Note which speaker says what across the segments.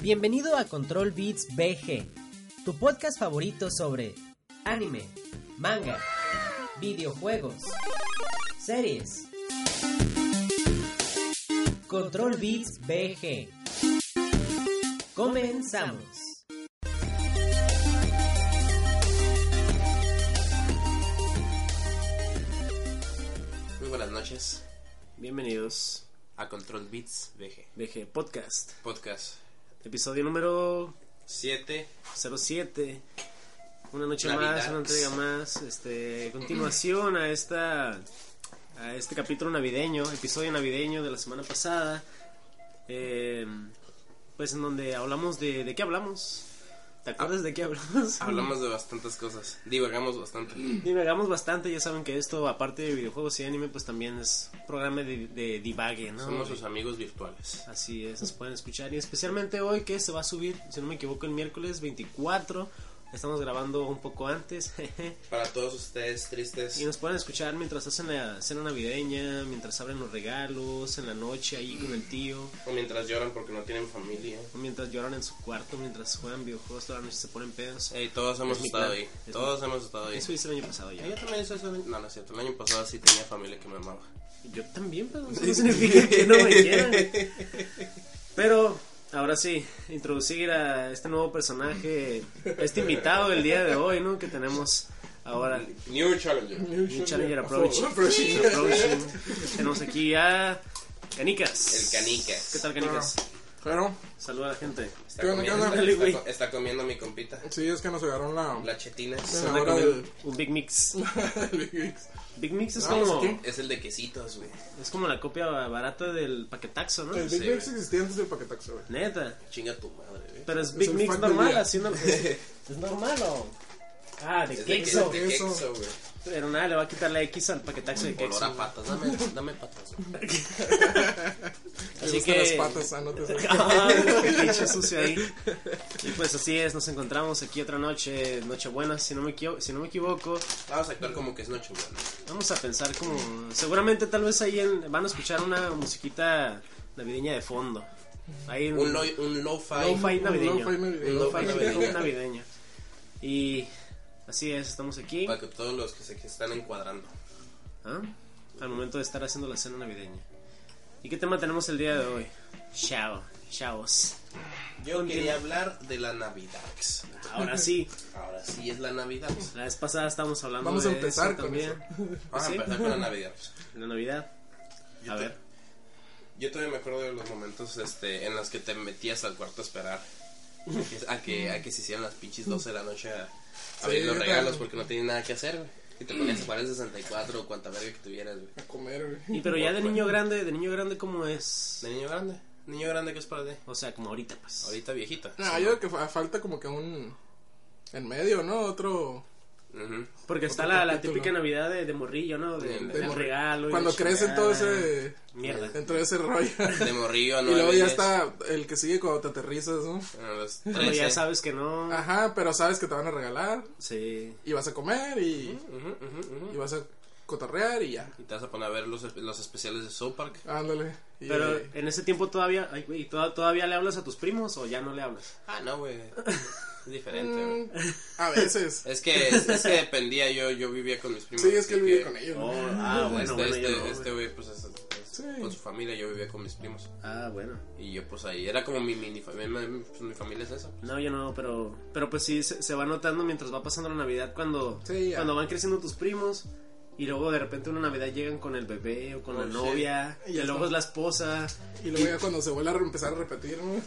Speaker 1: Bienvenido a Control Beats BG, tu podcast favorito sobre anime, manga, videojuegos, series. Control Beats BG. Comenzamos.
Speaker 2: Muy buenas noches
Speaker 3: Bienvenidos
Speaker 2: a Control Beats VG
Speaker 3: BG Podcast,
Speaker 2: Podcast
Speaker 3: episodio número
Speaker 2: 7.
Speaker 3: 07. Una noche
Speaker 2: Navidad.
Speaker 3: más, una entrega más, este, continuación a esta a este capítulo navideño, episodio navideño de la semana pasada. eh, pues en donde hablamos de de qué hablamos. ¿Te acuerdas de qué hablamos?
Speaker 2: Hablamos de bastantes cosas, divagamos bastante.
Speaker 3: Divagamos bastante, ya saben que esto, aparte de videojuegos y anime, pues también es programa de, de divague, ¿no?
Speaker 2: Somos sus amigos virtuales.
Speaker 3: Así es, nos pueden escuchar. Y especialmente hoy que se va a subir, si no me equivoco, el miércoles 24. Estamos grabando un poco antes.
Speaker 2: Para todos ustedes
Speaker 3: y
Speaker 2: tristes,
Speaker 3: nos pueden escuchar mientras hacen la cena navideña, mientras abren los regalos, en la noche ahí con el tío,
Speaker 2: o mientras lloran porque no tienen familia.
Speaker 3: o mientras lloran en su cuarto, mientras juegan videojuegos toda la noche y se ponen pedos.
Speaker 2: Ey, todos hemos
Speaker 3: Es mi
Speaker 2: estado
Speaker 3: plan.
Speaker 2: ahí,
Speaker 3: Es
Speaker 2: todos hemos estado ahí.
Speaker 3: Eso hice el año pasado
Speaker 2: Yo
Speaker 3: ya.
Speaker 2: también hice eso. No, no es cierto. El año pasado sí tenía familia que me amaba.
Speaker 3: Yo también, pero eso no significa que no me quieran. Pero ahora sí, introducir a este nuevo personaje, a este invitado del día de hoy, ¿no? Que tenemos ahora.
Speaker 2: New Challenger.
Speaker 3: Un challenger approach. Approaching. Tenemos aquí a Canicas.
Speaker 2: El Canicas.
Speaker 3: ¿Qué tal, Canicas?
Speaker 4: Claro,
Speaker 3: Saluda a la gente.
Speaker 2: Está
Speaker 4: ¿Qué onda,
Speaker 2: comiendo,
Speaker 4: qué onda?
Speaker 2: está
Speaker 3: Dale,
Speaker 2: co- está comiendo mi compita.
Speaker 4: sí, es que nos agarraron la,
Speaker 2: La chetina
Speaker 4: la
Speaker 3: Anda
Speaker 4: hora
Speaker 3: comiendo
Speaker 4: del-
Speaker 3: Un Big Mix.
Speaker 4: del Geeks.
Speaker 3: Big Mix es
Speaker 4: Ah, ¿es
Speaker 3: como,
Speaker 4: qué?
Speaker 2: es el de quesitos, güey.
Speaker 3: es como la copia barata del paquetaxo, ¿no?
Speaker 4: El
Speaker 2: Sí,
Speaker 4: Big
Speaker 2: güey.
Speaker 4: Mix existente es el paquetaxo, güey.
Speaker 3: Neta.
Speaker 2: Chinga tu madre, güey.
Speaker 3: Pero es
Speaker 4: Es
Speaker 3: Big
Speaker 4: el
Speaker 3: Mix
Speaker 4: fan del
Speaker 3: normal,
Speaker 4: día.
Speaker 3: así no. Es es normal o. Ah, de
Speaker 2: Es de
Speaker 3: queso.
Speaker 2: queso, de queso, güey.
Speaker 3: Pero nada, le va a quitar la X al paquetaxo de
Speaker 2: Olor a
Speaker 3: queso.
Speaker 2: patas. Dame, dame patas, güey.
Speaker 4: Te
Speaker 3: Así
Speaker 4: gustan
Speaker 3: que-
Speaker 4: las patas, ah, no te sabes.
Speaker 3: Ah, pinche sucio ahí. Y pues así es, nos encontramos aquí otra noche, Nochebuena, si no me, equivo- si no me equivoco.
Speaker 2: Vamos a actuar como que es noche, güey.
Speaker 3: Vamos a pensar como... Seguramente tal vez ahí en- van a escuchar una musiquita navideña de fondo. Ahí en-
Speaker 2: Un, lo, un lo-fi.
Speaker 3: Lo-fi
Speaker 4: Un
Speaker 3: navideño.
Speaker 4: lo-fi navideño.
Speaker 3: Un lo-fi
Speaker 2: Un lo-fi
Speaker 3: navideño.
Speaker 2: navideño.
Speaker 3: navideño. Y así es, estamos aquí
Speaker 2: Para que todos los que se que están encuadrando.
Speaker 3: ¿ah? al momento de estar haciendo la cena navideña. ¿Y qué tema tenemos el día de hoy? Chao, chavos.
Speaker 2: Yo
Speaker 3: Continúa.
Speaker 2: quería hablar de la Navidad.
Speaker 3: Ahora sí,
Speaker 2: Ahora sí es la Navidad.
Speaker 3: la vez pasada estábamos hablando
Speaker 4: Vamos a
Speaker 3: de
Speaker 4: empezar
Speaker 3: eso
Speaker 4: con
Speaker 3: también.
Speaker 2: Vamos a
Speaker 3: ¿Sí?
Speaker 2: empezar con la Navidad.
Speaker 3: La Navidad.
Speaker 2: Yo
Speaker 3: A
Speaker 2: te-
Speaker 3: ver.
Speaker 2: Yo todavía me acuerdo de los momentos este, en los que te metías al cuarto a esperar. A que, a que, a que se hicieran las pinches 12 de la noche a abrir los
Speaker 4: yo
Speaker 2: regalos
Speaker 4: también.
Speaker 2: porque no tenías nada que hacer, güey. Y te ponías a jugar el 64 o cuanta verga que tuvieras, güey.
Speaker 4: A comer, güey.
Speaker 3: Y pero ya de niño grande, de niño grande cómo es?
Speaker 2: De niño grande. Niño grande que es para ti.
Speaker 3: O sea, como ahorita pues.
Speaker 2: Ahorita viejita.
Speaker 4: No, Ah, yo creo que fa- falta como que un. En medio, ¿no? Otro.
Speaker 2: Ujú.
Speaker 3: Porque está
Speaker 4: Otro
Speaker 3: la, la
Speaker 4: capítulo.
Speaker 3: típica Navidad de, de morrillo, ¿no? De,
Speaker 2: De-
Speaker 3: del
Speaker 4: de-
Speaker 3: regalo. y
Speaker 4: Cuando
Speaker 3: la
Speaker 4: crece en
Speaker 3: chingada.
Speaker 4: todo ese.
Speaker 3: Mierda.
Speaker 4: En todo ese rollo.
Speaker 2: De morrillo,
Speaker 4: Y
Speaker 2: no.
Speaker 4: luego ya está el que sigue cuando te aterrizas, ¿no?
Speaker 2: A los
Speaker 3: Cuando ya
Speaker 2: 13.
Speaker 3: sabes que no.
Speaker 4: Ajá, pero sabes que te van a regalar.
Speaker 3: Sí.
Speaker 4: Y vas a comer y.
Speaker 2: Ujú, ujú, ujú.
Speaker 4: Y vas a cotorrear y ya.
Speaker 2: Y te vas a poner a ver los, los especiales de South Park.
Speaker 4: Ándale. Y,
Speaker 3: Pero
Speaker 4: eh,
Speaker 3: en ese tiempo todavía, ay, güey, ¿toda- todavía le hablas a tus primos o ya no le hablas.
Speaker 2: Ah, no, güey. Es diferente,
Speaker 4: Mm.
Speaker 2: güey.
Speaker 4: A veces.
Speaker 2: Es que, es, es que dependía, yo, yo vivía con mis primos.
Speaker 4: Sí, es que él
Speaker 2: así
Speaker 4: vive con ellos.
Speaker 3: Oh,
Speaker 4: ¿no?
Speaker 3: ah, bueno,
Speaker 2: Este,
Speaker 3: bueno,
Speaker 2: este,
Speaker 3: yo no,
Speaker 2: este
Speaker 3: güey.
Speaker 2: güey, pues, es- es-
Speaker 4: Sí.
Speaker 2: con su familia yo vivía con mis primos.
Speaker 3: Ah, bueno.
Speaker 2: Y yo, pues, ahí era como mi mini familia. Mi, pues, mi familia es eso.
Speaker 3: No, yo no, pero pero pues sí se, se va notando mientras va pasando la Navidad cuando
Speaker 4: Sí, ya.
Speaker 3: cuando van creciendo tus primos y luego de repente una Navidad llegan con el bebé o con
Speaker 2: Oh,
Speaker 3: la
Speaker 2: sí.
Speaker 3: novia
Speaker 4: Y
Speaker 3: y,
Speaker 4: ya
Speaker 3: luego
Speaker 4: está.
Speaker 3: es la esposa
Speaker 4: Y luego ya cuando se vuelve a re- empezar a repetir, ¿no?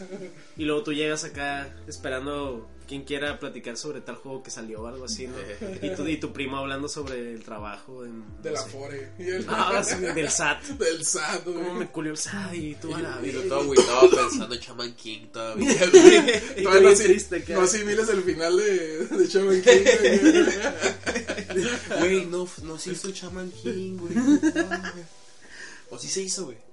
Speaker 3: y luego tú llegas acá esperando quien quiera platicar sobre tal juego que salió o algo así, ¿no? y, tu, y tu primo hablando sobre el trabajo en,
Speaker 4: De
Speaker 3: no
Speaker 4: la
Speaker 3: sé.
Speaker 4: FORE. Y el-
Speaker 3: Ah, sí, del SAT.
Speaker 4: Del SAT, güey.
Speaker 3: ¿Cómo me culió el SAT? Y tú a la
Speaker 2: Y yo
Speaker 3: verga.
Speaker 2: todo agüitado pensando Chaman King todavía, güey.
Speaker 3: Y
Speaker 4: Todavía
Speaker 3: bien
Speaker 4: no,
Speaker 3: triste,
Speaker 4: si,
Speaker 3: ¿qué
Speaker 4: no
Speaker 3: haces?
Speaker 4: asimiles el final de, de Shaman King. güey.
Speaker 2: Güey, no, no se hizo Chaman King, güey. O sí se hizo, güey.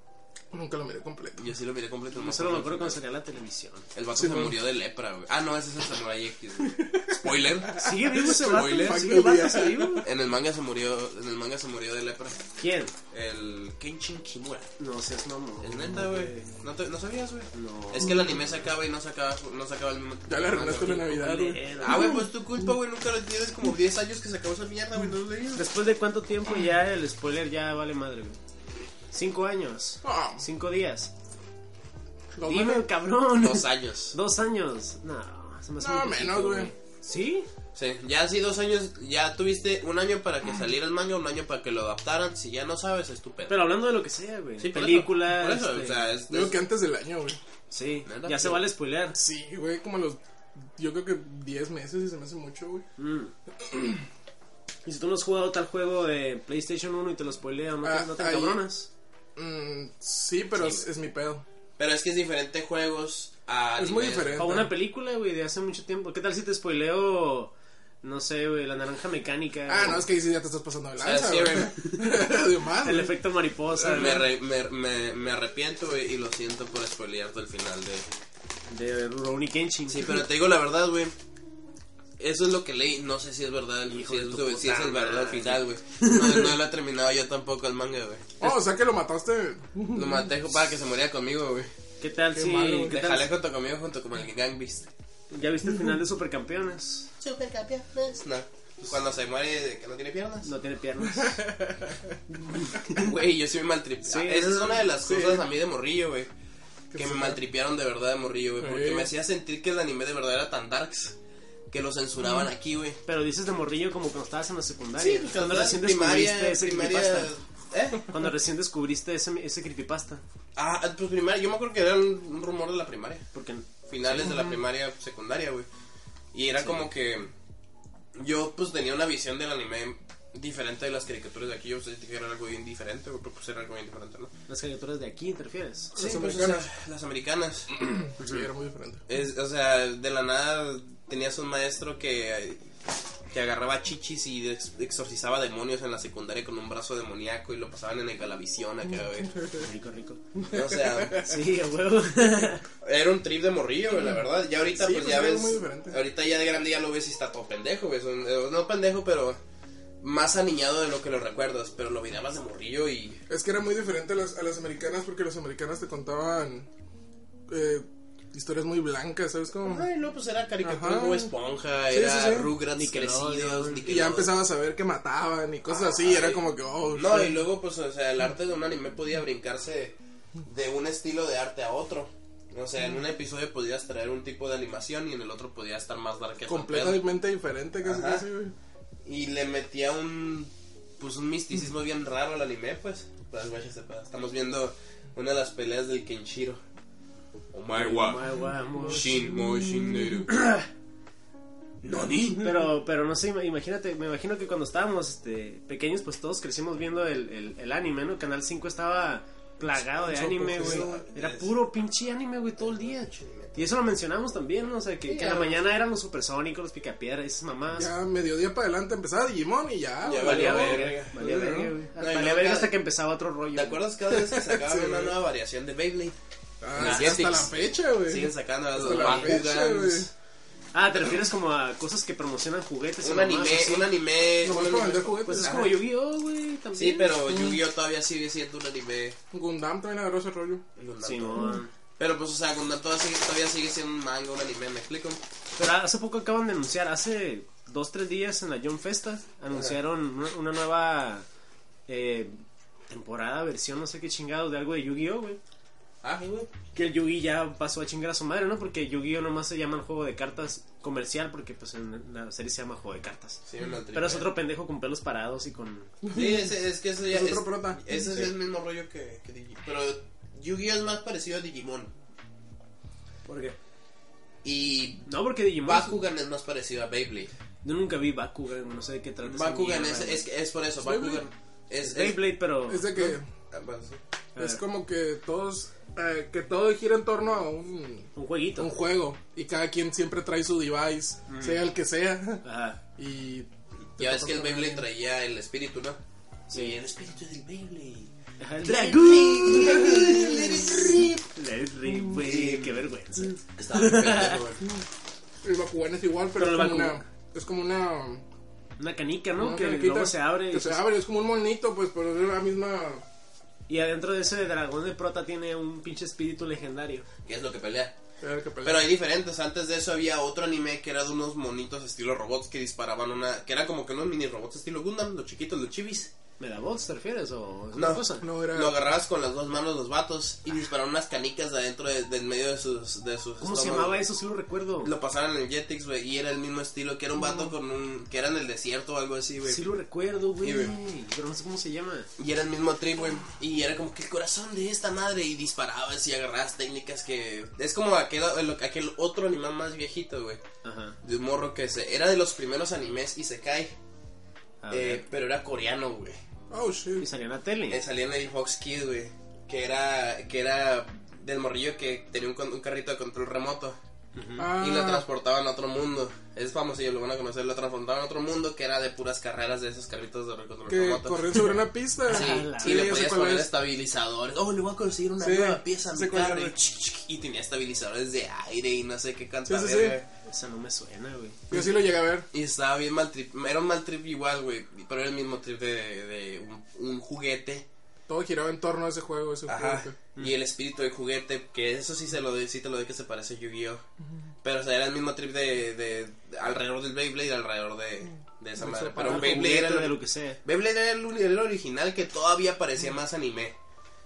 Speaker 4: Nunca lo miré completo.
Speaker 2: Yo sí lo miré completo. no
Speaker 3: Yo solo me acuerdo
Speaker 2: acuerdo
Speaker 3: cuando
Speaker 2: el
Speaker 3: salía la televisión.
Speaker 2: final. El vato
Speaker 4: Sí,
Speaker 2: se
Speaker 4: bueno.
Speaker 2: murió de lepra, güey. Ah, no, ese es el Samurai X, güey. Spoiler.
Speaker 3: ¿Sigue vivo ese vato?
Speaker 2: Spoiler.
Speaker 3: ¿Sigue el vato ¿Sigue vivo?
Speaker 2: En el manga se murió, en el manga se murió de lepra.
Speaker 3: ¿Quién?
Speaker 2: El Kenshin Kimura.
Speaker 3: No seas mamón.
Speaker 4: Oh,
Speaker 2: Es neta, güey. ¿No, te- no sabías, güey?
Speaker 3: No.
Speaker 2: Es que el anime se acaba y no se acaba, no se acaba el mismo
Speaker 4: Ya le arruinaste la Navidad, güey.
Speaker 3: Culero.
Speaker 2: Ah, güey, pues tu culpa, güey. Nunca lo tienes como 10 años que se acabó esa mierda, güey. No lo leí.
Speaker 3: Después de cuánto tiempo ya el spoiler ya vale madre, güey. Cinco años.
Speaker 4: Ah,
Speaker 3: Cinco días.
Speaker 4: dos
Speaker 3: Dime,
Speaker 4: menos.
Speaker 3: cabrón.
Speaker 2: Dos años.
Speaker 3: Dos años. No, se me hace
Speaker 4: No,
Speaker 3: muy
Speaker 4: menos,
Speaker 3: poquito,
Speaker 4: güey.
Speaker 3: ¿Sí?
Speaker 2: Sí, ya así dos años. Ya tuviste un año para que saliera el manga, un año para que lo adaptaran. Si ya no sabes, estúpido.
Speaker 3: Pero hablando de lo que sea, güey.
Speaker 2: sí, por eso.
Speaker 3: Películas.
Speaker 2: Por eso,
Speaker 3: este,
Speaker 2: o sea, es-
Speaker 4: Digo
Speaker 2: es-
Speaker 4: que antes del año, güey.
Speaker 3: Sí,
Speaker 2: Neta,
Speaker 3: ya se
Speaker 2: sí.
Speaker 3: vale spoiler.
Speaker 4: Sí, güey, como a los. Yo creo que 10 meses y se me hace mucho, güey.
Speaker 3: Mm. Y si tú no has jugado tal juego de PlayStation 1 y te lo spoilean, no te,
Speaker 4: Ah,
Speaker 3: no te
Speaker 4: ahí-
Speaker 3: encabronas?
Speaker 4: Mm, sí, pero es, es mi pedo.
Speaker 2: Pero es que es diferente juegos a.
Speaker 4: Es muy
Speaker 2: animes.
Speaker 4: diferente.
Speaker 3: O una película, güey, de hace mucho tiempo. ¿Qué tal si te spoileo, no sé, güey, la naranja mecánica?
Speaker 4: Ah, no, es que ahí sí ya te estás pasando de
Speaker 2: sea,
Speaker 4: lanza,
Speaker 2: sí,
Speaker 4: güey. de más,
Speaker 3: El
Speaker 4: güey.
Speaker 3: efecto mariposa.
Speaker 2: ah, Me,
Speaker 3: güey.
Speaker 2: re- me, me, me arrepiento güey, y lo siento por spoilearte el final de.
Speaker 3: De Rurouni Kenshin.
Speaker 2: Sí, pero te digo la verdad, güey. Eso es lo que leí. No sé si es verdad. el-
Speaker 3: Hijo
Speaker 2: si
Speaker 3: de
Speaker 2: es,
Speaker 3: tu
Speaker 2: güey,
Speaker 3: puta
Speaker 2: si es el verdad al
Speaker 3: madre.
Speaker 2: final, güey. No, no lo he terminado yo tampoco el manga, güey.
Speaker 4: Oh, o sea que lo mataste.
Speaker 2: Lo maté para que se muriera conmigo, güey.
Speaker 3: ¿Qué tal
Speaker 4: Qué
Speaker 3: si...
Speaker 4: malo, güey.
Speaker 3: ¿qué
Speaker 2: Te
Speaker 3: tal
Speaker 2: jalé junto conmigo junto con el Gang Beast.
Speaker 3: si- ¿Ya viste el final de Supercampeones?
Speaker 2: Supercampeones. No. pues Cuando se muere de que no tiene piernas.
Speaker 3: No tiene piernas.
Speaker 2: Güey, yo sí me maltripeé.
Speaker 3: Sí,
Speaker 2: Esa es una de las
Speaker 4: sí.
Speaker 2: cosas a mí de morrillo, güey.
Speaker 4: ¿Qué
Speaker 2: Que me
Speaker 4: fue?
Speaker 2: maltripearon de verdad de morrillo, güey. Porque
Speaker 4: Sí.
Speaker 2: me hacía sentir que el anime de verdad era tan darks. Que lo censuraban aquí, güey.
Speaker 3: Pero dices de morrillo como cuando estabas en la secundaria.
Speaker 2: Sí, pues,
Speaker 3: cuando
Speaker 2: la
Speaker 3: recién
Speaker 2: primaria,
Speaker 3: descubriste ese
Speaker 2: primaria-
Speaker 3: creepypasta.
Speaker 2: ¿Eh?
Speaker 3: Cuando recién descubriste ese, ese creepypasta.
Speaker 2: Ah, pues primaria. Yo me acuerdo que era un un rumor de la primaria.
Speaker 3: Porque
Speaker 2: finales de la primaria, secundaria, güey. Y era como que yo pues tenía una visión del anime diferente de las caricaturas de aquí. Yo sentí que era algo bien diferente, güey, porque pues era algo bien diferente, ¿no?
Speaker 3: las caricaturas de aquí, ¿te refieres?
Speaker 2: Sí,
Speaker 4: Las
Speaker 2: pues, o sea,
Speaker 4: americanas.
Speaker 2: las americanas.
Speaker 4: Sí, era muy diferente.
Speaker 2: Es, o sea, de la nada tenías un maestro que, que agarraba chichis y ex- exorcizaba demonios en la secundaria con un brazo demoníaco y lo pasaban en el Galavisión acá, güey.
Speaker 3: Rico, rico.
Speaker 2: O sea,
Speaker 3: Sí, a huevo.
Speaker 2: Era un trip de morrillo, güey, la verdad. Ya ahorita,
Speaker 4: Sí,
Speaker 2: pues
Speaker 4: pues,
Speaker 2: ya
Speaker 4: era
Speaker 2: ves.
Speaker 4: muy diferente.
Speaker 2: Ahorita ya de grande ya lo ves y está todo pendejo, güey. Es un- eh, No pendejo, pero más aniñado de lo que lo recuerdas. Pero lo mirabas de morrillo y.
Speaker 4: Es que era muy diferente a las, a las americanas porque las americanas te contaban eh, historias muy blancas, ¿sabes cómo?
Speaker 2: Ay, no, pues era caricatura
Speaker 4: Mm. Ajá.
Speaker 2: como esponja,
Speaker 4: Sí,
Speaker 2: era
Speaker 4: sí, sí.
Speaker 2: Rugrats
Speaker 3: Ni que
Speaker 2: crecidos,
Speaker 3: lo-
Speaker 2: ni que
Speaker 4: Y ya
Speaker 2: lo-
Speaker 4: empezabas a ver que mataban y cosas así, y era como que, oh,
Speaker 2: Ah, No,
Speaker 4: shit.
Speaker 2: y luego, pues, o sea, el arte de un anime podía brincarse de un estilo de arte a otro. O sea,
Speaker 4: Mm.
Speaker 2: en un episodio podías traer un tipo de animación y en el otro podía estar más dark que
Speaker 4: completamente diferente, casi,
Speaker 2: Ajá.
Speaker 4: casi, güey.
Speaker 2: Y le metía un. Pues un misticismo bien raro al anime, pues. Pues, güey, ya sepa, Estamos viendo una de las peleas del Kenshiro. Omaiwa.
Speaker 3: Guau, guau, amor.
Speaker 2: Shinmo Shinneru. ¿Nani?
Speaker 3: Pero, pero no sé, ima- imagínate, me imagino que cuando estábamos este, pequeños, pues todos crecimos viendo el, el, el anime, ¿no? Canal 5 estaba plagado de
Speaker 4: Mucho
Speaker 3: anime, güey.
Speaker 4: cogido.
Speaker 3: Era puro pinche anime, güey, todo el día. Y eso lo mencionamos también, ¿no? O sea, que, que a la mañana eran los supersónicos, los picapiedra, esas mamás.
Speaker 4: Ya mediodía para adelante empezaba Digimon y ya,
Speaker 2: Ya
Speaker 4: güey.
Speaker 3: valía
Speaker 2: valió
Speaker 3: verga,
Speaker 2: verga.
Speaker 3: valía verga, güey.
Speaker 2: No, y
Speaker 3: Valía
Speaker 2: luego
Speaker 3: verga
Speaker 2: cada-
Speaker 3: hasta que empezaba otro rollo.
Speaker 2: ¿Te acuerdas cada vez que sacaban
Speaker 4: Sí,
Speaker 2: una
Speaker 4: güey.
Speaker 2: nueva variación de Beyblade?
Speaker 4: Ah,
Speaker 2: Las
Speaker 4: hasta
Speaker 2: Jetix.
Speaker 4: la fecha, güey.
Speaker 2: Siguen sacando las
Speaker 4: Hasta la fecha, güey.
Speaker 2: Bakugans.
Speaker 3: Ah, te refieres como a cosas que promocionan juguetes. y
Speaker 2: Un
Speaker 3: mamás,
Speaker 2: anime,
Speaker 3: así?
Speaker 2: un anime.
Speaker 4: Nomás
Speaker 2: un
Speaker 4: para
Speaker 2: anime-
Speaker 4: vender juguetes.
Speaker 3: Pues es
Speaker 4: Ajá.
Speaker 3: como Yu-Gi-Oh, güey, también.
Speaker 2: Sí, pero Yu-Gi-Oh todavía sigue siendo un anime.
Speaker 4: Gundam también agarró ese rollo.
Speaker 3: Sí, no.
Speaker 2: Pero pues, o sea, Gundam todavía sigue, todavía sigue siendo un manga, un anime, ¿me explico?
Speaker 3: Pero hace poco acaban de anunciar, hace dos, tres días en la John Festa, anunciaron una, una nueva eh, temporada, versión, no sé qué chingados, de algo de Yu-Gi-Oh, güey.
Speaker 2: Ah, sí, güey.
Speaker 3: Que el Yu-Gi ya pasó a chingar a su madre, ¿no? Porque Yu-Gi-Oh nomás se llama el juego de cartas comercial, porque pues en la serie se llama juego de cartas.
Speaker 2: Sí, me maltripeé.
Speaker 3: Pero es otro pendejo con pelos parados y con...
Speaker 2: Sí, es, es que eso ya
Speaker 4: Es otro prota.
Speaker 2: Ese
Speaker 4: Sí.
Speaker 2: es el mismo rollo que, que Digimon. Pero Yu-Gi-Oh es más parecido a Digimon.
Speaker 3: ¿Por qué?
Speaker 2: Y
Speaker 3: No, porque Digimon...
Speaker 2: Bakugan es más parecido a Beyblade.
Speaker 3: Yo nunca vi Bakugan, no sé de qué trata. esa
Speaker 2: Bakugan es,
Speaker 3: mierda, güey.
Speaker 2: es, es por eso.
Speaker 4: Beyblade.
Speaker 2: Bakugan es. es-
Speaker 3: Beyblade, pero...
Speaker 4: Es de que
Speaker 2: Ah, bueno, sí.
Speaker 3: A ver,
Speaker 4: es como que todos, eh, que todo gira en torno a un,
Speaker 3: Un jueguito.
Speaker 4: un juego y cada quien siempre trae su device, sea el que sea.
Speaker 3: Ajá.
Speaker 4: Y
Speaker 2: Ya ves que el Beyblade
Speaker 4: trae
Speaker 2: traía el espíritu, ¿no?
Speaker 3: Sí.
Speaker 2: espíritu del Beyblade.
Speaker 3: Ajá, el-
Speaker 2: Dragón.
Speaker 3: Let it rip,
Speaker 2: Mm.
Speaker 3: güey, qué vergüenza.
Speaker 2: Estaba muy pendejo, güey.
Speaker 4: El Bakugan es igual, pero,
Speaker 3: Pero
Speaker 4: es,
Speaker 3: el
Speaker 4: como
Speaker 3: Bakugan.
Speaker 4: una, es como una.
Speaker 3: Una canica, ¿no?
Speaker 4: una
Speaker 3: que
Speaker 4: canequita
Speaker 3: luego se abre.
Speaker 4: Que
Speaker 3: y,
Speaker 4: se abre, es como un monito, pues, pero es la misma.
Speaker 3: y adentro de ese dragón de prota tiene un pinche espíritu legendario.
Speaker 2: ¿Qué es lo que pelea?
Speaker 4: era el que pelea.
Speaker 2: Pero hay diferentes. Antes de eso había otro anime que era de unos monitos estilo robots que disparaban una. que era como que unos mini robots estilo Gundam, los chiquitos, los chivis.
Speaker 3: ¿Medabots te refieres o es
Speaker 2: No,
Speaker 3: otra cosa?
Speaker 4: Ah, no era.
Speaker 2: Lo agarrabas con las dos manos los vatos y disparaban unas canicas de adentro de, de en medio de sus. De sus
Speaker 3: ¿Cómo se
Speaker 2: estómagos.
Speaker 3: llamaba eso? Sí lo recuerdo.
Speaker 2: Lo pasaron en Jetix, güey, y era el mismo estilo, que era un vato con un... que era en el desierto o algo así, güey.
Speaker 3: Sí lo recuerdo, güey.
Speaker 2: Sí, güey.
Speaker 3: Pero no sé cómo se llama.
Speaker 2: Y era el mismo trip, güey. Y era como que el corazón de esta madre. Y disparabas y agarrabas técnicas que. Es como aquel, el- aquel otro animal más viejito, güey.
Speaker 3: Ajá.
Speaker 2: De un morro que se. Era de los primeros animes y se cae.
Speaker 3: A
Speaker 2: eh,
Speaker 3: ver.
Speaker 2: pero era coreano, güey.
Speaker 4: Oh,
Speaker 3: Y
Speaker 4: shit.
Speaker 3: salía en la tele.
Speaker 2: Eh, salía en el Fox Kids, güey. Que era. Que era del morrillo que tenía un, con- un carrito de control remoto.
Speaker 4: Ah,
Speaker 2: Y la transportaban a otro mundo. Es famosillo, lo van a conocer. La transportaban a otro mundo que era de puras carreras de esos carritos de control
Speaker 4: que
Speaker 2: remoto.
Speaker 4: corren sobre una pista.
Speaker 2: Sí,
Speaker 3: Ala.
Speaker 2: y
Speaker 4: ya
Speaker 2: le
Speaker 4: sé
Speaker 2: podías
Speaker 4: cuál
Speaker 2: poner
Speaker 4: es.
Speaker 2: estabilizadores. Oh, le voy a conseguir una
Speaker 4: Sí,
Speaker 2: nueva pieza a mi
Speaker 4: sé cuál
Speaker 2: carro.
Speaker 4: es.
Speaker 2: Y, ch, ch, y tenía estabilizadores de aire y no sé qué
Speaker 4: Sí,
Speaker 2: cantar.
Speaker 4: sí, sí.
Speaker 3: Esa no me suena, güey.
Speaker 4: Yo sí lo llegué a ver.
Speaker 2: Y estaba bien mal trip. Era un mal trip igual, güey. Pero era el mismo trip de, de un, un juguete.
Speaker 4: Todo giraba en torno a ese juego, ese
Speaker 2: Ajá.
Speaker 4: juego.
Speaker 2: Y el espíritu del juguete, que eso sí, se lo doy, sí te lo doy que se parece a Yu-Gi-Oh. Pero o sea, era el mismo trip de, de- de alrededor del Beyblade, alrededor de,
Speaker 4: Mm.
Speaker 2: de esa madre. Pero
Speaker 3: Ah,
Speaker 2: Beyblade era
Speaker 3: juguete de
Speaker 2: el
Speaker 3: lo que sea.
Speaker 2: Beyblade era el, uni- el original que todavía parecía más anime.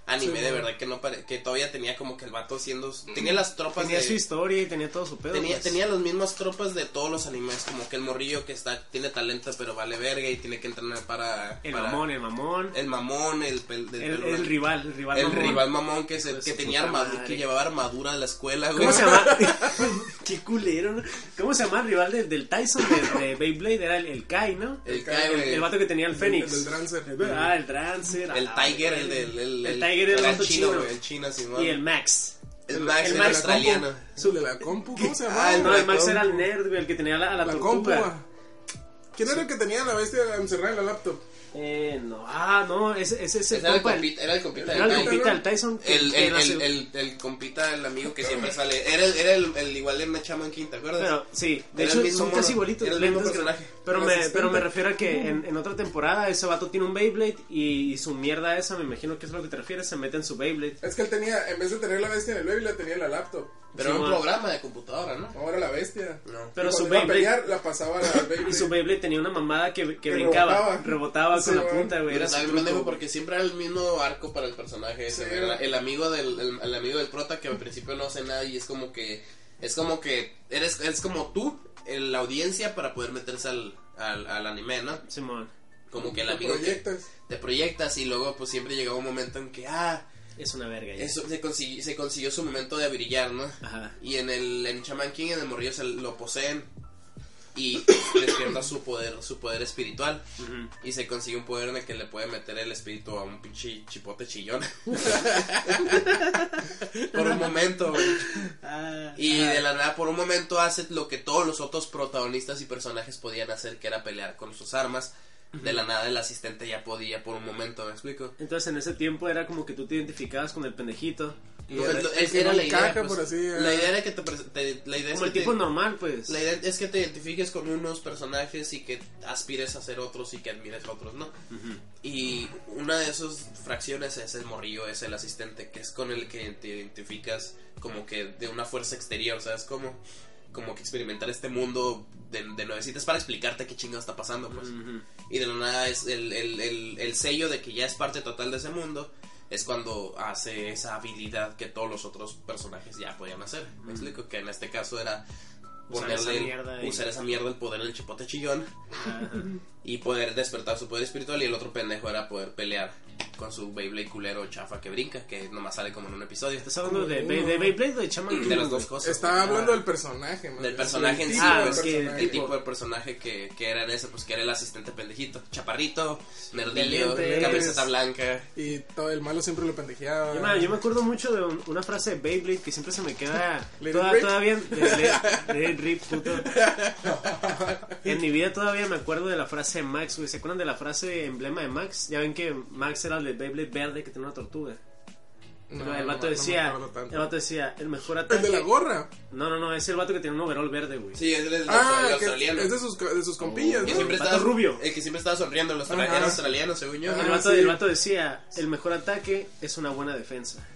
Speaker 2: Anime
Speaker 4: Sí,
Speaker 2: de
Speaker 4: ¿no?
Speaker 2: verdad que no pare- que todavía tenía como que el vato siendo tenía las tropas
Speaker 3: Tenía
Speaker 2: Pues de-
Speaker 3: su historia y tenía todo su pedo.
Speaker 2: tenía
Speaker 3: pues.
Speaker 2: tenía las mismas tropas de todos los animes, como que el morrillo que está tiene talento pero vale verga y tiene que entrenar para
Speaker 3: El
Speaker 2: para-
Speaker 3: mamón, el mamón.
Speaker 2: el mamón, el pel- del
Speaker 3: El, el,
Speaker 2: pelo-
Speaker 3: rival, el rival.
Speaker 2: el
Speaker 3: mamón.
Speaker 2: rival mamón que se,
Speaker 3: Pues
Speaker 2: que
Speaker 3: su
Speaker 2: tenía
Speaker 3: puta
Speaker 2: armadura,
Speaker 3: madre.
Speaker 2: que llevaba armadura a la escuela, güey.
Speaker 3: ¿Cómo se llama? Qué culero, ¿no? ¿Cómo se llama el rival del, del Tyson de, de Beyblade? Era el, el Kai, ¿no?
Speaker 2: El
Speaker 4: Kai,
Speaker 2: Kai,
Speaker 3: El,
Speaker 2: güey.
Speaker 3: el vato que tenía el Fénix.
Speaker 4: El del Drancer.
Speaker 3: Ah, el Drancer.
Speaker 2: El
Speaker 3: ah,
Speaker 2: Tiger,
Speaker 3: güey.
Speaker 2: el del el,
Speaker 3: El Tiger era el vato
Speaker 2: chino,
Speaker 3: chino.
Speaker 2: güey, el chino Simón.
Speaker 3: Y el Max.
Speaker 2: El Max,
Speaker 3: el
Speaker 2: el,
Speaker 3: Max
Speaker 2: Ah, australiano.
Speaker 4: Su de la compu, ¿cómo se
Speaker 2: Ah,
Speaker 4: llamaba?
Speaker 2: el
Speaker 3: No, el Max
Speaker 2: compu.
Speaker 3: era el nerd, güey, el que tenía la, a la,
Speaker 4: la compu.
Speaker 3: tortuga.
Speaker 4: ah. ¿Quién era el que tenía la bestia encerrada en la laptop?
Speaker 3: Eh, no. Ah, no, ese, ese es
Speaker 2: Ese
Speaker 3: el
Speaker 2: Era el
Speaker 3: compa.
Speaker 2: compita, era el compita
Speaker 3: Era
Speaker 2: del
Speaker 3: el
Speaker 2: Kai.
Speaker 3: compita del Tyson. que-
Speaker 2: El,
Speaker 3: que
Speaker 2: el,
Speaker 3: nace-
Speaker 2: el, el, el compita, el amigo que siempre sale. Era, el- era el, el igual de Machaman King, ¿te acuerdas?
Speaker 3: Pero, sí, de
Speaker 2: Era
Speaker 3: hecho
Speaker 2: el mismo
Speaker 3: son
Speaker 2: mono,
Speaker 3: casi igualitos.
Speaker 2: era el mismo
Speaker 3: lentes,
Speaker 2: personaje.
Speaker 3: Pero
Speaker 4: Era
Speaker 3: me,
Speaker 4: asistente.
Speaker 3: pero me refiero a que en, en otra temporada ese vato tiene un Beyblade y, y su mierda esa, me imagino que es a lo que te refieres, se mete en su Beyblade.
Speaker 4: Es que él tenía, en vez de tener la bestia en el baby, la tenía en la laptop.
Speaker 2: Pero era un
Speaker 3: Simón.
Speaker 2: programa de computadora, ¿no?
Speaker 4: Ahora la bestia.
Speaker 2: No.
Speaker 3: Pero
Speaker 4: Y
Speaker 3: su
Speaker 4: cuando iba a
Speaker 3: Beyblade-
Speaker 4: pelear, la pasaba a la baby.
Speaker 3: Y su Beyblade tenía una mamada que, que,
Speaker 4: Que
Speaker 3: brincaba, rebotaba,
Speaker 4: rebotaba.
Speaker 3: con
Speaker 4: Sí,
Speaker 3: la
Speaker 4: güey.
Speaker 3: punta, güey. Era su
Speaker 2: Era
Speaker 3: truco,
Speaker 2: pendejo
Speaker 3: güey.
Speaker 2: porque siempre era el mismo arco para el personaje ese,
Speaker 4: Sí.
Speaker 2: güey. Era el amigo del el, el amigo del prota que al principio no hace nada y es como que es como que eres es como tú en la audiencia para poder meterse al, al, al anime, ¿no?
Speaker 3: Simón.
Speaker 2: Como que el
Speaker 4: Te
Speaker 2: amigo que
Speaker 4: proyectas.
Speaker 2: te proyectas y luego pues siempre llegaba un momento en que ah,
Speaker 3: Es una verga. ya.
Speaker 2: eso se consiguió, se consiguió su momento de brillar, ¿no?
Speaker 3: Ajá.
Speaker 2: Y en el en Shaman King, en el morrillo, se lo poseen y despierta su poder, su poder espiritual.
Speaker 3: Ujú.
Speaker 2: Y se consigue un poder en el que le puede meter el espíritu a un pinche chipote chillón. por un momento, güey.
Speaker 3: Ah,
Speaker 2: Y de la nada, por un momento, hace lo que todos los otros protagonistas y personajes podían hacer, que era pelear con sus armas. De la nada, el asistente ya podía por un momento, ¿me explico?
Speaker 3: Entonces en ese tiempo era como que tú te identificabas con el pendejito. Y
Speaker 2: Pues,
Speaker 3: era-
Speaker 2: lo-
Speaker 4: el
Speaker 2: es-
Speaker 4: que
Speaker 2: era
Speaker 4: no
Speaker 2: la idea,
Speaker 4: encaja,
Speaker 2: pues.
Speaker 4: por así, eh.
Speaker 2: La idea era que te, pres- te- la idea es
Speaker 3: como el
Speaker 2: que te-
Speaker 3: tipo normal, pues.
Speaker 2: La idea es que te identifiques con unos personajes y que aspires a ser otros y que admires a otros, ¿no? Y una de esas fracciones es el morrillo, es el asistente, que es con el que te identificas como que de una fuerza exterior, ¿sabes? Como, como que experimentar este mundo de, de nuevecitas para explicarte qué chingado está pasando, pues.
Speaker 3: Ujú.
Speaker 2: Y de la nada es el, el, el, el sello de que ya es parte total de ese mundo. Es cuando hace esa habilidad que todos los otros personajes ya podían hacer. Me explico que en este caso era
Speaker 3: Usar
Speaker 2: ponerle,
Speaker 3: esa mierda y-
Speaker 2: usar esa mierda el poder del chipote chillón
Speaker 3: Ajá.
Speaker 2: y poder despertar su poder espiritual. Y el otro pendejo era poder pelear con su Beyblade culero chafa que brinca, que nomás sale como en un episodio.
Speaker 3: ¿Estás hablando de, Bey- de Beyblade o de Shaman King?
Speaker 2: De las
Speaker 3: güey?
Speaker 2: dos cosas.
Speaker 4: Estaba hablando
Speaker 3: Ah.
Speaker 4: del personaje, man.
Speaker 2: Del personaje en sí,
Speaker 3: Ah,
Speaker 2: pues,
Speaker 3: es que-
Speaker 2: el tipo de personaje que, que era en ese, pues que era el asistente pendejito, chaparrito, nerdillo,
Speaker 3: Lentes.
Speaker 2: camiseta blanca.
Speaker 4: Y todo el malo siempre lo pendejeaba.
Speaker 3: Yo me, yo me acuerdo mucho de un- una frase de Beyblade que siempre se me queda
Speaker 4: Let it
Speaker 3: toda-
Speaker 4: rip.
Speaker 3: todavía de- de- de rip, puto. En mi vida todavía me acuerdo de la frase de Max, güey. ¿Se acuerdan de la frase emblema de Max? Ya ven que Max era el de Beyblade, Beyblade verde que tenía una tortuga.
Speaker 4: No,
Speaker 3: Pero el
Speaker 4: no,
Speaker 3: vato
Speaker 4: no me
Speaker 3: decía,
Speaker 4: acuerdo tanto.
Speaker 3: el vato decía, el mejor
Speaker 4: El
Speaker 3: ataque.
Speaker 4: de la gorra.
Speaker 3: No, no, no, es el vato que tiene un overall verde, güey.
Speaker 2: Sí, es el, el
Speaker 4: Ah,
Speaker 2: austra- el
Speaker 4: que
Speaker 2: australiano.
Speaker 4: es de sus, de sus compillas,
Speaker 2: El que
Speaker 4: ¿no?
Speaker 2: siempre
Speaker 3: Vato
Speaker 2: estaba
Speaker 3: rubio.
Speaker 2: El que siempre estaba sonriendo, el austra-
Speaker 4: Ajá.
Speaker 2: era australiano, según yo.
Speaker 4: Ah,
Speaker 3: El vato,
Speaker 4: sí.
Speaker 3: el vato decía, el mejor ataque es una buena defensa.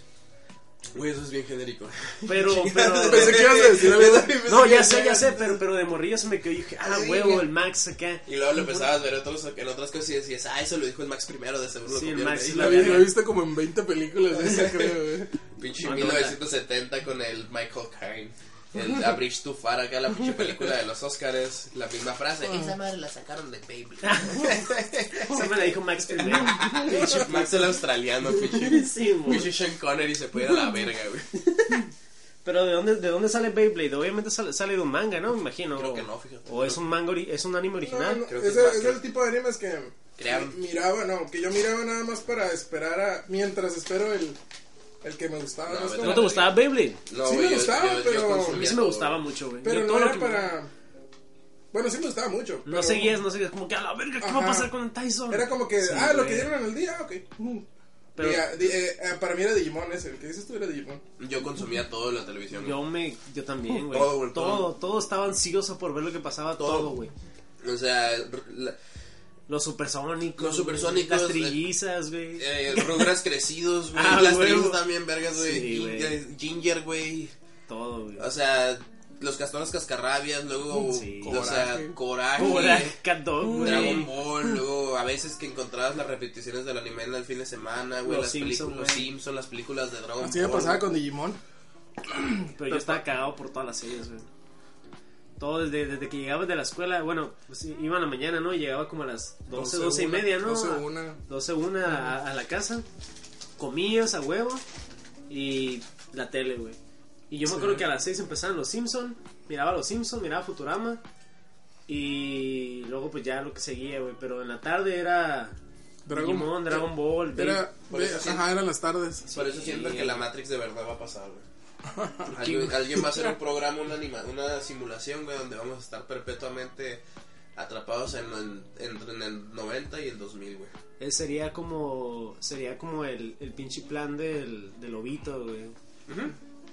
Speaker 2: Güey, eso es bien genérico.
Speaker 3: Pero, pero...
Speaker 4: Pensé que ibas a decir algo.
Speaker 3: No, ya sé, ya sé, pero, pero de morrillo se me quedó y dije, ah,
Speaker 2: Sí,
Speaker 3: huevo,
Speaker 2: güey.
Speaker 3: el Max acá.
Speaker 2: Y luego lo empezabas a ver otros, en otras cosas y decías, ah, eso lo dijo el Max primero, de seguro. lo
Speaker 3: Sí, el
Speaker 2: copiaron
Speaker 3: Max
Speaker 2: de ahí".
Speaker 3: es
Speaker 4: La
Speaker 3: la
Speaker 4: vi,
Speaker 3: verga.
Speaker 4: la viste como en 20 películas esa, creo, güey.
Speaker 2: Pinche
Speaker 3: Bueno,
Speaker 2: 1970 con el Michael Caine. El A Bridge Too Far acá, la pinche película de los Oscars. La misma frase. Esa madre la sacaron de Baby.
Speaker 3: Esa me la dijo Max primero.
Speaker 2: Max el australiano, pinche.
Speaker 3: Ah, Sí, güey.
Speaker 2: Pinche Sean Connery se puede ir a la verga, güey.
Speaker 3: Pero ¿de dónde, de dónde sale Beyblade? Obviamente sale, sale de un manga, ¿no? Me imagino.
Speaker 2: Creo que no, fíjate.
Speaker 3: O es un manga, ori- es un anime
Speaker 4: No,
Speaker 3: original.
Speaker 4: no,
Speaker 2: creo que es
Speaker 4: es, el-
Speaker 2: más
Speaker 4: es
Speaker 2: que-
Speaker 4: el tipo de animes que
Speaker 2: Crearon.
Speaker 4: mi- miraba, no, que yo miraba nada más para esperar a... Mientras espero el, el que me gustaba.
Speaker 2: No,
Speaker 4: No, Es
Speaker 2: vete
Speaker 4: como-
Speaker 3: ¿No te gustaba Beyblade?
Speaker 2: No,
Speaker 4: Sí me
Speaker 2: güey, yo-
Speaker 4: gustaba,
Speaker 2: yo- yo
Speaker 4: pero-
Speaker 2: consumía
Speaker 3: A mí sí me
Speaker 2: todo,
Speaker 3: gustaba
Speaker 2: güey.
Speaker 3: mucho, güey.
Speaker 4: Pero
Speaker 3: Yo
Speaker 4: no
Speaker 3: todo lo
Speaker 4: era
Speaker 3: que me-
Speaker 4: para... Bueno, sí me gustaba mucho.
Speaker 3: No
Speaker 4: pero
Speaker 3: seguías, no seguías. Como que a la verga, ¿qué va a
Speaker 4: Ajá.
Speaker 3: pasar con Tyson?
Speaker 4: Era como que,
Speaker 3: Sí,
Speaker 4: ah, lo
Speaker 3: güey.
Speaker 4: que dieron en el día, ah, ok. Mm.
Speaker 3: Pero-
Speaker 4: Diga, di- eh, eh, para mí era Digimon ese, el que dices tú era Digimon.
Speaker 2: Yo consumía todo en la televisión.
Speaker 3: Yo me, yo también, güey.
Speaker 2: Todo, güey, todo.
Speaker 3: Todo, todo estaba ansioso por ver lo que pasaba,
Speaker 2: Todo.
Speaker 3: todo, güey.
Speaker 2: O sea, r- la-
Speaker 3: Los supersónicos.
Speaker 2: Los
Speaker 3: güey,
Speaker 2: supersónicos,
Speaker 3: Las
Speaker 2: eh,
Speaker 3: trillizas, güey.
Speaker 2: eh, Rugrats crecidos, güey.
Speaker 3: Ah,
Speaker 2: las
Speaker 3: huevo.
Speaker 2: trenzas también, vergas, güey.
Speaker 3: Sí,
Speaker 2: Gin-
Speaker 3: güey.
Speaker 2: eh, Ginger, güey.
Speaker 3: Todo, güey.
Speaker 2: O sea, los castores cascarrabias, luego,
Speaker 3: Sí.
Speaker 2: o sea,
Speaker 4: Coraje.
Speaker 2: coraje.
Speaker 3: Cobra, Cat Dog, güey.
Speaker 2: Dragon Ball, luego a veces que encontrabas las repeticiones del anime en el fin de semana, güey,
Speaker 3: Los
Speaker 2: las
Speaker 3: Simpson,
Speaker 2: películas, los
Speaker 3: güey.
Speaker 2: Simpsons, las películas de Dragon
Speaker 4: Así
Speaker 2: Ball.
Speaker 4: me pasaba con Digimon.
Speaker 3: Pero yo estaba cagado por todas las series, güey. Todo desde, desde que llegaba de la escuela, bueno, pues sí, iba en la mañana, ¿no? Y llegaba como a las 12, 12, y
Speaker 4: una,
Speaker 3: media, ¿no?
Speaker 4: 12,
Speaker 3: A-
Speaker 4: una.
Speaker 3: 12, una a, a la casa. Comías a huevo y la tele, güey. Y yo me acuerdo que a las 6 empezaban los Simpson, miraba los Simpson, miraba Futurama y luego pues ya lo que seguía, güey. Pero en la tarde era Digimon, Dragon Ball,
Speaker 4: Era,
Speaker 2: Por eso
Speaker 4: ve-
Speaker 2: sí.
Speaker 4: ajá, eran las tardes.
Speaker 2: Por eso siento que la Matrix de verdad va a pasar, güey. Alguien, alguien va a hacer un programa, una, anima- una simulación, güey, donde vamos a estar perpetuamente atrapados en, en- entre en el 90 y el 2000, güey.
Speaker 3: Eh, sería como sería como el, el pinche plan del, del lobito, güey.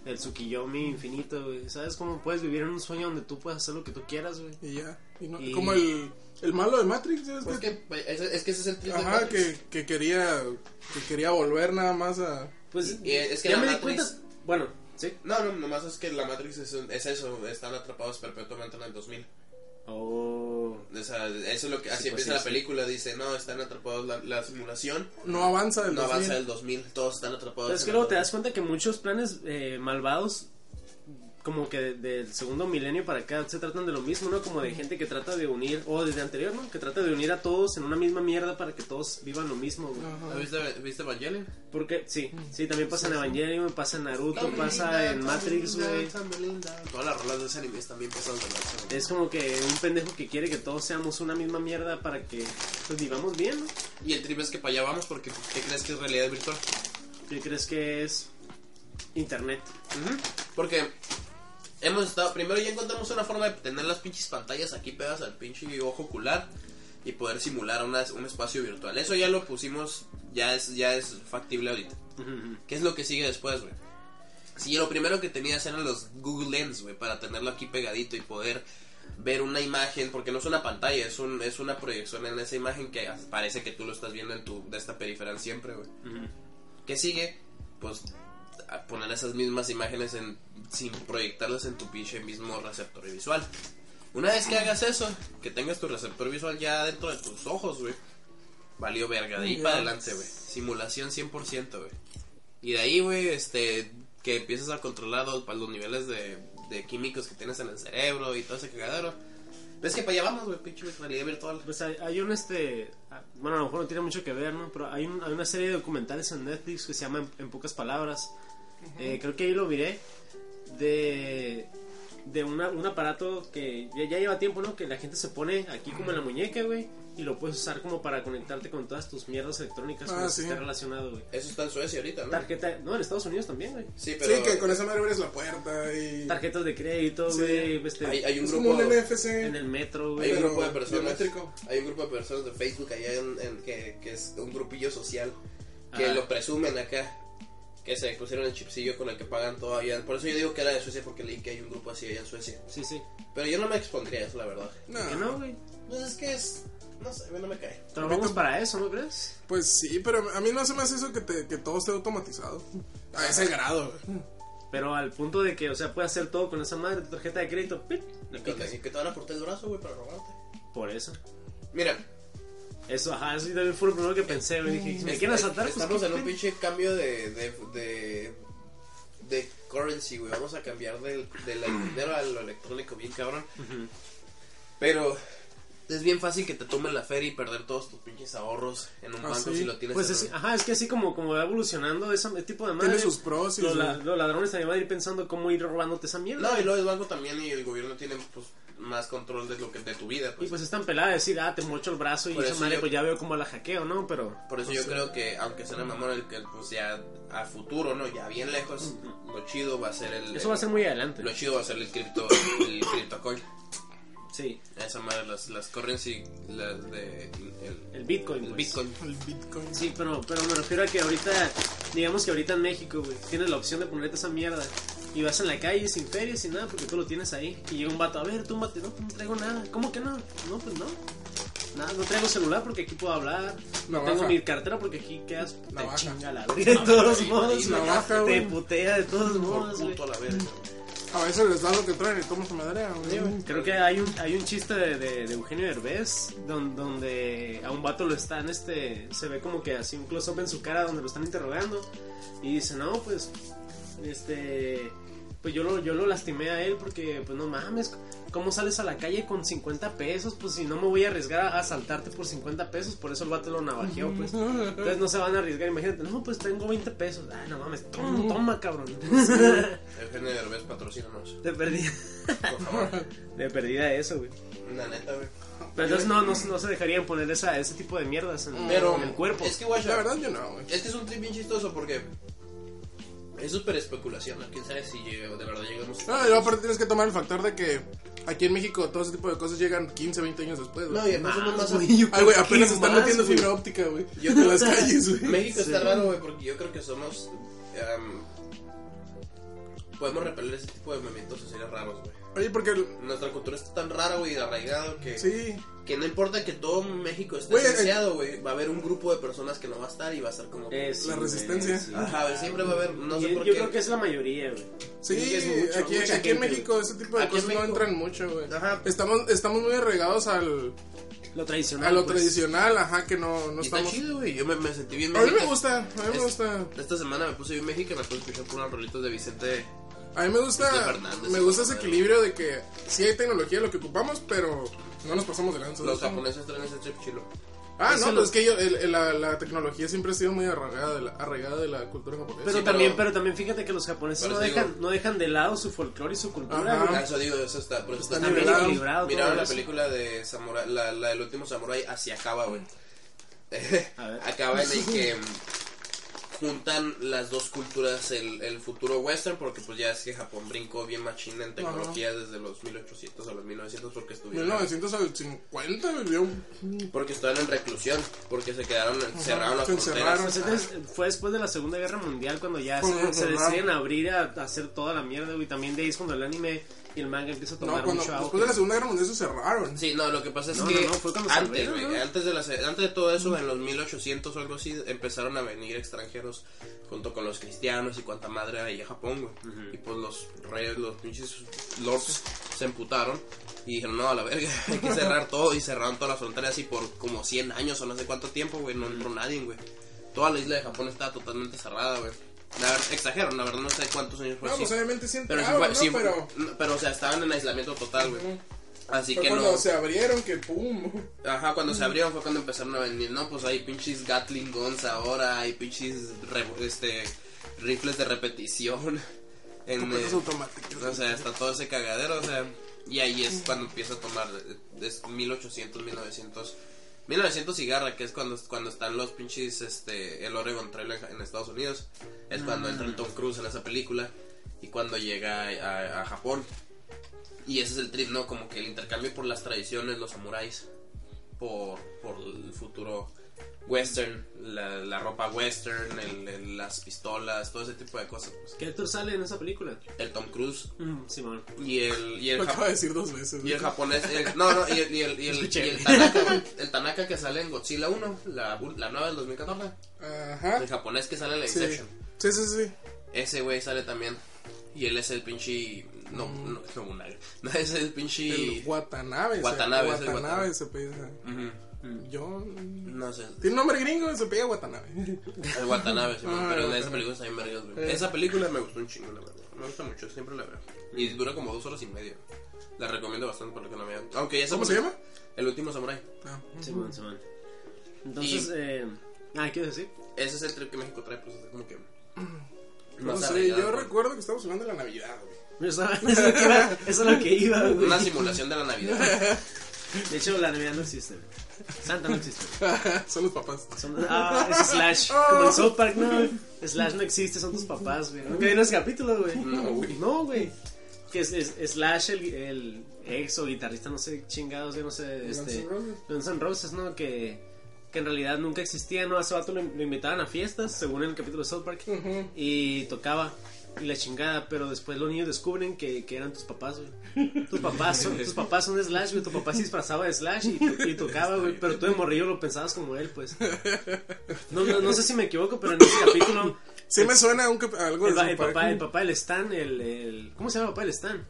Speaker 3: El Tsukiyomi infinito, güey. ¿Sabes cómo puedes vivir en un sueño donde tú puedes hacer lo que tú quieras, güey?
Speaker 4: Y ya. Y no-
Speaker 3: Y-
Speaker 4: Como el, el malo de Matrix, ¿sabes?
Speaker 2: Pues
Speaker 4: que,
Speaker 2: que, es, es que ese es el trip de
Speaker 4: ajá,
Speaker 2: Matrix.
Speaker 4: que, que quería que quería volver nada más a...
Speaker 3: Pues
Speaker 2: Y- y es que
Speaker 3: ya
Speaker 2: la
Speaker 3: me di
Speaker 2: Matrix-
Speaker 3: cuenta. Bueno, sí.
Speaker 2: No, no, nomás es que la Matrix es, un- es eso, están atrapados perpetuamente en el 2000.
Speaker 3: Oh.
Speaker 2: O sea, eso es lo que así
Speaker 3: Sí, pues,
Speaker 2: empieza
Speaker 3: sí,
Speaker 2: la
Speaker 3: sí.
Speaker 2: película, dice, no, están atrapados la, la simulación,
Speaker 4: No avanza del
Speaker 2: no
Speaker 4: 2000.
Speaker 2: avanza el 2000, todos están atrapados.
Speaker 3: Pero es
Speaker 2: en
Speaker 3: que
Speaker 2: el
Speaker 3: luego te
Speaker 2: 2000.
Speaker 3: das cuenta que muchos planes eh, malvados, como que de- del segundo milenio para acá, se tratan de lo mismo, ¿no? Como de gente que trata de unir, o desde anterior, ¿no? Que trata de unir a todos en una misma mierda para que todos vivan lo mismo, güey.
Speaker 2: ¿Ah,
Speaker 4: Ajá.
Speaker 2: ¿Viste, ¿Viste Evangelion?
Speaker 3: Porque, sí, Mm. sí, también pasa en Evangelion, pasa en Naruto, pasa en Matrix, güey.
Speaker 2: Todas las rolas de ese anime están bien pesadas de lanza, güey.
Speaker 3: Es como que un pendejo que quiere que todos seamos una misma mierda para que pues vivamos bien, ¿no?
Speaker 2: Y el trip es que para allá vamos porque pues, ¿qué crees que es realidad virtual?
Speaker 3: ¿Qué crees que es internet?
Speaker 2: Porque hemos estado, primero ya encontramos una forma de tener las pinches pantallas aquí pegadas al pinche ojo ocular y poder simular una- un espacio virtual. Eso ya lo pusimos, ya es, ya es factible ahorita. ¿Qué es lo que sigue después, güey? Si lo primero que tenías eran los Google Lens, güey, para tenerlo aquí pegadito y poder ver una imagen, porque no es una pantalla, es, un, es una proyección en esa imagen que parece que tú lo estás viendo en tu, de esta periferal siempre, güey. ¿Qué sigue? Pues a poner esas mismas imágenes en, sin proyectarlas en tu pinche mismo receptor visual. Una vez que hagas eso, que tengas tu receptor visual ya dentro de tus ojos, güey. Valió verga, de ahí
Speaker 4: Ya.
Speaker 2: para adelante, güey. Simulación 100%, güey. Y de ahí, güey, este, que empiezas a controlar los, pa- los niveles de, de químicos que tienes en el cerebro y todo ese cagadero. Ves que para allá vamos, güey, pinche realidad virtual.
Speaker 3: Pues hay, hay un este. ah, Bueno, a lo mejor no tiene mucho que ver, ¿no? Pero hay, un- hay una serie de documentales en Netflix que se llama En, en pocas palabras. Eh, creo que ahí lo miré. De. De una- un aparato que ya, ya lleva tiempo, ¿no? Que la gente se pone aquí como en la muñeca, güey. Y lo puedes usar como para conectarte con todas tus mierdas electrónicas
Speaker 4: Ah,
Speaker 3: con las
Speaker 4: sí.
Speaker 3: que esté relacionado, güey.
Speaker 2: Eso está en Suecia ahorita, ¿no?
Speaker 3: Tarjeta. No, en Estados Unidos también, güey.
Speaker 2: Sí, pero
Speaker 4: Sí, que con esa madre abres la puerta y...
Speaker 3: Tarjetas de crédito,
Speaker 4: Sí.
Speaker 3: güey. este,
Speaker 2: hay, hay un
Speaker 4: Es
Speaker 2: grupo...
Speaker 4: como un NFC.
Speaker 3: en el metro,
Speaker 2: Hay
Speaker 3: güey.
Speaker 2: un
Speaker 4: Pero
Speaker 2: grupo de personas.
Speaker 4: biométrico.
Speaker 2: Hay un grupo de personas de Facebook allá en, en que, que es un grupillo social que
Speaker 3: Ajá.
Speaker 2: lo presumen acá, que se pusieron el chipsillo con el que pagan todavía. Por eso yo digo que era de Suecia, porque leí que hay un grupo así allá en Suecia.
Speaker 3: Sí, sí.
Speaker 2: Pero yo no me expondría a eso, la verdad.
Speaker 4: No,
Speaker 3: Que no, güey.
Speaker 4: Ah.
Speaker 2: Pues es que es. No sé, a mí no me cae.
Speaker 3: Trabajamos para eso, ¿no crees?
Speaker 4: Pues sí, pero a mí no se me hace eso que, te- que todo esté automatizado. A ese grado, güey.
Speaker 3: Pero al punto de que, o sea, puedes hacer todo con esa madre, tu tarjeta de crédito, ¡pip! le
Speaker 2: Que te,
Speaker 3: picas.
Speaker 2: que te van a cortar el brazo, güey, para robarte.
Speaker 3: Por eso.
Speaker 2: Mira,
Speaker 3: Eso, ajá, eso también fue lo primero que pensé, güey. Dije, si me
Speaker 2: est-
Speaker 3: quieren asaltar, pues.
Speaker 2: estamos
Speaker 3: ¿qué
Speaker 2: en un
Speaker 3: pedo?
Speaker 2: pinche cambio de. de, de de currency, güey, vamos a cambiar del, del dinero a lo electrónico, bien cabrón.
Speaker 3: Ujú.
Speaker 2: Pero es bien fácil que te tomen la feria y perder todos tus pinches ahorros en un
Speaker 4: Ah,
Speaker 2: banco
Speaker 4: ¿sí?
Speaker 2: si lo tienes
Speaker 3: Pues
Speaker 2: en
Speaker 3: es,
Speaker 2: un-
Speaker 3: ajá, es que así como, como va evolucionando ese tipo de madre.
Speaker 4: Tiene sus pros y
Speaker 3: los,
Speaker 4: sus-
Speaker 3: la- los ladrones también van a ir pensando cómo ir robándote esa mierda.
Speaker 2: No, y luego el banco también y el gobierno tienen pues, más control de lo que de tu vida.
Speaker 3: Y
Speaker 2: Pues.
Speaker 3: pues es tan pelada de decir, ah, te mocho el brazo y
Speaker 2: Por
Speaker 3: esa
Speaker 2: eso
Speaker 3: madre,
Speaker 2: yo-
Speaker 3: pues ya veo como la hackeo, ¿no? Pero.
Speaker 2: Por eso yo creo que, aunque sea la mamá, el que pues ya a futuro, ¿no? Ya bien lejos, lo chido va a ser el...
Speaker 3: Eso va a ser muy adelante.
Speaker 2: Este, Lo chido va a ser el cripto, el criptocoin.
Speaker 3: Sí,
Speaker 2: Esa madre, las, las currency, las de... El,
Speaker 3: el Bitcoin.
Speaker 2: el
Speaker 3: pues.
Speaker 2: Bitcoin.
Speaker 4: El Bitcoin.
Speaker 3: Sí, pero, pero me refiero a que ahorita, digamos que ahorita en México, güey, tienes la opción de ponerte esa mierda. Y vas en la calle sin feria, sin nada, porque tú lo tienes ahí. Y llega un vato, a ver, túmbate, no, pues no traigo nada. ¿Cómo que no? No, pues no. Nada, no traigo celular porque aquí puedo hablar. No
Speaker 4: Navaja.
Speaker 3: tengo mi cartera porque aquí quedas. Te
Speaker 4: Navaja.
Speaker 3: chinga la verga de todos modos, güey.
Speaker 4: Navaja,
Speaker 3: Te
Speaker 4: güey.
Speaker 3: putea de todos
Speaker 2: Por
Speaker 3: modos, güey.
Speaker 2: puto a la verga.
Speaker 4: A veces les da lo que traen y toman su madera, güey.
Speaker 3: Creo que hay un, hay un chiste de, de- de Eugenio Derbez don- donde a un vato lo están, este, se ve como que así un close-up en su cara donde lo están interrogando y dice, no, pues, este, pues yo lo, yo lo lastimé a él porque, pues no mames, ¿cómo sales a la calle con 50 pesos? Pues si no me voy a arriesgar a asaltarte por 50 pesos, por eso el vato lo navajeó, pues. Entonces no se van a arriesgar, imagínate, no, pues tengo 20 pesos, ah, no mames, toma, toma cabrón.
Speaker 2: Eugenio Derbez, patrocínanos.
Speaker 3: De perdida,
Speaker 2: Por favor.
Speaker 3: de perdida eso, güey.
Speaker 2: La neta, güey.
Speaker 3: Pero entonces no, no, no se dejarían poner esa, ese tipo de mierdas en,
Speaker 2: Pero...
Speaker 3: en el cuerpo.
Speaker 2: Es que, guacha,
Speaker 4: Mm, La verdad, yo no, güey.
Speaker 2: Este es un trip bien chistoso porque es súper especulación. ¿no? Quién sabe si llega- de verdad llegamos.
Speaker 4: No, y aparte tienes que tomar el factor de que aquí en México todo ese tipo de cosas llegan 15, 20 años después, güey.
Speaker 2: No, y además uno más.
Speaker 3: Ah, güey, yo creo
Speaker 4: Ay, Ah, güey,
Speaker 3: que
Speaker 4: apenas están
Speaker 3: más,
Speaker 4: metiendo
Speaker 3: güey.
Speaker 4: fibra óptica, güey.
Speaker 2: Yo
Speaker 4: En
Speaker 2: creo-
Speaker 4: las calles, güey.
Speaker 2: México está raro, güey, porque yo creo que somos. em, podemos repeler ese tipo de movimientos sociales raros, güey.
Speaker 4: Oye, porque... el-
Speaker 2: Nuestra cultura está tan rara, güey, y arraigado que,
Speaker 4: Sí.
Speaker 2: que no importa que todo México esté
Speaker 4: Güey, eh,
Speaker 2: asociado, güey. Va a haber un grupo de personas que no va a estar y va a estar como.
Speaker 3: Eh, sí,
Speaker 4: La
Speaker 3: güey,
Speaker 4: resistencia. Ah,
Speaker 3: sí.
Speaker 2: Ajá, güey, siempre va a haber. No
Speaker 3: Y
Speaker 2: sé
Speaker 3: yo
Speaker 2: por
Speaker 3: yo
Speaker 2: qué.
Speaker 3: creo que es la mayoría, güey.
Speaker 4: Sí,
Speaker 3: Sí, es mucho,
Speaker 4: aquí,
Speaker 3: mucha
Speaker 4: aquí en
Speaker 3: gente,
Speaker 4: México ese tipo de
Speaker 2: Aquí en
Speaker 4: cosas no
Speaker 2: México.
Speaker 4: entran mucho, güey.
Speaker 2: Ajá.
Speaker 4: Estamos, estamos muy arraigados al,
Speaker 3: Lo tradicional.
Speaker 4: a Ah, lo
Speaker 3: pues.
Speaker 4: tradicional, ajá, que no, no
Speaker 2: Y está
Speaker 4: estamos...
Speaker 2: chido, güey. Yo me, me sentí bien.
Speaker 4: A mí me
Speaker 2: mexicano.
Speaker 4: gusta, a mí me
Speaker 2: Es-
Speaker 4: gusta.
Speaker 2: Esta semana me puse bien México y me puse a escuchar por unos rolitos de Vicente.
Speaker 4: A mí me
Speaker 2: Vicente
Speaker 4: gusta,
Speaker 2: Fernández,
Speaker 4: me
Speaker 2: ese
Speaker 4: gusta ese
Speaker 2: madre.
Speaker 4: equilibrio de que sí hay tecnología lo que ocupamos, pero no nos pasamos de lanza.
Speaker 2: Los
Speaker 4: ¿no?
Speaker 2: japoneses traen ese trip chilo.
Speaker 4: Ah,
Speaker 3: Eso
Speaker 4: no,
Speaker 3: lo-
Speaker 4: pues es que yo, el- el- la, la tecnología siempre ha sido muy arraigada de la, arraigada de la cultura japonesa.
Speaker 3: Pero
Speaker 2: Sí, pero-
Speaker 3: también, pero... también fíjate que los japoneses
Speaker 2: Pero
Speaker 3: no
Speaker 2: te digo-
Speaker 3: dejan, no dejan de lado su folclore y su cultura,
Speaker 4: Ajá.
Speaker 3: güey.
Speaker 2: Ah, eso digo, eso está. Por eso está,
Speaker 4: Está
Speaker 2: tan bien
Speaker 4: nivelado.
Speaker 3: Equilibrado,
Speaker 2: Miraron
Speaker 3: todo
Speaker 2: la
Speaker 3: eso.
Speaker 2: película de Samurai, la, la del último Samurai, así acaba, güey.
Speaker 3: A ver.
Speaker 2: acaba en el que mm, juntan las dos culturas, el, el futuro western, porque pues ya es que Japón brincó bien machina en tecnología desde los 1800 a los 1900 porque estuvieron...
Speaker 4: 1950 vivió un-
Speaker 2: Porque estaban en reclusión, porque se quedaron, cerraron las
Speaker 4: se
Speaker 2: fronteras.
Speaker 4: encerraron.
Speaker 3: Pues entonces, eh, fue después de la Segunda Guerra Mundial cuando ya
Speaker 4: Cuando
Speaker 3: se,
Speaker 4: nos
Speaker 3: se
Speaker 4: cerraron.
Speaker 3: deciden abrir a, a hacer toda la mierda, güey. También de ahí es cuando el anime y el manga empieza a tomar
Speaker 4: No, cuando,
Speaker 3: mucho auge.
Speaker 4: después de la Segunda Guerra Mundial se cerraron.
Speaker 2: Sí, no, lo que pasa es
Speaker 3: No,
Speaker 2: que
Speaker 3: no, no, fue cuando se
Speaker 2: antes,
Speaker 3: abrieron,
Speaker 2: güey,
Speaker 3: ¿no?
Speaker 2: antes, de las- antes de todo eso, en los 1800 o algo así, empezaron a venir extranjeros junto con los cristianos y cuanta madre era ahí a Japón, güey. Y pues los reyes, los pinches lords se emputaron y dijeron, no, a la verga, hay que cerrar todo y cerraron todas las fronteras y por como 100 años o no sé cuánto tiempo, güey, no entró nadie, güey. Toda la isla de Japón estaba totalmente cerrada, güey. La verdad, exagero, la verdad no sé cuántos años fue
Speaker 4: No,
Speaker 2: así.
Speaker 4: pues obviamente sí
Speaker 2: Pero, sí
Speaker 4: entraron,
Speaker 2: fue-
Speaker 4: ¿no?
Speaker 2: sí fue-
Speaker 4: pero
Speaker 2: no, pero, o sea, estaban en aislamiento total, güey. Así
Speaker 4: fue
Speaker 2: que
Speaker 4: cuando
Speaker 2: no.
Speaker 4: se abrieron que pum.
Speaker 2: Ajá, cuando se abrieron fue cuando empezaron a venir, no, pues hay pinches Gatling guns ahora, hay pinches revo- este, rifles de repetición. En, eh,
Speaker 4: Completos automáticos.
Speaker 2: o sea, está todo ese cagadero, o sea, y ahí es cuando empieza a tomar, eh, es 1800, 1900, 1900 cigarra, que es cuando, cuando están los pinches, este, el Oregon Trail en, en Estados Unidos, es cuando entra el Tom Cruise en esa película y cuando llega a, a- a Japón. Y ese es el trip, ¿no? Como que el intercambio por las tradiciones, los samuráis, por, por el futuro western, la, la ropa western, el- el- las pistolas, todo ese tipo de cosas. pues.
Speaker 3: ¿Qué actor sale en esa película?
Speaker 2: El Tom Cruise
Speaker 3: Mm, Simón.
Speaker 2: y el, y el
Speaker 4: Lo
Speaker 2: jap-
Speaker 4: acaba de decir dos veces.
Speaker 2: Y
Speaker 4: güey.
Speaker 2: el japonés, el- no, no, y el, y el, y el-
Speaker 3: Escuché.
Speaker 2: y el Tanaka, güey, el Tanaka que sale en Godzilla 1, la, bu- la nueva del 2014,
Speaker 4: Ajá.
Speaker 2: el japonés que sale en la
Speaker 4: Ah. Sí.
Speaker 2: Inception,
Speaker 4: Sí, sí, sí.
Speaker 2: ese güey sale también, y él es el pinche, no, no, no, un águila. no, es el pinche,
Speaker 4: Mm. El Watanabe. se-
Speaker 2: Watanabe, es el
Speaker 4: Watanabe
Speaker 2: Watanabe.
Speaker 4: se pega.
Speaker 2: Ujú,
Speaker 4: Yo.
Speaker 2: no sé,
Speaker 4: Tiene nombre gringo y se pega Watanabe.
Speaker 2: el Watanabe, sí,
Speaker 4: Ah,
Speaker 2: pero
Speaker 4: el
Speaker 2: de esa
Speaker 4: Watanabe.
Speaker 2: película está bien vergas, güey.
Speaker 4: Eh.
Speaker 2: esa película me gustó un chingo, la verdad, me gusta mucho, siempre la veo, y dura como dos horas y media, la recomiendo bastante para que la vean, aunque ya
Speaker 4: ¿Cómo
Speaker 2: sabemos-
Speaker 4: se llama?
Speaker 2: El último samurai,
Speaker 4: Ah.
Speaker 3: Simón, Simón. Entonces,
Speaker 2: Y-
Speaker 3: eh, ah, ¿qué ibas a decir?
Speaker 2: ese es el trip que México trae, pues, como que...
Speaker 4: No
Speaker 2: más
Speaker 4: sé,
Speaker 2: arraigado,
Speaker 4: yo
Speaker 2: pues.
Speaker 4: recuerdo que estamos hablando de la Navidad, güey.
Speaker 3: Yo estaba- eso, es lo que iba, eso es lo que iba, güey.
Speaker 2: Una simulación de la Navidad.
Speaker 3: De hecho, la Navidad no existe. güey. Santa no existe.
Speaker 4: Son los papás.
Speaker 3: Son- ah, es Slash.
Speaker 4: Oh.
Speaker 3: Como en South Park, no. Slash no existe, son tus papás, güey. Nunca vieron ese capítulo, güey.
Speaker 2: No, güey.
Speaker 3: No, güey. Que es, es- Slash, el, el ex o guitarrista, no sé, chingados, yo no sé. Este,
Speaker 4: Guns N' Roses.
Speaker 3: Guns N' Roses, ¿no? Que, que en realidad nunca existía, ¿no? A ese vato lo, lo invitaban a fiestas, según el capítulo de South Park.
Speaker 4: Ujú.
Speaker 3: Y tocaba. Y la chingada, pero después los niños descubren que, que eran tus papás, güey. Tus papás son, tus papás son de Slash, güey. Tu papá se disfrazaba de Slash y, to- y tocaba, güey. Pero tú de morrillo lo pensabas como él, pues. No, no, no sé si me equivoco, pero en ese capítulo.
Speaker 4: Sí me suena un, cap- algo
Speaker 3: El,
Speaker 4: de
Speaker 3: ba-
Speaker 4: South
Speaker 3: el
Speaker 4: Park.
Speaker 3: papá, el papá del Stan, el, el- ¿Cómo se llama el papá del Stan?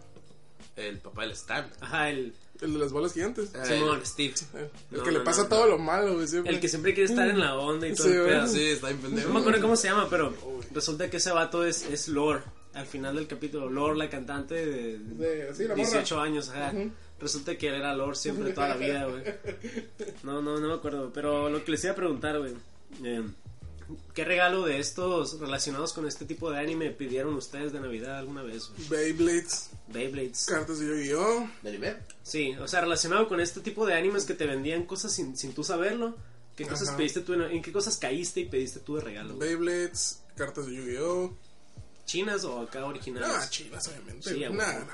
Speaker 2: El papá del Stan.
Speaker 3: Ajá, el.
Speaker 4: El de las bolas gigantes.
Speaker 2: Ah,
Speaker 3: Simón.
Speaker 2: el Steve.
Speaker 4: El
Speaker 3: no,
Speaker 4: que le
Speaker 3: no,
Speaker 4: pasa
Speaker 3: no,
Speaker 4: todo lo malo, güey. siempre.
Speaker 3: El que siempre quiere estar en la onda y todo
Speaker 4: Sí,
Speaker 3: el
Speaker 4: güey.
Speaker 3: pedo.
Speaker 2: Sí, está bien pendejo.
Speaker 3: No me acuerdo cómo se llama, pero resulta que ese vato es, es Lore. Al final del capítulo, Lore, la cantante de,
Speaker 4: De- sí, la morra.
Speaker 3: 18 años, ajá.
Speaker 4: Ujú.
Speaker 3: Resulta que él era Lore siempre, toda la vida, güey. No, no, no me acuerdo. Pero lo que les iba a preguntar, güey. eh, ¿Qué regalo de estos relacionados con este tipo de anime pidieron ustedes de Navidad alguna vez? güey?
Speaker 4: Beyblades,
Speaker 3: Beyblades.
Speaker 4: cartas de Yu-Gi-Oh!
Speaker 2: ¿De anime?
Speaker 3: Sí, o sea, relacionado con este tipo de animes que te vendían cosas sin, sin tú saberlo. ¿Qué cosas
Speaker 4: Ajá.
Speaker 3: pediste tú? En, en qué cosas caíste y pediste tú de regalo? güey?
Speaker 4: Beyblades, cartas de Yu-Gi-Oh!
Speaker 3: ¿Chinas o acá originales?
Speaker 4: Ah, chidas, obviamente.
Speaker 3: Sí, a huevo.
Speaker 4: Nah, nah.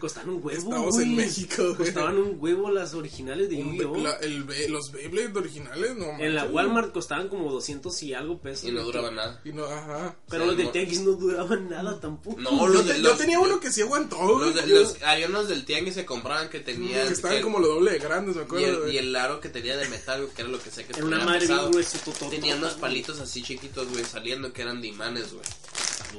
Speaker 3: Costaban un huevo.
Speaker 4: Estamos
Speaker 3: güey.
Speaker 4: en México, güey.
Speaker 3: Costaban un huevo las originales de
Speaker 4: Un
Speaker 3: Yu-Gi-Oh.
Speaker 4: be- la- el be- los Beyblades originales, no
Speaker 3: En la
Speaker 4: manches.
Speaker 3: Walmart costaban como 200 y algo pesos.
Speaker 2: Y no
Speaker 3: güey.
Speaker 2: duraba nada.
Speaker 4: Y no, ajá.
Speaker 3: Pero los de Tianguis no duraban nada tampoco.
Speaker 2: No,
Speaker 4: Yo,
Speaker 2: los
Speaker 4: te-
Speaker 2: de,
Speaker 4: yo
Speaker 2: los,
Speaker 4: tenía uno que sí aguantó, güey,
Speaker 2: los, de-
Speaker 4: yo-
Speaker 2: los- había unos del tianguis que se compraban que tenían.
Speaker 4: que estaban
Speaker 2: que-
Speaker 4: como lo doble de grandes, me
Speaker 2: y
Speaker 4: acuerdo.
Speaker 2: el,
Speaker 4: güey.
Speaker 2: y el aro que tenía de metal, que era lo que sé que
Speaker 3: Era una
Speaker 2: estuviera
Speaker 3: madre bien
Speaker 2: pesado.
Speaker 3: gruesa, tototota.
Speaker 2: Tenía unos palitos así chiquitos, güey, saliendo que eran de imanes, güey.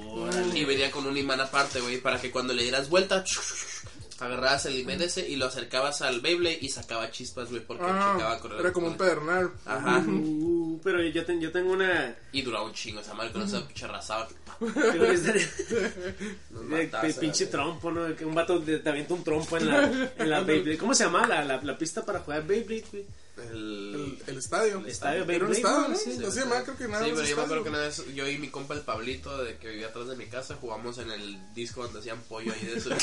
Speaker 3: Órale.
Speaker 2: Y venía con un imán aparte, güey, para que cuando le dieras vuelta, agarrabas el imán ese y lo acercabas al Beyblade y sacaba chispas, güey, porque chingaba
Speaker 4: Ah,
Speaker 2: a correr.
Speaker 4: era como un pedernal.
Speaker 2: Ajá.
Speaker 3: Uh, pero yo, ten- yo tengo una.
Speaker 2: Y duraba un chingo esa madre con esa pinche razaba que pa,
Speaker 3: Tengo esta-
Speaker 2: nos
Speaker 3: De,
Speaker 2: mataba,
Speaker 3: de
Speaker 2: ¿sabes?
Speaker 3: Eh, pinche trompo, ¿no? Que un vato de- te avienta un trompo en la, en la Beyblade. ¿Cómo se llama la, la, la pista para jugar Beyblade, güey?
Speaker 2: El...
Speaker 4: El, el estadio.
Speaker 3: estadio
Speaker 4: Era un
Speaker 3: Beyblade,
Speaker 4: estadio,
Speaker 3: ¿no?
Speaker 4: ¿no?
Speaker 3: Sí,
Speaker 4: Así se llamaba, creo que nada
Speaker 2: sí,
Speaker 4: más
Speaker 2: pero yo me acuerdo
Speaker 4: estadio.
Speaker 2: que una vez yo y mi compa el Pablito, de que vivía atrás de mi casa, jugamos en el disco donde hacían pollo ahí de su, del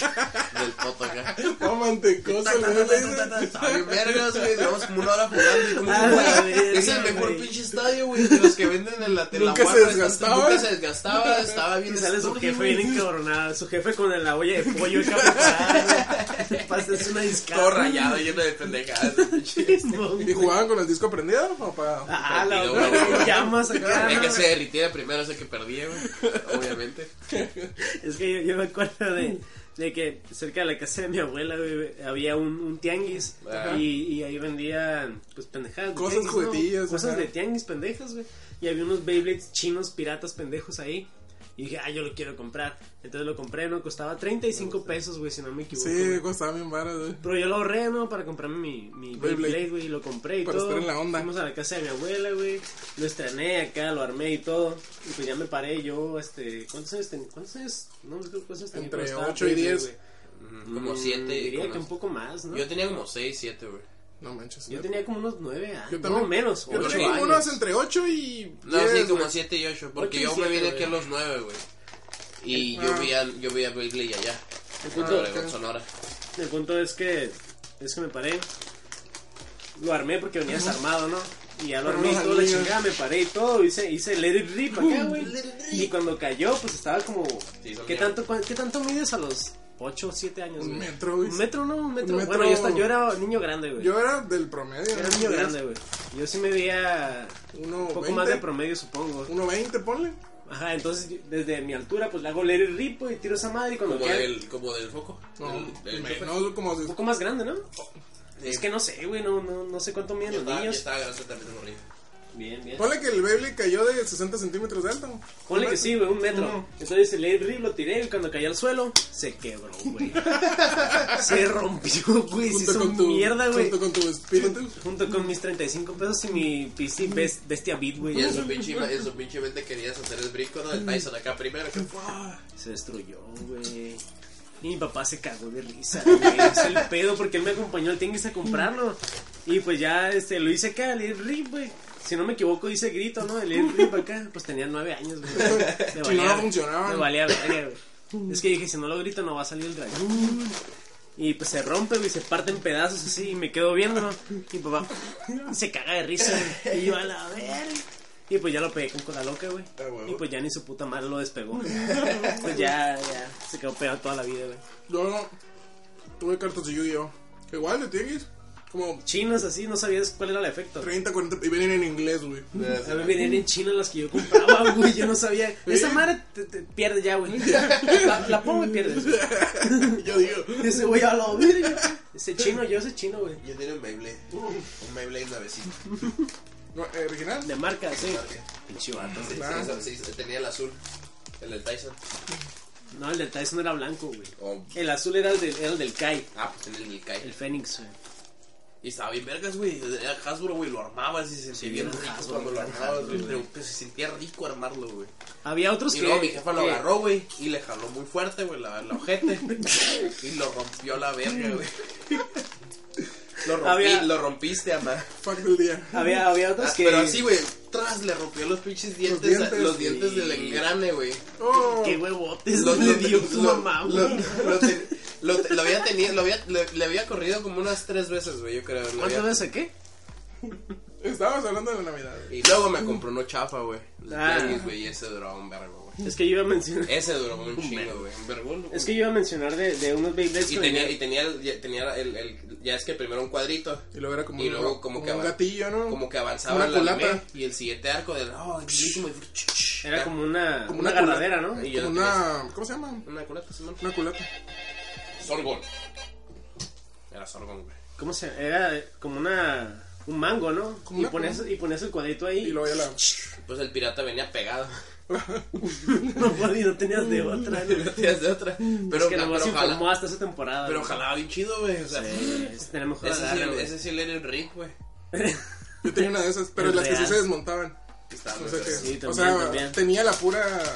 Speaker 2: poto acá.
Speaker 4: Oh, mantecoso, güey, le dicen.
Speaker 2: Ay, vergas, güey, llevamos como una hora jugando y como
Speaker 3: Ah,
Speaker 2: güey,
Speaker 3: la verga,
Speaker 2: es el mejor
Speaker 3: güey.
Speaker 2: pinche estadio, güey, de los que venden en la tela.
Speaker 4: Nunca se
Speaker 2: guarda,
Speaker 4: desgastaba.
Speaker 2: Nunca se desgastaba, estaba bien.
Speaker 3: Y sale su
Speaker 2: estúpido,
Speaker 3: jefe
Speaker 2: güey.
Speaker 3: bien encabronado. Su jefe con la olla de pollo acá preparada, güey. Pasa, es una discada.
Speaker 2: Todo rayado, lleno de pendejadas. pinche.
Speaker 4: ¿Y jugaban con el disco prendido o para...?
Speaker 3: Ah, la
Speaker 2: Prendido, güey.
Speaker 3: llamas
Speaker 2: El
Speaker 3: acá. Ah, ¿no?
Speaker 2: que se derritiera primero es el que perdía, güey. Obviamente.
Speaker 3: Es que yo, yo me acuerdo de, de que cerca de la casa de mi abuela güey, había un, un tianguis
Speaker 2: Ajá.
Speaker 3: y, y ahí vendían pues pendejadas. de
Speaker 4: Cosas
Speaker 3: tianguis, ¿no?
Speaker 4: juguetillas,
Speaker 3: Cosas
Speaker 4: ajá.
Speaker 3: de tianguis pendejas, güey. Y había unos Beyblades chinos piratas pendejos ahí. Y dije, ah, yo lo quiero comprar. Entonces lo compré, no costaba 35 pesos, güey, si no me equivoco.
Speaker 4: Sí,
Speaker 3: güey.
Speaker 4: costaban bien varas, güey.
Speaker 3: Pero yo lo ahorré, ¿no? Para comprarme mi, mi
Speaker 4: Beyblade.
Speaker 3: Beyblade, güey. Y lo compré y
Speaker 4: Para
Speaker 3: todo.
Speaker 4: estar en la onda.
Speaker 3: Fuimos a la casa de mi abuela, güey. Lo estrené acá, lo armé y todo. Y pues ya me paré yo, este... ¿Cuántos años ten- ¿Cuántos años? No me acuerdo cuántos años tenía
Speaker 4: Entre
Speaker 3: cuando estaba
Speaker 4: ocho y
Speaker 3: Beyblade,
Speaker 4: diez.
Speaker 3: güey.
Speaker 2: Como
Speaker 3: Mm,
Speaker 2: siete.
Speaker 3: Diría
Speaker 2: como-
Speaker 3: que un poco más, ¿no? Yo,
Speaker 2: Yo tenía como seis, siete, güey.
Speaker 4: No manches.
Speaker 3: tenía como unos nueve
Speaker 4: Yo
Speaker 3: años.
Speaker 4: también-
Speaker 3: No, menos.
Speaker 4: Yo
Speaker 3: ocho
Speaker 4: tenía como
Speaker 3: años.
Speaker 4: unos entre 8 y...
Speaker 2: No,
Speaker 4: 10,
Speaker 2: sí, como
Speaker 4: güey.
Speaker 2: 7 y 8, porque
Speaker 3: Ocho y
Speaker 2: yo me
Speaker 3: siete,
Speaker 2: vine
Speaker 3: güey.
Speaker 2: aquí a los 9, güey. Y yo
Speaker 4: Ah.
Speaker 2: vi a, yo vi a Beyblade allá, Ah,
Speaker 3: El
Speaker 2: en
Speaker 3: punto,
Speaker 2: Obregón, Sonora.
Speaker 3: el punto es que... Es que me paré. Lo armé porque venía desarmado, ¿no? Y ya lo
Speaker 4: Pero
Speaker 3: armé y
Speaker 4: no
Speaker 3: todo la
Speaker 4: salía.
Speaker 3: chingada, me paré y todo. Hice, hice let it rip acá, güey. Y cuando cayó, pues estaba como...
Speaker 2: Sí, son
Speaker 3: ¿Qué
Speaker 2: mierda.
Speaker 3: tanto, cua- ¿Qué tanto mides a los 8 o 7 años.
Speaker 4: Un
Speaker 3: güey.
Speaker 4: metro, güey.
Speaker 3: Un metro, no, un metro.
Speaker 4: Un metro.
Speaker 3: Bueno, yo, estaba- yo era niño grande, güey.
Speaker 4: Yo era del promedio.
Speaker 3: era niño grande, güey. Yo sí me veía
Speaker 4: Uno
Speaker 3: un poco más de
Speaker 4: veinte.
Speaker 3: promedio, supongo.
Speaker 4: 1.20, ponle.
Speaker 3: Ajá, entonces yo- desde mi altura, pues le hago leer el ripo y tiro esa madre y cuando
Speaker 2: Como
Speaker 3: queda-
Speaker 2: del, como del foco.
Speaker 4: No,
Speaker 2: del- del chofer.
Speaker 4: menos como
Speaker 3: Un
Speaker 4: de-
Speaker 3: poco más grande, ¿no?
Speaker 2: Sí.
Speaker 3: Es que no sé, güey, no, no, no sé cuánto
Speaker 2: Ya
Speaker 3: miden los
Speaker 2: estaba- ya Pues,
Speaker 3: niños.
Speaker 2: estaba grande también el morrillo.
Speaker 3: Bien, bien.
Speaker 4: Ponle que el Beyblade cayó de 60 centímetros de alto.
Speaker 3: Ponle
Speaker 2: pues,
Speaker 3: que sí, güey, un metro.
Speaker 4: Ujú.
Speaker 3: Entonces el rip lo tiré y cuando caí al suelo, se quebró, güey. se rompió, güey. Se hizo mierda, güey.
Speaker 4: Junto con tu espíritu.
Speaker 3: Junto con mis 35 pesos y mi PC best- bestia beat, güey.
Speaker 2: Y en su pinche, en su pinche mente querías hacer el brinco, ¿no? El Tyson acá primero. que ¡fua!
Speaker 3: Se destruyó, güey. Y mi papá se cagó de risa, güey. Es el pedo porque él me acompañó al tianguis a comprarlo. Y pues ya este, lo hice acá, el rip, güey. Si no me equivoco, hice grito, ¿no? El rip acá. Pues tenía nueve años, güey. Me
Speaker 4: Si no, no funcionaba.
Speaker 3: Me valía verga, güey. Es que dije, si no lo grito, no va a salir el dragón. Y pues se rompe, güey, se parte en pedazos así. Y me quedo viendo, ¿no? Y mi papá se caga de risa, güey. Y yo a la verga. Y pues ya lo pegué con cola loca, güey.
Speaker 4: Ah, huevo.
Speaker 3: Y pues ya ni su puta madre lo despegó. Pues ya, ya, se quedó pegado toda la vida, güey.
Speaker 4: Yo tuve cartas de Yu-Gi-Oh. Que Igual de tianguis. Como
Speaker 3: Chinas así, no sabías cuál era el efecto.
Speaker 4: 30, 40. Y vienen en inglés, güey.
Speaker 3: A mí venían en China las que yo compraba, güey, yo no sabía. Esa madre te, te pierde ya, güey. La, la pongo y pierdes. güey.
Speaker 4: Yo digo.
Speaker 3: Ese güey a la verga. Ese chino, yo ese chino, güey.
Speaker 2: Yo tenía un Beyblade. Un Beyblade nuevecito.
Speaker 4: no, eh, original.
Speaker 3: De marca, sí.
Speaker 2: Marca.
Speaker 3: Pinche vato.
Speaker 2: Sí,
Speaker 4: Claro.
Speaker 2: sí, sí, sí, tenía el azul. El del Tyson.
Speaker 3: No, el del Tyson era blanco, güey.
Speaker 2: O-
Speaker 3: El azul era el del, era el del Kai,
Speaker 2: ah, pues tenía el del Kai.
Speaker 3: el Fénix, güey.
Speaker 2: Y estaba bien vergas, güey. Era Hasbro, güey. Lo armabas y se sentía bien
Speaker 3: era
Speaker 2: rico
Speaker 3: Hasbro,
Speaker 2: cuando lo
Speaker 3: era
Speaker 2: armabas,
Speaker 3: Hasbro,
Speaker 2: güey. Pero pues, se sentía rico armarlo, güey.
Speaker 3: Había otros
Speaker 2: Y
Speaker 3: que. eh,
Speaker 2: luego mi jefa lo
Speaker 3: que-
Speaker 2: agarró, güey. Y le jaló muy fuerte, güey, la, la ojete. y lo rompió la verga, güey. Lo, rompí,
Speaker 3: Había-
Speaker 2: lo rompiste, amá.
Speaker 4: Fuck del día.
Speaker 3: Había, había otros
Speaker 2: Ah,
Speaker 3: que.
Speaker 2: Pero así, güey, tras le rompió los pinches dientes, los dientes,
Speaker 4: dientes.
Speaker 2: dientes del engrane, güey.
Speaker 4: Oh,
Speaker 3: Qué huevotes
Speaker 2: Lo-
Speaker 3: le
Speaker 2: lo-
Speaker 3: dio tu
Speaker 2: lo-
Speaker 3: mamá,
Speaker 2: lo-
Speaker 3: güey.
Speaker 2: lo ten- lo te- lo había tenido, lo había, le, le había corrido como unas tres veces, güey, yo creo. lo
Speaker 3: ¿Cuántas
Speaker 2: había-
Speaker 3: veces qué?
Speaker 4: estabas hablando de la Navidad. güey.
Speaker 2: Y luego me compró uno chafa, güey. Los
Speaker 3: Ah.
Speaker 2: tianguis, güey, y ese duró un vergo, güey.
Speaker 3: Es que yo iba a mencionar.
Speaker 2: Ese duró un chingo, güey. Un vergo.
Speaker 3: Es que yo iba a mencionar de, de unos Beyblades
Speaker 2: Y
Speaker 3: que
Speaker 2: tenía, y
Speaker 3: venían-
Speaker 2: tenía, el- ya- tenía el, el- ya es que primero un cuadrito.
Speaker 4: Y luego era como,
Speaker 2: Y
Speaker 4: un-
Speaker 2: luego como que
Speaker 4: un
Speaker 2: avan-
Speaker 4: gatillo, ¿no?
Speaker 2: Como que avanzaba
Speaker 4: Una
Speaker 2: el anime
Speaker 4: culata.
Speaker 2: y el siguiente arco del... Oh, el último, y-
Speaker 3: Era como una,
Speaker 4: como
Speaker 3: una,
Speaker 4: una culata.
Speaker 3: agarradera, ¿no?
Speaker 2: Y yo
Speaker 4: Como
Speaker 2: lo tenía.
Speaker 4: una. ¿Cómo se llama?
Speaker 2: Una culata, Simón.
Speaker 4: Una culata.
Speaker 2: Sorgon. Era Sorgon, güey.
Speaker 3: ¿Cómo se Era como una. Un mango, ¿no?
Speaker 4: Como
Speaker 3: Y
Speaker 4: una
Speaker 3: ponías, y ponías el cuadrito ahí.
Speaker 4: Y luego ya la.
Speaker 2: Pues el pirata venía pegado.
Speaker 3: No, podías, no tenías de otra, ¿no?
Speaker 2: No tenías de otra. Mm. Pero,
Speaker 3: es que nomás
Speaker 2: pero,
Speaker 3: se
Speaker 2: jala-
Speaker 3: informó hasta esa temporada.
Speaker 2: pero
Speaker 3: güey.
Speaker 2: jalaba bien chido, güey. O sea,
Speaker 3: Sí, ese tenía mejor
Speaker 2: ese, sí,
Speaker 3: agarre, güey.
Speaker 2: ese sí le era el Rick, güey.
Speaker 4: Yo tenía una de esas, pero
Speaker 3: El
Speaker 4: las que sí
Speaker 3: real.
Speaker 4: se desmontaban.
Speaker 2: Que estaba
Speaker 4: O
Speaker 2: muy
Speaker 4: sea, que,
Speaker 2: fregado.
Speaker 3: Sí, también,
Speaker 4: o sea
Speaker 3: también.
Speaker 4: tenía la pura,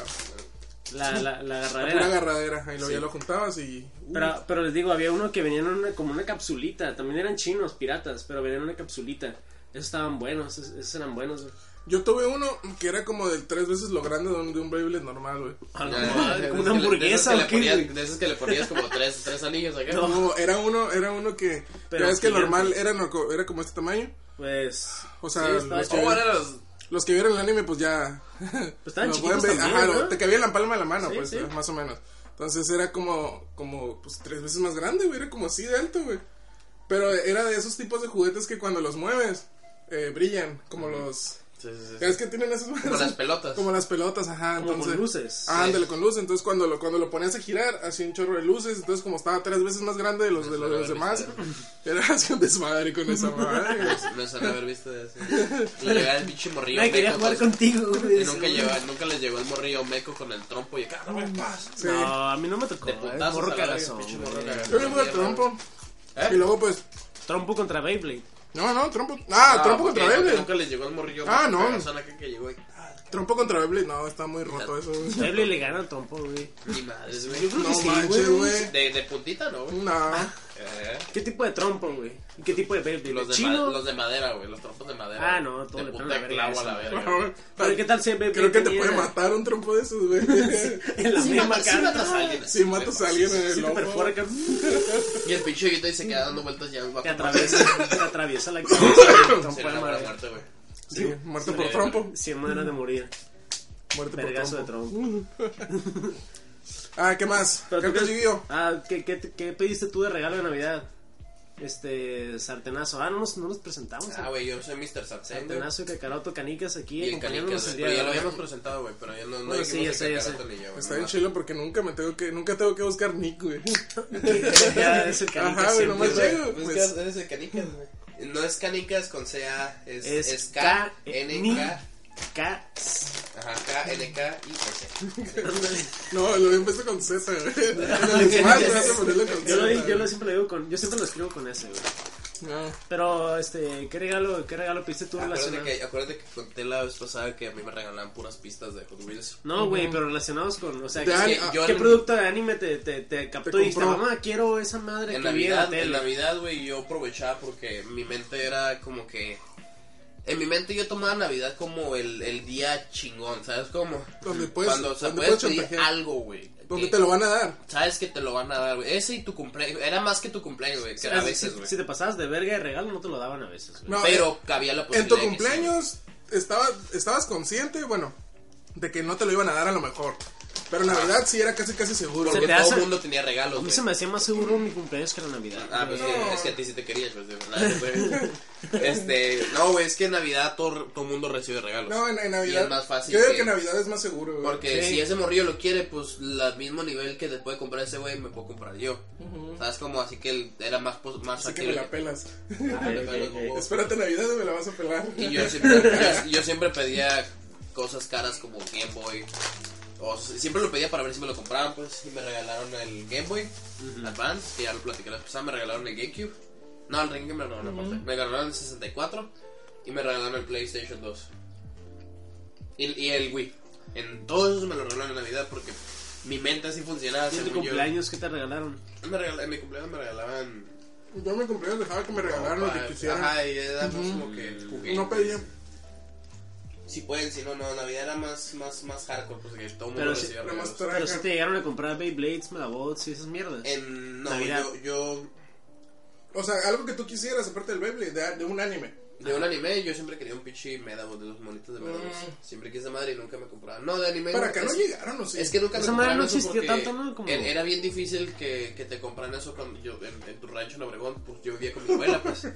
Speaker 3: La, la, la
Speaker 4: la
Speaker 3: agarradera.
Speaker 4: pura agarradera. Y luego
Speaker 2: Sí.
Speaker 4: ya lo juntabas y. uh,
Speaker 3: Pero, pero les digo, había uno que venía en una, como una capsulita. También eran chinos, piratas, pero venían en una capsulita. Esos estaban buenos, esos, esos eran buenos. güey.
Speaker 4: Yo tuve uno que era como de tres veces lo grande de un, de un Beyblade normal, güey.
Speaker 3: A
Speaker 2: Ya,
Speaker 3: la madre,
Speaker 2: ya, de
Speaker 3: ¿con ¿Una
Speaker 2: esos que
Speaker 3: hamburguesa
Speaker 2: le
Speaker 3: o qué?
Speaker 2: ponías-
Speaker 3: güey?
Speaker 2: De esos que le ponías como tres, tres anillos acá.
Speaker 3: No.
Speaker 4: No, era uno, era uno que.
Speaker 3: Pero
Speaker 4: ya ves que el
Speaker 3: gigante.
Speaker 4: normal era, no- era como este tamaño.
Speaker 3: Pues.
Speaker 4: O sea,
Speaker 3: Sí, estaba
Speaker 4: los, que,
Speaker 3: chido.
Speaker 2: Oh, eran los...
Speaker 4: los que vieron el anime, pues ya.
Speaker 3: pues estaban
Speaker 4: los
Speaker 3: chiquitos
Speaker 4: pueden ver.
Speaker 3: también,
Speaker 4: Ajá,
Speaker 3: ¿no?
Speaker 4: lo- te cabía en la palma de la mano,
Speaker 3: Sí,
Speaker 4: pues,
Speaker 3: sí.
Speaker 4: más o menos. Entonces era como, como, pues tres veces más grande, güey. Era como así de alto, güey. Pero era de esos tipos de juguetes que cuando los mueves, eh, brillan, como los.
Speaker 2: Sí, sí, sí, sí.
Speaker 4: Ya ves que tienen esas
Speaker 2: Como las pelotas.
Speaker 4: Como las pelotas, ajá.
Speaker 3: Como con
Speaker 4: entonces,
Speaker 3: luces.
Speaker 4: Ah, ándale, con luces. Entonces, cuando lo, cuando lo ponías a girar, hacía un chorro de luces. Entonces, como estaba tres veces más grande de los, de los, de los demás, era así un desmadre con esa madre. güey.
Speaker 2: No se han haber visto de eso. Le llegaba el pinche morrillo
Speaker 3: Nadie quería
Speaker 2: meco,
Speaker 3: jugar
Speaker 2: pues,
Speaker 3: contigo, güey.
Speaker 2: y nunca, llegó- nunca les llegó el morrillo meco con el trompo y acá, no me pasa.
Speaker 4: Sí.
Speaker 3: No, a mí no me tocó.
Speaker 2: De
Speaker 3: eh,
Speaker 2: putazos
Speaker 3: morro
Speaker 2: a la verga,
Speaker 3: cagazón,
Speaker 2: pinche
Speaker 3: güey.
Speaker 2: morro cagazón.
Speaker 4: Yo le puse al trompo.
Speaker 2: ¿Eh?
Speaker 4: Y luego, pues.
Speaker 3: Trompo contra Beyblade.
Speaker 4: No, no, trompo. Ah,
Speaker 2: Ah,
Speaker 4: trompo
Speaker 2: porque
Speaker 4: contra Beyblade.
Speaker 2: Nunca les llegó el morrillo
Speaker 4: Ah,
Speaker 2: meco,
Speaker 4: no.
Speaker 2: la persona que- que llegó y-
Speaker 4: Trompo contra Beyblade. No, está muy roto eso. güey.
Speaker 3: Beyblade le gana al trompo, güey.
Speaker 2: Ni madres, güey.
Speaker 4: No manches, güey.
Speaker 2: De, de puntita, ¿no? güey?
Speaker 4: No.
Speaker 3: Ah,
Speaker 2: Eh,
Speaker 3: ¿Qué tipo de trompo, güey? ¿Y qué tipo de Beyblade?
Speaker 2: los, de ma-
Speaker 3: ¿Chino?
Speaker 2: los de madera, güey. Los trompos de madera.
Speaker 3: Ah, no, todo
Speaker 2: De
Speaker 3: le
Speaker 2: punta
Speaker 3: pegan
Speaker 2: de
Speaker 3: la verga
Speaker 2: clavo a la
Speaker 3: eso.
Speaker 2: verga. güey.
Speaker 3: Pero ¿qué tal si el Beyblade
Speaker 4: Creo que te
Speaker 3: tenía-
Speaker 4: puede matar un trompo de esos, güey.
Speaker 3: En la
Speaker 2: Sí
Speaker 3: misma
Speaker 2: matas- sí matas a
Speaker 3: cara.
Speaker 2: alguien.
Speaker 4: Si matas a alguien en
Speaker 3: Sí
Speaker 4: el
Speaker 3: te perfora
Speaker 4: ojo.
Speaker 3: que,
Speaker 2: Y el pinche y se queda dando vueltas ya. va
Speaker 3: que
Speaker 2: a
Speaker 3: atraviesa, que atraviesa la cabeza. del trompo
Speaker 2: Sería
Speaker 3: de
Speaker 2: una buena
Speaker 3: madera.
Speaker 2: muerte, güey.
Speaker 4: Sí, muerte
Speaker 2: Sí,
Speaker 4: por
Speaker 2: sí.
Speaker 4: trompo.
Speaker 3: Cien maneras de morir.
Speaker 4: Muerte por
Speaker 3: Vergazo de
Speaker 4: trompo.
Speaker 3: trompo.
Speaker 4: Ah, ¿qué más?
Speaker 3: Pero tú
Speaker 4: Cartas
Speaker 3: crees-
Speaker 4: Yu-Gi-Oh.
Speaker 3: Ah, ¿qué, qué, te- qué pediste tú de regalo de Navidad? Este, sartenazo. Ah, no nos, no nos presentamos.
Speaker 2: Ah, güey, yo soy Mr. Satsen, güey.
Speaker 3: sartenazo y cacaroto canicas aquí.
Speaker 2: Y el
Speaker 3: acompañándonos
Speaker 2: Canicas,
Speaker 3: el
Speaker 2: güey.
Speaker 3: día
Speaker 2: Pero ya
Speaker 3: de
Speaker 2: lo
Speaker 3: hoy.
Speaker 2: habíamos presentado, güey, pero ya no, no
Speaker 3: Bueno, sí,
Speaker 2: dijimos
Speaker 3: ya
Speaker 2: el
Speaker 3: sé, ya sé.
Speaker 2: Cacarato ni yo, güey,
Speaker 4: Pues Está bien
Speaker 2: nomás.
Speaker 4: chilo porque nunca me tengo que, nunca tengo que buscar Nick, güey.
Speaker 3: Ya es el canicas.
Speaker 4: Ajá, güey,
Speaker 3: siempre,
Speaker 4: nomás
Speaker 3: güey.
Speaker 4: llego.
Speaker 2: Pues
Speaker 4: Pues-
Speaker 2: que eres de canicas, güey. No es canicas con CA, es,
Speaker 3: Es
Speaker 2: es, K, N, K,
Speaker 3: K.
Speaker 2: ajá, K, N, K y S.
Speaker 4: No, lo había puesto con Z, güey. En el mal, vas a ponerlo con
Speaker 3: Yo, lo,
Speaker 4: Z.
Speaker 3: yo lo siempre lo digo con. Yo siempre lo escribo con ese, güey.
Speaker 4: No.
Speaker 3: Pero, este, ¿qué regalo, qué regalo pediste tú
Speaker 2: Acuérdate
Speaker 3: relacionado?
Speaker 2: que, acuérdate que conté la vez pasada que a mí me regalaban puras pistas de Hot Wheels.
Speaker 3: No, güey, pero relacionados con. O sea,
Speaker 4: De
Speaker 3: ¿qué,
Speaker 4: ani-
Speaker 2: que
Speaker 4: ah,
Speaker 2: yo-
Speaker 3: qué producto de anime te, te, te captó y dijiste,
Speaker 4: compró.
Speaker 3: mamá, quiero esa madre
Speaker 2: En
Speaker 3: que vi en la
Speaker 2: Navidad, en
Speaker 3: tele?
Speaker 2: Navidad, güey, yo aprovechaba porque mi mente era como que... En mi mente yo tomaba Navidad como el, el día chingón, ¿sabes cómo?
Speaker 4: Donde puedes-
Speaker 2: Cuando o sea,
Speaker 4: donde
Speaker 2: puedes
Speaker 4: puedes
Speaker 2: pedir
Speaker 4: chantajear.
Speaker 2: algo, güey.
Speaker 4: ¿Dónde
Speaker 2: que
Speaker 4: te lo van a dar?
Speaker 2: Sabes que te lo van a dar, güey. Ese y tu cumpleaños. Era más que tu cumpleaños, güey. Que
Speaker 3: Si-
Speaker 2: era a
Speaker 3: si-
Speaker 2: veces,
Speaker 3: si,
Speaker 2: güey.
Speaker 3: te pasabas de verga de regalo, no te lo daban a veces, güey.
Speaker 4: No, eh,
Speaker 2: Pero cabía la
Speaker 4: En
Speaker 2: posibilidad. de
Speaker 4: tu
Speaker 2: Pues que sí,
Speaker 4: cumpleaños estaba, estabas consciente, bueno, de que no te lo iban a dar a lo mejor. Pero
Speaker 2: Ah.
Speaker 4: en Navidad sí era casi casi seguro.
Speaker 2: Porque
Speaker 3: Se te
Speaker 2: todo
Speaker 3: hace-
Speaker 2: el mundo tenía regalos.
Speaker 3: A mí
Speaker 2: güey.
Speaker 3: se me hacía más seguro mi cumpleaños que la Navidad.
Speaker 2: Ah, pues
Speaker 3: güey.
Speaker 2: que- es que a ti sí te querías, pues, de verdad, güey. Este, no, güey, es que en Navidad todo, todo mundo recibe regalos.
Speaker 4: No, en, en
Speaker 2: Y
Speaker 4: Navidad.
Speaker 2: es más fácil
Speaker 4: yo digo
Speaker 2: que-
Speaker 4: que en Navidad es más seguro, güey.
Speaker 2: Porque
Speaker 3: Sí.
Speaker 2: si ese morrillo lo quiere, pues al mismo nivel que te puede comprar ese güey, me puedo comprar yo. ¿Sabes cómo? Así que él era más, pos- más
Speaker 4: Así que me
Speaker 2: factible
Speaker 4: la pelas.
Speaker 3: Ah, ok, ok, ok.
Speaker 4: Espérate Navidad y me la vas a pelar.
Speaker 2: Oh. Y yo siempre, yo, yo siempre pedía cosas caras como Game Boy. O s- siempre lo pedía para ver si me lo compraban, pues. Y me regalaron el Game Boy Advance, que ya lo platiqué la vez pasada. Me regalaron el GameCube. No, el GameCube me lo regalaron aparte. Me regalaron el 64 y me regalaron el PlayStation 2. Y, y el Wii. En todos esos me lo regalaron en Navidad porque mi mente así funcionaba.
Speaker 3: ¿Y en tu
Speaker 2: según yo.
Speaker 3: cumpleaños qué te regalaron?
Speaker 2: Me regala- en mi cumpleaños me regalaban.
Speaker 4: Yo en mi cumpleaños dejaba que me regalaran lo que
Speaker 2: ropa,
Speaker 4: quisieran.
Speaker 2: Ajá, y era más como que juguetes.
Speaker 4: No pedía.
Speaker 2: Si pueden, si no, no, Navidad era más, más, más hardcore, pues que todo el
Speaker 3: Pero
Speaker 2: mundo
Speaker 3: sí,
Speaker 2: recibía
Speaker 4: nada más
Speaker 2: regalos.
Speaker 4: tra-
Speaker 3: Pero si te llegaron a comprar Beyblades, Megabots y esas mierdas.
Speaker 2: En, no,
Speaker 3: Navidad.
Speaker 2: yo, yo,
Speaker 4: O sea, algo que tú quisieras, aparte del Beyblade, de, de un anime.
Speaker 2: de un anime, yo siempre quería un pinche Medabot, de los monitos de Medabot.
Speaker 4: Mm.
Speaker 2: Siempre quise esa madre y nunca me compraban. No, de anime.
Speaker 4: Para acá
Speaker 2: es,
Speaker 4: no llegaron, o sí.
Speaker 2: Es que nunca me
Speaker 3: Esa madre
Speaker 2: compraban
Speaker 3: no
Speaker 2: eso
Speaker 3: existía
Speaker 2: porque
Speaker 3: tanto, ¿no? Como-
Speaker 2: er- Era bien difícil que, que te compraran eso cuando yo, en, en tu rancho en Obregón, pues yo vivía con mi abuela, pues.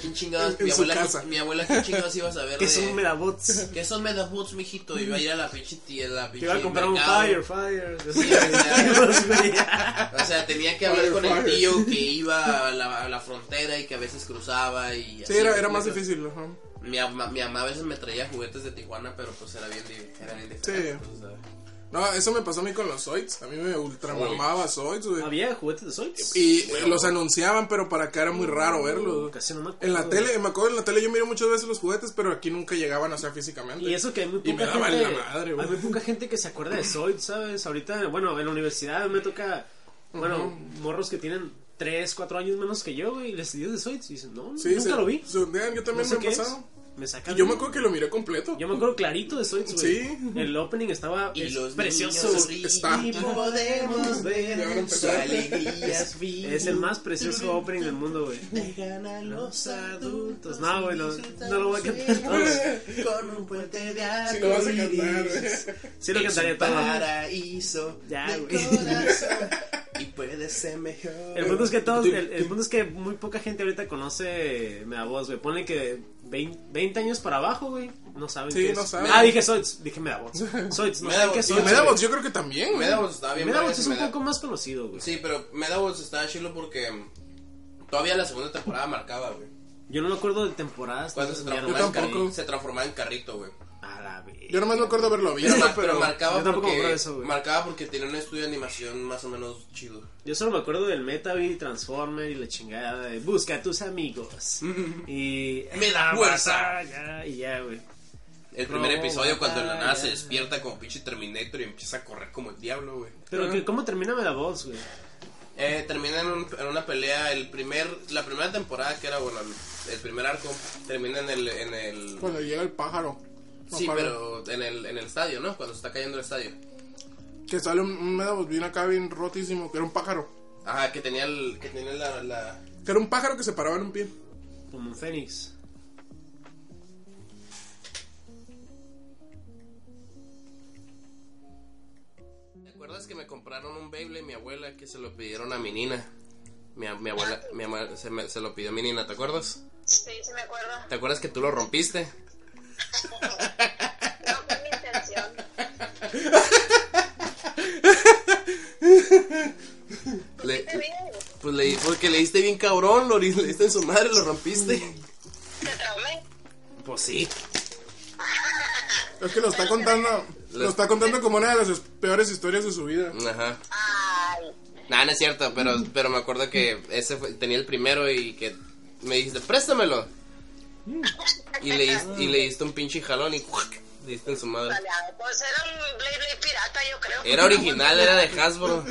Speaker 2: ¿Quién chingadas?
Speaker 4: En
Speaker 2: mi,
Speaker 4: su
Speaker 2: abuela,
Speaker 4: casa.
Speaker 2: mi abuela, ¿quién chingadas ibas a ver?
Speaker 3: que
Speaker 2: de-
Speaker 3: son Megabots.
Speaker 2: ¿Qué son Medabots, mijito? Iba a ir a la pinche tía, la
Speaker 3: Te
Speaker 2: pinche
Speaker 3: iba a comprar un
Speaker 2: mercado.
Speaker 3: Fire, Fire.
Speaker 2: Sí,
Speaker 3: güey.
Speaker 2: O sea, tenía que hablar
Speaker 4: Fire,
Speaker 2: con el
Speaker 4: fire.
Speaker 2: tío que iba a la, a la frontera y que a veces cruzaba y
Speaker 4: Sí,
Speaker 2: así,
Speaker 4: era,
Speaker 2: pues,
Speaker 4: era más
Speaker 2: eso.
Speaker 4: difícil, ajá.
Speaker 2: Mi, ama- mi mamá a veces me traía juguetes de Tijuana, pero pues era bien, di- era bien diferente.
Speaker 4: Sí.
Speaker 2: pues, o sea.
Speaker 4: No, eso me pasó a mí con los Zoids. A mí me ultramamaba Zoids, güey.
Speaker 3: Había juguetes de Soy.
Speaker 4: Y los anunciaban, pero para acá era muy
Speaker 3: Mm.
Speaker 4: raro verlos. güey.
Speaker 3: Casi no me acuerdo.
Speaker 4: En la tele, me acuerdo en la tele yo miré muchas veces los juguetes, pero aquí nunca llegaban, o sea, físicamente.
Speaker 3: Y eso que hay muy
Speaker 4: Y me
Speaker 3: poca
Speaker 4: daban
Speaker 3: gente.
Speaker 4: la madre, güey.
Speaker 3: hay muy poca gente que se acuerda de Zoid, ¿sabes? Ahorita, bueno, en la universidad me toca. Bueno, morros que tienen 3, 4 años menos que yo, güey, y les digo de Zoid. Y dicen, no,
Speaker 4: Sí,
Speaker 3: nunca
Speaker 4: se-
Speaker 3: lo vi.
Speaker 4: se ondean, yo
Speaker 3: No
Speaker 4: también
Speaker 3: sé
Speaker 4: me
Speaker 3: qué
Speaker 4: he
Speaker 3: es.
Speaker 4: pasado.
Speaker 3: Me
Speaker 4: Y
Speaker 3: sacan.
Speaker 4: yo me acuerdo que lo miré completo.
Speaker 3: Yo me acuerdo clarito de Zoid, güey.
Speaker 4: Sí.
Speaker 3: El opening estaba
Speaker 2: Y
Speaker 3: es
Speaker 2: los
Speaker 3: precioso.
Speaker 2: niños
Speaker 3: güey.
Speaker 4: Está.
Speaker 2: Y podemos ver su
Speaker 4: Ya van a empezar.
Speaker 2: alegría. fin.
Speaker 3: Es el más precioso opening del mundo, güey.
Speaker 2: Dejan a los adultos.
Speaker 3: No, güey, no-
Speaker 2: disfrutar
Speaker 3: no lo voy a
Speaker 2: los
Speaker 3: cantar todo.
Speaker 2: cielos Con un puente de arco.
Speaker 4: Sí, lo vas a cantar, güey.
Speaker 3: Sí, lo
Speaker 2: Es
Speaker 3: cantaría
Speaker 2: un
Speaker 3: todo.
Speaker 2: paraíso.
Speaker 3: Ya,
Speaker 2: de
Speaker 3: güey.
Speaker 2: corazón, Y puede ser mejor.
Speaker 3: El punto es que todos, el, el punto es que muy poca gente ahorita conoce Medabots, güey. Ponle que 20, 20 años para abajo, güey, no saben
Speaker 4: Sí,
Speaker 3: qué es.
Speaker 4: no saben.
Speaker 3: Ah, dije Soits, dije Medabots. Soits, no sé
Speaker 2: Medabots,
Speaker 3: qué es
Speaker 2: sí, Medabots.
Speaker 3: Zoids,
Speaker 4: Y
Speaker 3: güey.
Speaker 4: Medabots yo creo que también, güey.
Speaker 2: Medabots estaba bien.
Speaker 3: Medabots
Speaker 2: vergas,
Speaker 3: es un
Speaker 2: Meda-
Speaker 3: poco más conocido, güey.
Speaker 2: Sí, pero Medabots estaba chilo porque todavía la segunda temporada marcaba, güey.
Speaker 3: Yo no me acuerdo de temporadas.
Speaker 2: Cuando se
Speaker 3: esas
Speaker 2: transformaba,
Speaker 3: mierdas.
Speaker 2: en carri-
Speaker 4: tampoco.
Speaker 2: se transformaba en carrito, güey.
Speaker 3: A la verga.
Speaker 4: Yo nomás me acuerdo haberlo visto,
Speaker 2: Pero, pero
Speaker 4: pero...
Speaker 2: marcaba,
Speaker 3: Yo tampoco me
Speaker 2: porque,
Speaker 3: acuerdo de eso, güey.
Speaker 2: marcaba porque tenía un estudio de animación más o menos chido.
Speaker 3: Yo solo me acuerdo del Metavi, Transformer y la chingada de busca a tus amigos. y
Speaker 2: Me da fuerza.
Speaker 3: Ya, y ya, güey.
Speaker 2: El primer
Speaker 3: No,
Speaker 2: episodio cuando la nada
Speaker 3: batalla.
Speaker 2: se despierta como pinche Terminator y empieza a correr como el diablo, güey.
Speaker 3: Pero que cómo termina Medabots, güey.
Speaker 2: Eh, termina en, un- en una pelea, el primer, la primera temporada que era, bueno, el primer arco, termina en el, en el,
Speaker 4: Cuando llega el pájaro. No,
Speaker 2: sí,
Speaker 4: pájaro.
Speaker 2: pero en el, en el estadio, ¿no? Cuando se está cayendo el estadio.
Speaker 4: Que sale un, un Medabots bien acá, bien rotísimo, que era un pájaro.
Speaker 2: Ajá, que tenía el, que tenía la, la-
Speaker 4: Que era un pájaro que se paraba en un pie.
Speaker 3: Como un Fénix.
Speaker 2: ¿Te acuerdas que me compraron un Beyblade mi abuela que se lo pidieron a mi nina? Mi, a- mi abuela, mi ama- se, me- se lo pidió mi nina, ¿te acuerdas?
Speaker 5: Sí, sí me acuerdo.
Speaker 2: ¿Te acuerdas que tú lo rompiste?
Speaker 5: No fue mi intención.
Speaker 2: Le-
Speaker 5: Te vi,
Speaker 2: pues le, porque le diste bien cabrón, lo, le diste en su madre, lo rompiste.
Speaker 5: te traumé.
Speaker 2: Pues sí.
Speaker 4: Es que lo está contando. Lo está contando como una de las peores historias de su vida.
Speaker 2: Ajá.
Speaker 5: Ay,
Speaker 2: Nah, no es cierto, pero, pero me acuerdo que ese fue- tenía el primero y que me dijiste, préstamelo. Y le, dis- y le diste un pinche jalón y ¡cuac! le diste en su madre.
Speaker 5: baleado. Pues era un Blade Blade pirata, yo creo.
Speaker 2: Era original, era de Hasbro.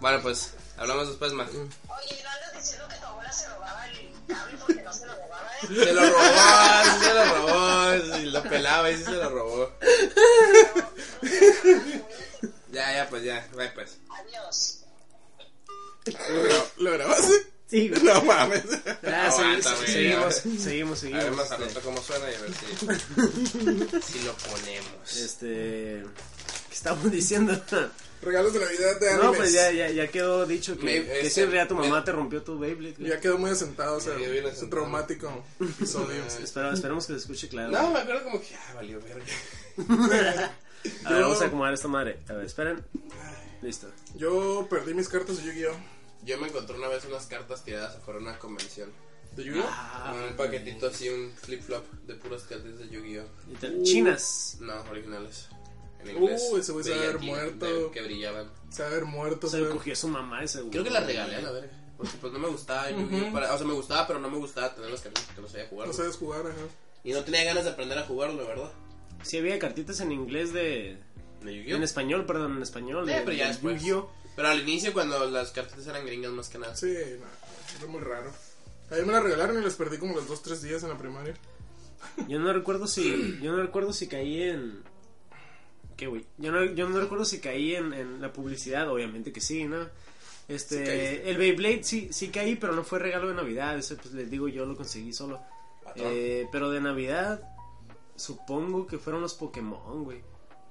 Speaker 2: Bueno, pues, hablamos después, más.
Speaker 5: Oye, no andas diciendo que tu abuela se robaba el cable porque no se lo robaba, ¿eh?
Speaker 2: Se lo robó, sí se lo robó, sí, lo pelaba y sí se lo robó. Ya, ya, pues, ya, bye, pues.
Speaker 5: Adiós.
Speaker 4: ¿Lo grabaste?
Speaker 3: Sí, güey.
Speaker 4: No mames.
Speaker 3: Ah, segui-
Speaker 2: Aguanta, güey.
Speaker 3: seguimos, seguimos,
Speaker 2: A ver,
Speaker 3: seguimos.
Speaker 2: más al
Speaker 3: este,
Speaker 2: rato cómo suena y a ver si, si lo ponemos.
Speaker 3: Este, ¿qué estamos diciendo?
Speaker 4: Regalos de Navidad de animes.
Speaker 3: No, pues ya, ya, ya quedó dicho que,
Speaker 2: Me-
Speaker 3: que
Speaker 2: este,
Speaker 3: si en realidad tu
Speaker 2: me-
Speaker 3: mamá te rompió tu Beyblade. güey.
Speaker 4: Ya quedó muy asentado o sea,
Speaker 2: Ya quedó bien
Speaker 4: ese
Speaker 2: asentado.
Speaker 4: traumático episodio.
Speaker 3: Espera- esperemos que se escuche claro.
Speaker 2: No, me acuerdo como que, ah, valió verga.
Speaker 3: A ver,
Speaker 4: Yo-
Speaker 3: vamos a acomodar esta madre. A ver, esperen. Listo.
Speaker 2: Uh.
Speaker 4: Yo perdí mis cartas de Yu-Gi-Oh!
Speaker 2: Yo me encontré una vez unas cartas tiradas afuera de una convención.
Speaker 4: ¿De Yu-Gi-Oh?
Speaker 2: Con un paquetito así, un flip-flop de puras cartas de Yu-Gi-Oh!
Speaker 3: Y te- Chinas.
Speaker 2: No, originales. En inglés.
Speaker 4: Uh, ese güey se va a haber
Speaker 2: Brillantina,
Speaker 4: muerto.
Speaker 2: de- que brillaban.
Speaker 4: Se va a haber muerto.
Speaker 3: Se
Speaker 4: se
Speaker 3: lo
Speaker 4: va a haber-
Speaker 3: cogió su mamá ese güey.
Speaker 2: Creo que las regalé a la verga. Porque pues no me gustaba Yu-Gi-Oh! para- O sea, me gustaba, pero no me gustaba tener las cartas porque no sabía jugarlo.
Speaker 4: No sabes jugar, ajá.
Speaker 2: y no tenía ganas de aprender a jugarlo, ¿verdad?
Speaker 3: Sí, había cartitas en inglés de.
Speaker 2: De Yu-Gi-Oh!
Speaker 3: En español, perdón, en español.
Speaker 2: Sí,
Speaker 3: de-
Speaker 2: pero ya
Speaker 3: de
Speaker 2: después.
Speaker 3: Yu-Gi-Oh!
Speaker 2: Pero al inicio, cuando las cartas eran gringas, más que nada.
Speaker 4: Sí, no, era muy raro. A mí me la regalaron y las perdí como los dos, tres días en la primaria.
Speaker 3: Yo no recuerdo si. Yo no recuerdo si caí en. ¿Qué, güey? Yo no, yo no recuerdo si caí en, en la publicidad, obviamente que sí, ¿no?
Speaker 4: Sí
Speaker 3: Este.
Speaker 4: caíste.
Speaker 3: el Beyblade sí, sí caí, pero no fue regalo de Navidad. Eso, pues les digo, yo lo conseguí solo.
Speaker 4: Ah,
Speaker 2: Patrón.
Speaker 3: Eh, pero de Navidad, supongo que fueron los Pokémon, güey.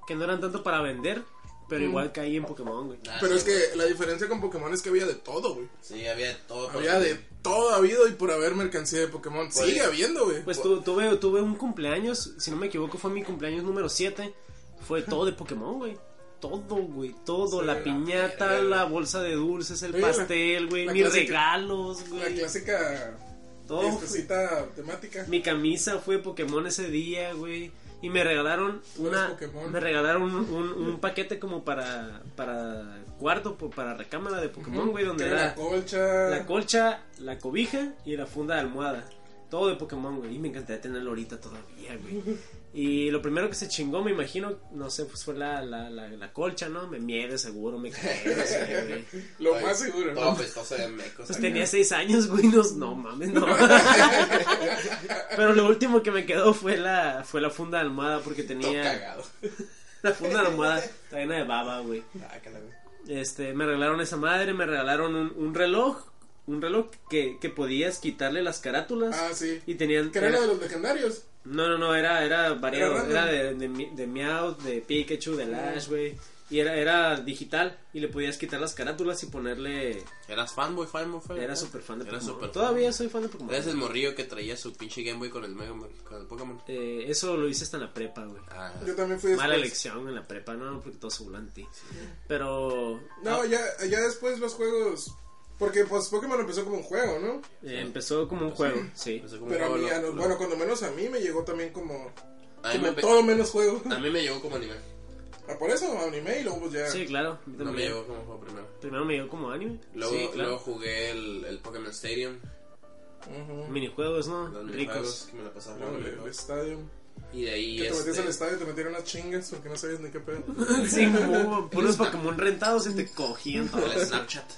Speaker 3: Que no eran tanto para vender, pero
Speaker 4: Mm.
Speaker 3: igual caí en Pokémon, güey.
Speaker 2: Nah,
Speaker 4: Pero
Speaker 2: Ah, sí,
Speaker 4: es que la diferencia con Pokémon es que había de todo, güey.
Speaker 2: Sí, había de todo.
Speaker 4: Había de todo habido y por haber mercancía de Pokémon. Sigue habiendo, güey.
Speaker 3: Pues tu- tuve, tuve un cumpleaños, si no me equivoco, fue mi cumpleaños número 7. Fue todo de Pokémon, güey. Todo, güey, todo.
Speaker 4: Sí,
Speaker 3: la
Speaker 4: la
Speaker 3: piñata,
Speaker 2: verga, güey.
Speaker 3: la bolsa de dulces, el
Speaker 4: Oye, la-
Speaker 3: pastel, güey.
Speaker 4: la
Speaker 3: Mis
Speaker 4: clásica-
Speaker 3: regalos,
Speaker 4: La
Speaker 3: güey.
Speaker 4: clásica
Speaker 3: Todo,
Speaker 4: fiestecita temática.
Speaker 3: Mi camisa fue Pokémon ese día, güey. Y me regalaron una.
Speaker 4: Pokémon.
Speaker 3: Me regalaron un, un- un paquete como para. Para cuarto, po- para recámara de Pokémon, güey. Donde
Speaker 4: Era
Speaker 3: era
Speaker 4: la colcha.
Speaker 3: la colcha, la cobija y la funda de almohada. Todo de Pokémon, güey. Y me encantaría tenerlo ahorita todavía, güey. Y lo primero que se chingó, me imagino, no sé, pues fue la, la, la, la colcha, ¿no? Me mié de seguro, me caí, no sé, güey.
Speaker 4: Lo más seguro,
Speaker 2: Todo
Speaker 4: ¿no?
Speaker 2: apestoso de mecos.
Speaker 3: Pues tenía seis años, güey, no, no mames, no. Pero lo último que me quedó fue la, fue la funda de almohada, porque
Speaker 2: Todo
Speaker 3: tenía
Speaker 2: cagado.
Speaker 3: la funda de almohada está llena de baba, güey.
Speaker 2: Ah, que la verga.
Speaker 3: Este, me regalaron esa madre, me regalaron un, un reloj, un reloj que, que podías quitarle las carátulas.
Speaker 4: Ah, sí.
Speaker 3: Y tenían.
Speaker 4: Que era
Speaker 3: era-
Speaker 4: la de los legendarios.
Speaker 3: no, no, no, era, era variado.
Speaker 4: Era random.
Speaker 3: Era, de, de, Mi- de Meowth, de Pikachu, de Lash, güey. Y era, era digital. Y le podías quitar las carátulas y ponerle.
Speaker 2: Eras fanboy, fanboy, fanboy.
Speaker 3: Era súper fan de
Speaker 2: Era
Speaker 3: Pokémon.
Speaker 2: súper
Speaker 3: Todavía soy fan de Pokémon.
Speaker 2: Eres el morrillo que traía su pinche Game Boy con el, Mega Man- con el Pokémon.
Speaker 3: Eh, eso lo hice hasta en la prepa, güey.
Speaker 2: Ah,
Speaker 4: Yo también fui
Speaker 3: Mala
Speaker 4: después.
Speaker 3: elección en la prepa, no, porque todos se burlan de ti. Pero.
Speaker 4: No,
Speaker 3: ah,
Speaker 4: ya, ya después los juegos. Porque pues Pokémon empezó como un juego, ¿no?
Speaker 3: eh, empezó como un juego, sí.
Speaker 2: no sé cómo
Speaker 4: Pero a
Speaker 2: lo-
Speaker 4: mí, a
Speaker 2: lo-
Speaker 4: los- bueno, cuando menos a mí me llegó también como.
Speaker 2: a mí
Speaker 4: como
Speaker 2: me pe-
Speaker 4: todo menos juego.
Speaker 2: a mí me llegó como anime.
Speaker 4: Ah, Por eso anime y luego pues ya.
Speaker 3: Sí, claro. a mí
Speaker 2: No me
Speaker 3: también.
Speaker 2: llegó como juego primero.
Speaker 3: Primero me llegó como anime.
Speaker 2: Luego,
Speaker 3: sí, claro.
Speaker 2: luego jugué el, el Pokémon Stadium,
Speaker 4: Ujú.
Speaker 3: Minijuegos, ¿no?
Speaker 2: los minijuegos,
Speaker 3: Ricos.
Speaker 2: que me la pasaba
Speaker 4: Luego
Speaker 2: jugando
Speaker 4: el, el
Speaker 2: minijuegos.
Speaker 4: estadio.
Speaker 2: Y de ahí
Speaker 4: Que te metías
Speaker 2: este,
Speaker 4: al estadio te metieron unas chingas porque no sabías ni qué pedo.
Speaker 3: Sí, como puros Pokémon rentados y te cogían todo.
Speaker 2: el Snapchat,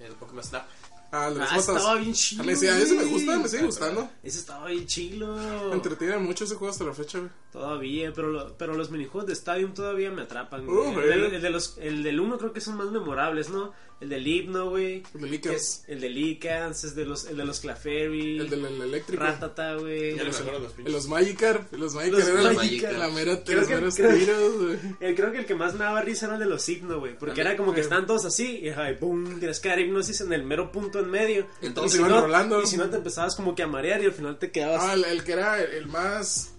Speaker 2: el Pokémon Snap.
Speaker 4: Ah, las
Speaker 3: Ah,
Speaker 4: botas.
Speaker 3: estaba bien chido.
Speaker 4: Ah, me decía, a mí ese me gusta, me sigue
Speaker 3: güey.
Speaker 4: gustando.
Speaker 3: Ese estaba bien
Speaker 4: Me
Speaker 3: chilo.
Speaker 4: entretiene mucho ese juego hasta la fecha, güey.
Speaker 3: Todavía, pero, lo- pero los minijuegos de Stadium todavía me atrapan,
Speaker 4: Uh,
Speaker 3: güey.
Speaker 4: güey.
Speaker 3: el, de- el de los, el del 1 creo que son más memorables, ¿no? El del Hipno, güey.
Speaker 4: El de Lickers.
Speaker 3: El de Licans, el de los, el de los Clefairy.
Speaker 4: El del el eléctrico.
Speaker 3: Ratata, güey.
Speaker 2: Ya no me acuerdo de los
Speaker 4: El
Speaker 2: pinches.
Speaker 4: los Magikarp. Los Magikarp
Speaker 3: Los
Speaker 4: eran
Speaker 2: Magikarp.
Speaker 4: la mera,
Speaker 3: Creo
Speaker 4: los
Speaker 3: que-
Speaker 4: meros
Speaker 3: creo-
Speaker 4: tiros, güey.
Speaker 3: El- Eh, creo que el que más me daba risa era el de los hipno, güey. Porque era
Speaker 4: eh.
Speaker 3: como que están todos así y ay, boom, tienes que dar hipnosis en el mero punto en medio.
Speaker 2: Entonces
Speaker 4: se iban
Speaker 3: no,
Speaker 4: rolando.
Speaker 3: Y si no te empezabas como que a marear y al final te quedabas.
Speaker 4: Ah, el, el que era el, el más.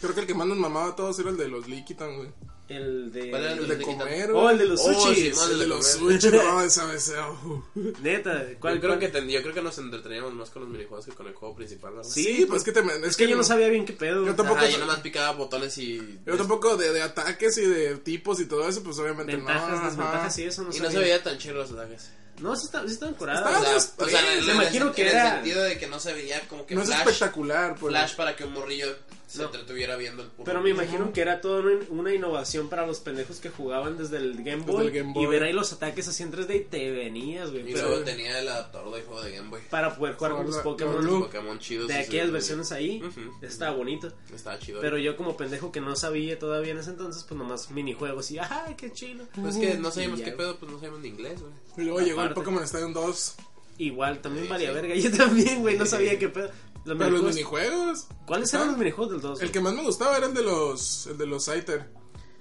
Speaker 4: Creo que el que más nos mamaba a todos era el de los Liquitan, güey.
Speaker 3: el de.
Speaker 2: ¿Cuál era
Speaker 4: El de comer,
Speaker 3: Oh, el de
Speaker 4: güey.
Speaker 3: los
Speaker 2: Oh,
Speaker 3: sushi.
Speaker 2: sí,
Speaker 4: El de los
Speaker 2: comer.
Speaker 4: sushi, no, esa vez. oh.
Speaker 3: Neta, ¿cuál,
Speaker 2: yo, creo
Speaker 3: cuál?
Speaker 2: que ten- yo creo que nos entreteníamos más con los minijuegos que con el juego principal, ¿verdad?
Speaker 3: Sí,
Speaker 4: Sí, pues es que te.
Speaker 3: Es que yo no sabía bien qué pedo.
Speaker 4: Yo
Speaker 2: Ajá,
Speaker 4: tampoco-
Speaker 2: yo nomás picaba botones y...
Speaker 4: Yo tampoco de, de ataques y de tipos y todo eso, pues obviamente
Speaker 3: Ventajas,
Speaker 4: no. ajá.
Speaker 3: desventajas y eso no
Speaker 2: Y
Speaker 3: sabía.
Speaker 2: no se veía tan chido los ataques.
Speaker 3: No, sí, está- sí estaban
Speaker 2: O
Speaker 4: Estaba-
Speaker 3: curadas.
Speaker 2: sea,
Speaker 4: Ah, sí,
Speaker 2: o sea,
Speaker 4: sí.
Speaker 2: en-
Speaker 3: pues, Me
Speaker 2: en-
Speaker 3: imagino que
Speaker 2: en
Speaker 3: era-
Speaker 2: el sentido de que no se veía como que
Speaker 4: No es
Speaker 2: flash,
Speaker 4: espectacular, pues.
Speaker 2: flash para que un morrillo se
Speaker 3: No.
Speaker 2: entretuviera viendo el puro.
Speaker 3: Pero me imagino que era toda una, una innovación para los pendejos que jugaban desde el Game
Speaker 4: Desde
Speaker 3: Boy.
Speaker 4: el Game Boy.
Speaker 3: Y ver ahí los ataques así en 3D y te venías, güey.
Speaker 2: Y
Speaker 3: pero-
Speaker 2: luego tenía el adaptador de juego de Game Boy.
Speaker 3: para poder jugar con
Speaker 4: Hola,
Speaker 3: los Pokémon.
Speaker 4: Lulu.
Speaker 2: Pokémon chidos.
Speaker 3: de
Speaker 2: sí,
Speaker 3: aquellas
Speaker 2: sí,
Speaker 3: versiones ahí,
Speaker 2: Ujú.
Speaker 3: estaba bonito.
Speaker 2: sí. Estaba chido.
Speaker 3: Pero yo como pendejo que no sabía todavía en ese entonces, pues nomás minijuegos y ¡ay, qué chido!
Speaker 2: Pues que no sabíamos
Speaker 3: Y
Speaker 2: qué
Speaker 3: ya,
Speaker 2: pedo, pues no sabíamos ni inglés, güey.
Speaker 4: Y luego llegó el
Speaker 3: Aparte.
Speaker 4: Pokémon Stadium 2.
Speaker 3: Igual, también
Speaker 2: Sí,
Speaker 3: valía
Speaker 2: sí.
Speaker 3: verga. Yo también, güey, no
Speaker 2: Sí.
Speaker 3: sabía qué pedo. Los
Speaker 4: Pero los
Speaker 3: minijuegos-
Speaker 4: minijuegos.
Speaker 3: ¿Cuáles eran
Speaker 4: Ah,
Speaker 3: los minijuegos del 2?
Speaker 4: El que más me gustaba era el de los. El de los Scyther.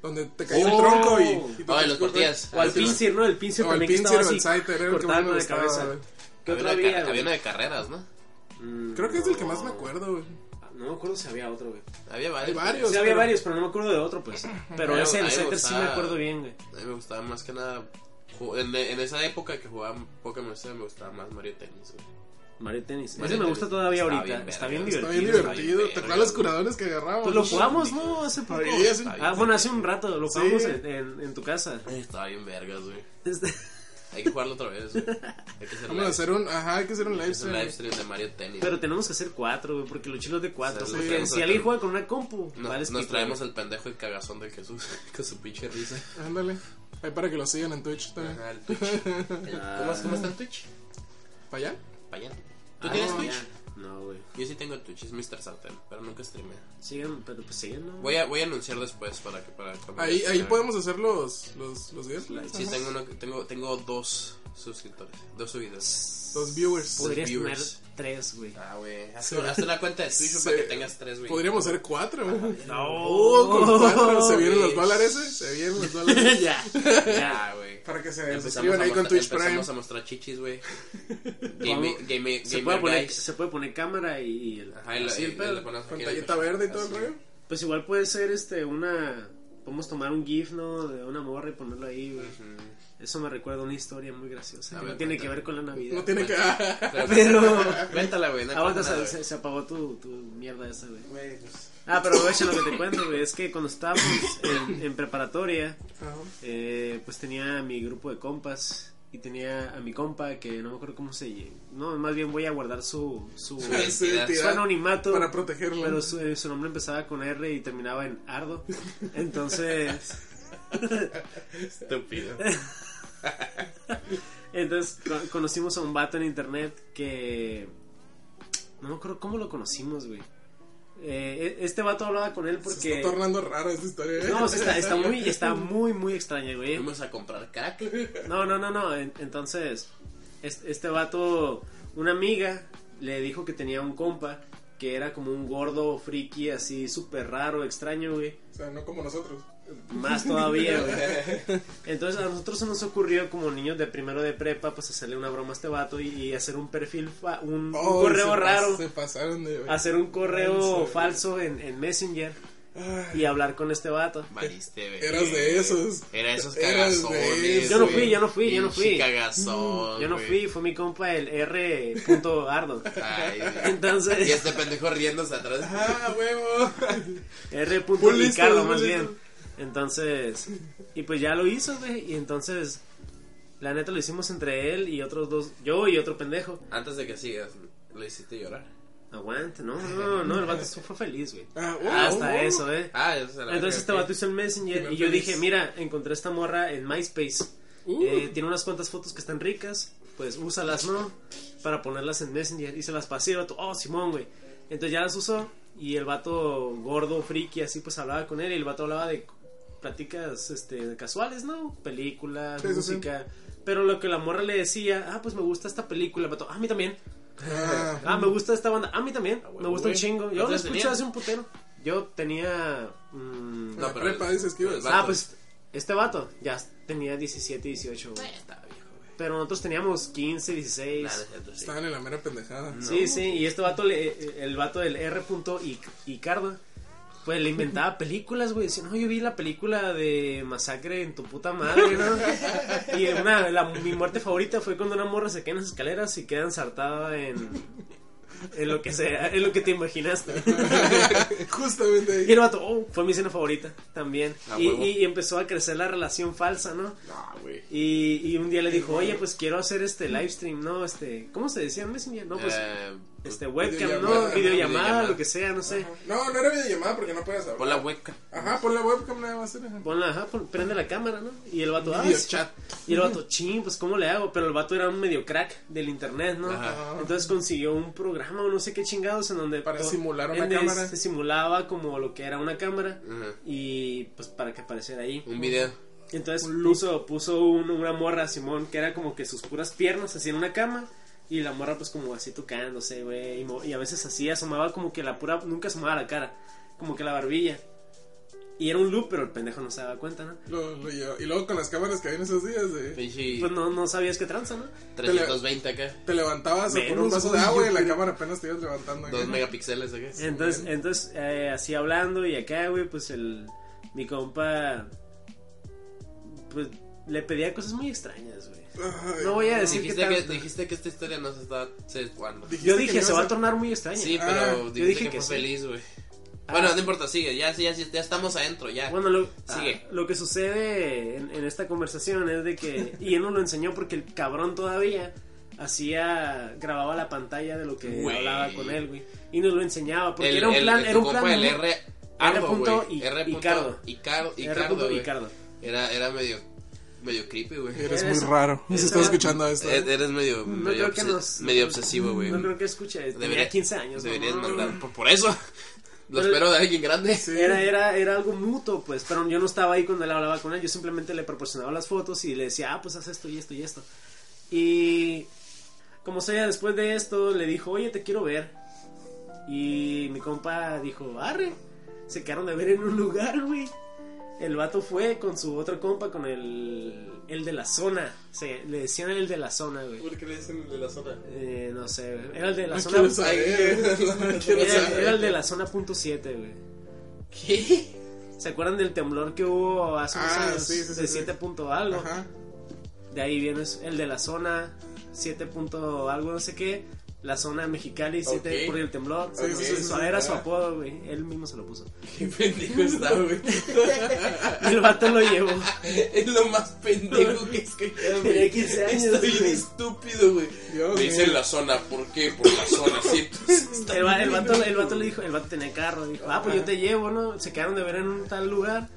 Speaker 4: Donde te caía
Speaker 3: Oh.
Speaker 4: el tronco y. y te-
Speaker 2: Ah, de los partidas.
Speaker 3: O al Pinsir, ¿no? El Pinsir
Speaker 4: O al
Speaker 3: también que
Speaker 4: Pinsir o
Speaker 3: estaba
Speaker 4: el
Speaker 3: así,
Speaker 4: Scyther era el que más
Speaker 3: cortando
Speaker 4: me
Speaker 3: de
Speaker 4: gustaba.
Speaker 3: cabeza.
Speaker 4: güey.
Speaker 3: ¿Qué
Speaker 2: Había
Speaker 3: otro
Speaker 2: una de ca-
Speaker 3: había?
Speaker 2: había
Speaker 3: güey?
Speaker 2: una de carreras, ¿no?
Speaker 3: Mm,
Speaker 4: Creo que es el que más me
Speaker 3: no.
Speaker 4: acuerdo, güey.
Speaker 3: No me acuerdo si había otro, güey.
Speaker 2: Había varios.
Speaker 4: Hay varios.
Speaker 3: Sí había
Speaker 4: pero-
Speaker 3: varios, pero no me acuerdo de otro, pues. Pero
Speaker 2: Pero
Speaker 3: ese,
Speaker 2: a
Speaker 3: el
Speaker 2: mí me
Speaker 3: Center sí me
Speaker 2: gustaba-
Speaker 3: acuerdo bien, güey.
Speaker 2: A mí me gustaba más que nada. ju- En, en esa época que jugaba Pokémon Stadium me gustaba más Mario Tennis, güey.
Speaker 3: Mario Tennis.
Speaker 2: Mario
Speaker 3: Ese me
Speaker 2: Tennis
Speaker 3: gusta todavía
Speaker 2: está
Speaker 3: ahorita.
Speaker 2: bien verga,
Speaker 3: está bien divertido.
Speaker 4: Está bien
Speaker 3: güey.
Speaker 4: divertido. ¿Te
Speaker 2: verga.
Speaker 4: acuerdas los curadores que agarrábamos?
Speaker 3: Pues lo jugamos, ¿no? Hace poco.
Speaker 4: Ahí, así-
Speaker 2: Está
Speaker 3: Ah, bueno, hace un rato. Lo
Speaker 4: Sí.
Speaker 3: jugamos en, en- en tu casa.
Speaker 2: Estaba bien vergas, güey.
Speaker 3: Este-
Speaker 2: Hay que jugarlo otra vez, güey. Hay que hacer
Speaker 4: Vamos a
Speaker 2: live,
Speaker 4: hacer un. Ajá, hay que hacer un live
Speaker 2: es un live
Speaker 4: stream.
Speaker 2: stream de Mario Tennis.
Speaker 3: Pero tenemos que hacer cuatro, güey, porque los chilos de cuatro.
Speaker 2: Sí,
Speaker 3: porque
Speaker 2: sí.
Speaker 3: si alguien juega con una compu,
Speaker 2: Nos,
Speaker 3: vales
Speaker 2: nos
Speaker 3: pito,
Speaker 2: traemos
Speaker 3: güey.
Speaker 2: el pendejo y cagazón de Jesús con su pinche risa.
Speaker 4: Ándale. Ahí para que lo sigan en Twitch también.
Speaker 2: Ajá, Ah, el Twitch. ¿Cómo, es- cómo está el Twitch?
Speaker 4: ¿Para allá?
Speaker 2: Para allá. ¿Tú
Speaker 3: Ah,
Speaker 2: tienes
Speaker 3: no,
Speaker 2: Twitch?
Speaker 3: ya. No, güey.
Speaker 2: Yo sí tengo Twitch, es Mr. Sartén, pero nunca streamé.
Speaker 3: Sigan, pero pues sigan, ¿no?
Speaker 2: Voy a, voy a anunciar después para que para cuando-
Speaker 4: Ahí, ahí
Speaker 2: para-
Speaker 4: podemos hacer los, los, los gameplays.
Speaker 2: Sí,
Speaker 4: ajá.
Speaker 2: tengo, uno, que- tengo, tengo dos suscriptores, dos subidos.
Speaker 4: Los viewers.
Speaker 3: Podrías tener
Speaker 2: viewers.
Speaker 3: tres, güey.
Speaker 2: Ah, güey. Hazte, hazte una cuenta de Twitch
Speaker 4: Sí.
Speaker 2: para que tengas tres, güey.
Speaker 4: Podríamos hacer cuatro. güey.
Speaker 3: No.
Speaker 4: Oh, con cuatro. ¿Se vienen los
Speaker 2: güey.
Speaker 4: dólares? eh? ¿Se vienen los dólares?
Speaker 3: ya.
Speaker 2: Ya, güey.
Speaker 4: Para que se
Speaker 2: Empezamos,
Speaker 4: suscriban
Speaker 2: a,
Speaker 4: ahí con
Speaker 2: mostra-
Speaker 4: Twitch Prime.
Speaker 2: empezamos a mostrar chichis, güey. Game, game,
Speaker 3: Se
Speaker 2: gamer
Speaker 3: puede, poner,
Speaker 2: guys.
Speaker 3: se puede poner cámara y, y el,
Speaker 2: Ajá, y la-
Speaker 3: así
Speaker 2: y-
Speaker 3: el
Speaker 2: y
Speaker 3: pedo.
Speaker 2: le pones aquí el-
Speaker 4: Pantallita verde y todo el
Speaker 2: así.
Speaker 4: rollo.
Speaker 3: Pues igual puede ser este una podemos tomar un gif, ¿no? de una morra y ponerlo ahí, güey. Eso me recuerda a una historia muy graciosa.
Speaker 2: A
Speaker 3: que
Speaker 2: ver,
Speaker 3: no tiene
Speaker 2: cuéntame.
Speaker 3: que ver con la Navidad.
Speaker 4: No tiene que.
Speaker 3: Pues,
Speaker 2: Pero,
Speaker 3: Pero- Ah,
Speaker 2: Cuéntala, güey. No
Speaker 3: Aguanta,
Speaker 2: pasa
Speaker 3: se,
Speaker 2: nada,
Speaker 3: se- se apagó tu, tu mierda esa, güey.
Speaker 2: güey. Güey, pues,
Speaker 3: Ah, pero güey, lo que te cuento, güey, es que cuando estábamos en, en preparatoria,
Speaker 4: Ajá.
Speaker 3: eh, pues tenía a mi grupo de compas y tenía a mi compa que no me acuerdo cómo se lle- No, más bien voy a guardar su, su,
Speaker 2: Su
Speaker 3: su
Speaker 4: Sí,
Speaker 2: identidad.
Speaker 4: tira.
Speaker 3: anonimato.
Speaker 4: Para protegerlo.
Speaker 3: Pero su, eh, su nombre empezaba con R y terminaba en Ardo. Entonces... este.
Speaker 2: Estúpido.
Speaker 3: Entonces con- conocimos a un vato en internet que... No me acuerdo cómo lo conocimos, güey. Eh, e- este vato hablaba con él porque...
Speaker 4: Se está tornando rara esta historia. ¿eh?
Speaker 3: No, sí, está, está muy, está muy, muy extraña, güey.
Speaker 2: Fuimos a comprar crack.
Speaker 3: No, no, no, no. en- Entonces, es- este vato, una amiga le dijo que tenía un compa que era como un gordo friki, así súper raro, extraño, güey.
Speaker 4: O sea, no como nosotros.
Speaker 3: Más todavía, güey. Entonces a nosotros se nos ocurrió como niños de primero de prepa, pues hacerle una broma a este vato y, y hacer un perfil, fa- un, un
Speaker 4: Oh, se
Speaker 3: correo
Speaker 4: pas-
Speaker 3: raro,
Speaker 4: Se pasaron de.
Speaker 3: hacer un correo
Speaker 4: Falso.
Speaker 3: falso en, en Messenger
Speaker 4: Ay,
Speaker 3: y hablar con este vato.
Speaker 2: Valiste, güey.
Speaker 4: Eras de esos.
Speaker 2: Era esos
Speaker 4: Eras
Speaker 2: cagazones.
Speaker 4: de esos.
Speaker 3: Yo no fui, yo no fui, yo no
Speaker 2: Pinche
Speaker 3: fui.
Speaker 2: Cagazón.
Speaker 3: Yo no
Speaker 2: güey.
Speaker 3: fui, fue mi compa el R.Ardo.
Speaker 2: Ay, güey.
Speaker 3: Entonces-
Speaker 2: Y este pendejo riéndose atrás.
Speaker 4: ¡Ah, huevo!
Speaker 3: R.
Speaker 4: Muy listo,
Speaker 3: Ricardo,
Speaker 4: muy
Speaker 3: más
Speaker 4: listo.
Speaker 3: bien. Entonces, y pues ya lo hizo, güey. Y entonces, la neta lo hicimos entre él y otros dos, yo y otro pendejo.
Speaker 2: Antes de que sigas, lo hiciste llorar.
Speaker 3: Aguante, no, no, no, el vato se fue feliz, güey.
Speaker 4: Ah, wow,
Speaker 3: Hasta
Speaker 4: wow.
Speaker 3: eso, eh.
Speaker 2: Ah, o sea, la
Speaker 3: Entonces este
Speaker 2: verga,
Speaker 3: vato hizo el Messenger
Speaker 4: Primer
Speaker 3: y yo
Speaker 4: feliz.
Speaker 3: dije, mira, encontré esta morra en MySpace.
Speaker 4: Uh.
Speaker 3: Eh, tiene unas cuantas fotos que están ricas, pues úsalas, ¿no? para ponerlas en Messenger. Y se las pasé y el vato, oh, Simón, güey. Entonces ya las usó y el vato gordo, friki, así pues hablaba con él y el vato hablaba de pláticas este, casuales, ¿no? Películas,
Speaker 4: Sí, sí, sí.
Speaker 3: música. Pero lo que la morra le decía, ah, pues me gusta esta película, el vato, a mí también.
Speaker 4: Ah,
Speaker 3: Ah, me gusta esta banda. A mí también. me gusta
Speaker 2: güey.
Speaker 3: un chingo. Yo la
Speaker 2: ¿Cuántos
Speaker 3: escucho
Speaker 2: tenías?
Speaker 3: hace un putero. Yo tenía. mm,
Speaker 4: la prepa, dices que ibas.
Speaker 2: el vato.
Speaker 3: ah, pues este vato ya tenía 17, 18. güey.
Speaker 2: Eh, estaba viejo, güey.
Speaker 3: Pero nosotros teníamos 15, 16.
Speaker 2: Nah, no es cierto, sí.
Speaker 4: Estaban en la mera pendejada.
Speaker 3: sí, sí. Y este vato, le- el vato del R. punto I- Icardo. Pues le inventaba películas, güey. Decía, no, yo vi la película de Masacre en tu puta madre, ¿no? Y una, la- mi muerte favorita fue cuando una morra se queda en las escaleras y queda ensartada en, en lo que sea, en lo que te imaginaste.
Speaker 4: Justamente
Speaker 3: Y
Speaker 4: ahí.
Speaker 3: el vato, oh, fue mi escena favorita también.
Speaker 2: Ah,
Speaker 3: y,
Speaker 2: huevo.
Speaker 3: y- y empezó a crecer la relación falsa, ¿no?
Speaker 2: Ah, güey.
Speaker 3: Y, y un día le dijo, oye, pues quiero hacer este live stream, ¿no? Este, ¿cómo se decía en Messenger? No, pues,
Speaker 2: Eh,
Speaker 3: este, webcam, ¿no? Videollamada,
Speaker 4: videollamada,
Speaker 2: videollamada.
Speaker 3: lo que sea, no sé.
Speaker 4: No, no era videollamada porque no podías hablar.
Speaker 2: pon la webcam.
Speaker 4: Ajá, pon la webcam nada más. era.
Speaker 3: Ponla, ajá, pon- prende la cámara, ¿no? Y el vato, ah,
Speaker 4: Video chat.
Speaker 3: Y el vato, ching, pues, ¿cómo le hago? Pero el vato era un medio crack del internet, ¿no?
Speaker 2: Ajá.
Speaker 3: Entonces consiguió un programa o no sé qué chingados en donde...
Speaker 4: Para
Speaker 3: to-
Speaker 4: simular una
Speaker 3: en donde
Speaker 4: cámara.
Speaker 3: Se simulaba como lo que era una cámara
Speaker 2: Ajá.
Speaker 3: y pues para que apareciera ahí.
Speaker 2: Un video.
Speaker 3: Entonces puso, puso un- una morra a Simón que era como que sus puras piernas así en una cama y la morra pues como así tocándose, güey, y, mo- y a veces así asomaba como que la pura, nunca asomaba la cara, como que la barbilla. Y era un loop, pero el pendejo no se daba cuenta, ¿no?
Speaker 4: Lo- lo llevaba. y luego con las cámaras que había en esos días, de-
Speaker 2: Pinche
Speaker 3: Pues no, no sabías qué tranza, ¿no?
Speaker 2: 320 acá.
Speaker 4: te levantabas a por un
Speaker 3: Menos,
Speaker 4: vaso de
Speaker 3: güey,
Speaker 4: agua y
Speaker 3: yo
Speaker 4: la
Speaker 3: creo.
Speaker 4: cámara apenas te ibas levantando. acá.
Speaker 2: 2 megapíxeles acá.
Speaker 3: Entonces,
Speaker 4: bien.
Speaker 3: entonces eh, así hablando y acá, güey, pues el mi compa pues le pedía cosas muy extrañas, güey.
Speaker 4: Ay,
Speaker 3: No voy a decir que,
Speaker 2: Dijiste que,
Speaker 3: tan-
Speaker 2: dijiste que esta historia nos está sesguando.
Speaker 4: Dijiste
Speaker 3: Yo
Speaker 4: que
Speaker 3: dije,
Speaker 4: ibas
Speaker 3: se va a tornar muy extraña.
Speaker 2: Sí,
Speaker 4: Ah,
Speaker 2: pero
Speaker 4: yo
Speaker 2: dijiste
Speaker 3: dije
Speaker 2: que,
Speaker 3: que
Speaker 2: fue
Speaker 3: sí.
Speaker 2: feliz, güey.
Speaker 3: Ah.
Speaker 2: Bueno, no importa, sigue. Ya, sí, ya, sí, ya estamos adentro, ya.
Speaker 3: Bueno, lo,
Speaker 2: Sigue.
Speaker 3: ah, lo que sucede en, en esta conversación es de que Ian nos lo enseñó porque el cabrón todavía hacía grababa la pantalla de lo que
Speaker 2: Güey.
Speaker 3: hablaba con él, güey, y nos lo enseñaba porque
Speaker 2: el,
Speaker 3: era un
Speaker 2: el-
Speaker 3: plan,
Speaker 2: el-
Speaker 3: era
Speaker 2: tu
Speaker 3: un
Speaker 2: compa,
Speaker 3: plan
Speaker 2: el
Speaker 3: muy-
Speaker 2: R. Argo,
Speaker 3: punto
Speaker 2: güey.
Speaker 3: y-
Speaker 2: R. punto
Speaker 3: Icardo.
Speaker 2: Icardo.
Speaker 3: R.
Speaker 2: Icardo, güey.
Speaker 3: Ricardo.
Speaker 2: Era, era medio, medio creepy, güey.
Speaker 4: Eres
Speaker 3: Eres-
Speaker 4: muy raro. Si
Speaker 3: eres-
Speaker 4: estás escuchando esto.
Speaker 2: E- Eres medio,
Speaker 3: No
Speaker 2: medio,
Speaker 3: creo que
Speaker 2: obses-
Speaker 3: nos-
Speaker 2: medio obsesivo, güey.
Speaker 3: No creo que escuche, tenía
Speaker 2: Debería-
Speaker 3: 15 años.
Speaker 2: Deberías
Speaker 3: ¿no?
Speaker 2: mandar. Por, por eso. Lo
Speaker 3: Pero-
Speaker 2: espero de alguien grande.
Speaker 4: Sí.
Speaker 3: Era, era, era algo mutuo, pues, pero yo no estaba ahí cuando él hablaba con él, yo simplemente le proporcionaba las fotos y le decía, ah, pues haz esto y esto y esto. Y como sea, después de esto le dijo, oye, te quiero ver. Y mi compa dijo, arre, se quedaron de ver en un lugar, güey. El vato fue con su otro compa, con el, el de la zona, se, le decían el de la zona, güey.
Speaker 2: ¿Por qué le dicen el de la zona?
Speaker 3: Eh, no sé, güey. era el de la
Speaker 4: No
Speaker 3: zona...
Speaker 4: quiero saber. No quiero
Speaker 3: eh, Era, era
Speaker 4: saber.
Speaker 3: el de la zona punto siete, güey.
Speaker 2: ¿Qué?
Speaker 3: ¿Se acuerdan del temblor que hubo hace unos
Speaker 4: Ah,
Speaker 3: años
Speaker 4: sí, sí, sí,
Speaker 3: de
Speaker 4: sí.
Speaker 3: 7 punto algo?
Speaker 4: Ajá.
Speaker 3: De ahí viene eso, el de la zona 7 punto algo, no sé qué. La zona Mexicali 7
Speaker 2: Ok.
Speaker 3: por el temblor.
Speaker 4: Sí, sí, sí,
Speaker 3: Entonces,
Speaker 4: sí,
Speaker 3: era
Speaker 4: sí.
Speaker 3: su apodo, güey. Él mismo se lo puso.
Speaker 2: Qué pendejo está, güey.
Speaker 3: Y el vato lo llevó.
Speaker 2: Es lo más pendejo que he escuchado, güey.
Speaker 3: Tenía 15 años,
Speaker 2: Estoy
Speaker 3: güey.
Speaker 2: estúpido, güey.
Speaker 4: Dios
Speaker 2: Me dicen
Speaker 4: mío.
Speaker 2: la zona, ¿por qué? Por la zona, siento.
Speaker 3: El, va- el vato, el vato le dijo, el vato tenía carro. Dijo, ah, pues yo te llevo, ¿no? Se quedaron de ver en un tal lugar.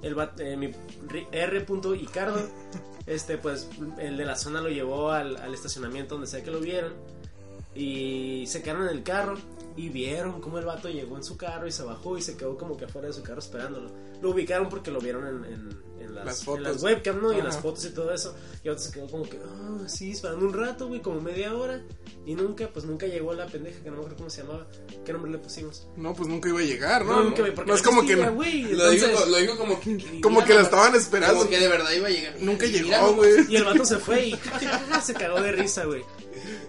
Speaker 3: El vato, eh, mi ri- R. punto Icardo, este, pues el de la zona lo llevó al, al estacionamiento donde sea que lo vieron. Y se quedaron en el carro y vieron cómo el vato llegó en su carro y se bajó y se quedó como que afuera de su carro esperándolo. Lo ubicaron porque lo vieron en, en- en las,
Speaker 4: Las
Speaker 3: en las
Speaker 4: fotos.
Speaker 3: webcam, ¿no? Y en las
Speaker 4: Ajá.
Speaker 3: fotos y todo eso. Y el vato se quedó como que, ah, sí, esperando un rato, güey, como media hora. Y nunca, pues nunca llegó la pendeja, que no me acuerdo cómo se llamaba. ¿Qué nombre le pusimos?
Speaker 4: No, pues nunca iba a llegar, ¿no?
Speaker 3: No, nunca me- porque
Speaker 4: No es como que.
Speaker 3: existía, güey,
Speaker 2: Lo digo,
Speaker 3: entonces-
Speaker 2: lo digo como que.
Speaker 4: Como que la estaban
Speaker 2: Como
Speaker 4: esperando.
Speaker 2: que de verdad iba a llegar.
Speaker 4: Nunca
Speaker 2: Mira,
Speaker 4: llegó, güey.
Speaker 3: Y el vato se fue y ja, ja, ja, se cagó de risa, güey.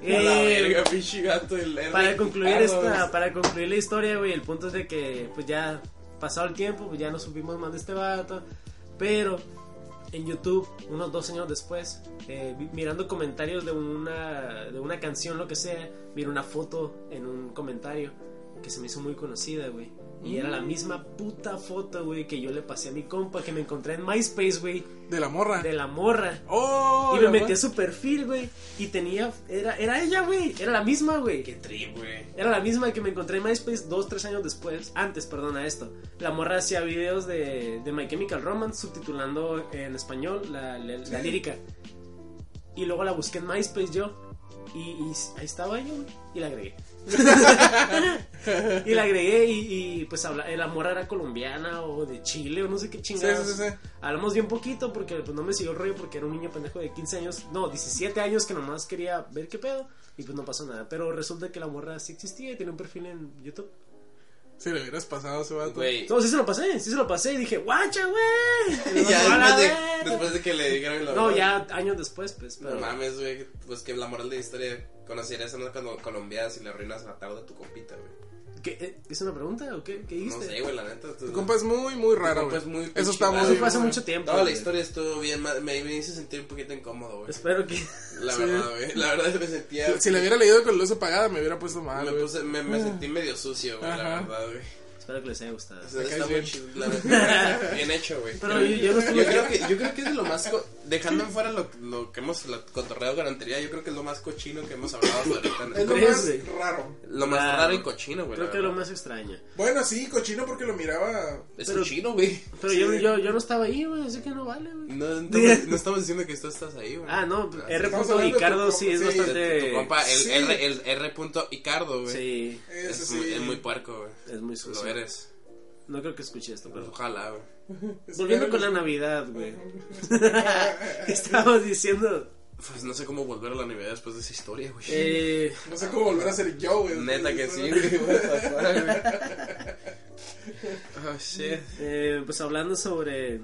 Speaker 2: A la
Speaker 3: Eh,
Speaker 2: verga, pinche gato. el- el-
Speaker 3: para concluir
Speaker 2: Ah,
Speaker 3: esta, para concluir la historia, güey, el punto es de que pues ya pasado el tiempo, pues ya no supimos más de este vato, pero en YouTube, unos dos años después, eh, vi- mirando comentarios de una, de una canción, lo que sea, miré una foto en un comentario que se me hizo muy conocida, güey. Y era
Speaker 2: Mm.
Speaker 3: la misma puta foto, güey, que yo le pasé a mi compa que me encontré en MySpace, güey,
Speaker 4: De la morra.
Speaker 3: de la morra.
Speaker 4: Oh,
Speaker 3: Y me
Speaker 4: la
Speaker 3: metí a
Speaker 4: morra.
Speaker 3: su perfil, güey. Y tenía. Era, era ella, güey. Era la misma, güey.
Speaker 2: Qué trip, güey.
Speaker 3: Era la misma que me encontré en MySpace dos, tres años después. Antes, perdona esto. La morra hacía videos de, de My Chemical Romance subtitulando en español la, la- la lírica. Y luego la busqué en MySpace yo. Y, y ahí estaba yo, güey, y la agregué. y la agregué y, y, pues habla, la morra era colombiana o de Chile o no sé qué
Speaker 4: Sí,
Speaker 3: chingados.
Speaker 4: sí, sí.
Speaker 3: Hablamos bien poquito porque pues, no me siguió el rollo porque era un niño pendejo de 15 años, no, 17 años que nomás quería ver qué pedo y pues no pasó nada. Pero resulta que la morra sí existía y tenía un perfil en YouTube.
Speaker 4: Si le hubieras pasado a ese vato.
Speaker 2: Güey.
Speaker 3: No, sí se lo pasé, sí se lo pasé y dije, guacha, güey.
Speaker 2: Y ya
Speaker 3: A la
Speaker 2: después
Speaker 3: verga.
Speaker 2: de, después de que le dijeron la
Speaker 3: No,
Speaker 2: verdad,
Speaker 3: ya años después, pues.
Speaker 2: No
Speaker 3: Pero,
Speaker 2: mames, güey. Pues que la moral de la historia. Conocer esa no cuando colombianas y le arruinas la tarde a tu compita, güey.
Speaker 3: ¿Qué, eh, ¿Es una pregunta o qué, qué
Speaker 2: No
Speaker 3: dijiste?
Speaker 2: sé, güey, la neta. tú-
Speaker 4: Tu compa es muy, muy
Speaker 2: Tu
Speaker 4: raro,
Speaker 2: compa
Speaker 4: güey.
Speaker 2: es muy
Speaker 4: Eso
Speaker 2: pinche
Speaker 4: está
Speaker 2: raro.
Speaker 4: muy...
Speaker 3: Eso fue hace
Speaker 4: muy-
Speaker 3: mucho tiempo.
Speaker 2: No, la
Speaker 3: güey.
Speaker 2: historia estuvo bien. ma- Me, me hice sentir un poquito incómodo, güey.
Speaker 3: Espero que.
Speaker 2: La
Speaker 4: Sí.
Speaker 2: verdad, güey. La verdad me sentía.
Speaker 4: Si le hubiera leído con luz apagada, me hubiera puesto mal,
Speaker 2: me,
Speaker 4: güey. Ah.
Speaker 2: puse- me, me sentí medio sucio, güey, la
Speaker 4: Ajá.
Speaker 2: verdad, güey.
Speaker 3: Espero que les haya gustado.
Speaker 2: O sea,
Speaker 4: Me
Speaker 2: está
Speaker 4: caes
Speaker 2: muy
Speaker 4: bien.
Speaker 2: chido, la verdad. Bien hecho, güey.
Speaker 3: Pero yo, yo no estuve.
Speaker 2: Yo creo, que, yo creo que es de lo más. co- dejando fuera lo, lo que hemos lo- cotorreado con anterioridad, yo creo que es lo más cochino que hemos hablado hasta ahorita. en
Speaker 4: Es
Speaker 2: el-
Speaker 4: lo
Speaker 3: ¿Crees,
Speaker 4: más
Speaker 3: güey?
Speaker 4: raro.
Speaker 2: Lo más
Speaker 3: Claro.
Speaker 2: raro y cochino, güey.
Speaker 3: Creo
Speaker 2: la
Speaker 3: que es lo
Speaker 2: verdad.
Speaker 3: más extraño.
Speaker 4: Bueno, sí, cochino porque lo miraba...
Speaker 2: Es
Speaker 3: Pero-
Speaker 2: cochino, güey.
Speaker 3: Pero yo, yo, yo no estaba ahí, güey, así que no vale, güey.
Speaker 2: No, no, no estamos diciendo que tú estás ahí, güey.
Speaker 3: Ah, no, R.
Speaker 4: Estamos hablando de tu
Speaker 3: Ricardo
Speaker 4: compa,
Speaker 3: sí es
Speaker 4: sí,
Speaker 2: Tu, tu
Speaker 3: bastante.
Speaker 2: compa, el,
Speaker 4: Sí.
Speaker 2: R, el R. punto Icardo, güey.
Speaker 3: Sí,
Speaker 4: Ese
Speaker 2: Es,
Speaker 4: sí.
Speaker 2: muy- es muy puerco, güey.
Speaker 3: es muy
Speaker 2: Lo
Speaker 3: sucio.
Speaker 2: eres.
Speaker 3: No creo que escuche esto, pero.
Speaker 2: Ojalá, güey.
Speaker 3: Volviendo con la Navidad, güey. Estábamos diciendo.
Speaker 2: Pues no sé cómo volver a la Navidad después de esa historia, güey.
Speaker 3: Eh,
Speaker 4: No sé cómo volver a ser yo, güey.
Speaker 2: Neta que sí,
Speaker 4: Entonces,
Speaker 2: güey. what the fuck, güey. Oh, shit.
Speaker 3: Eh, pues hablando sobre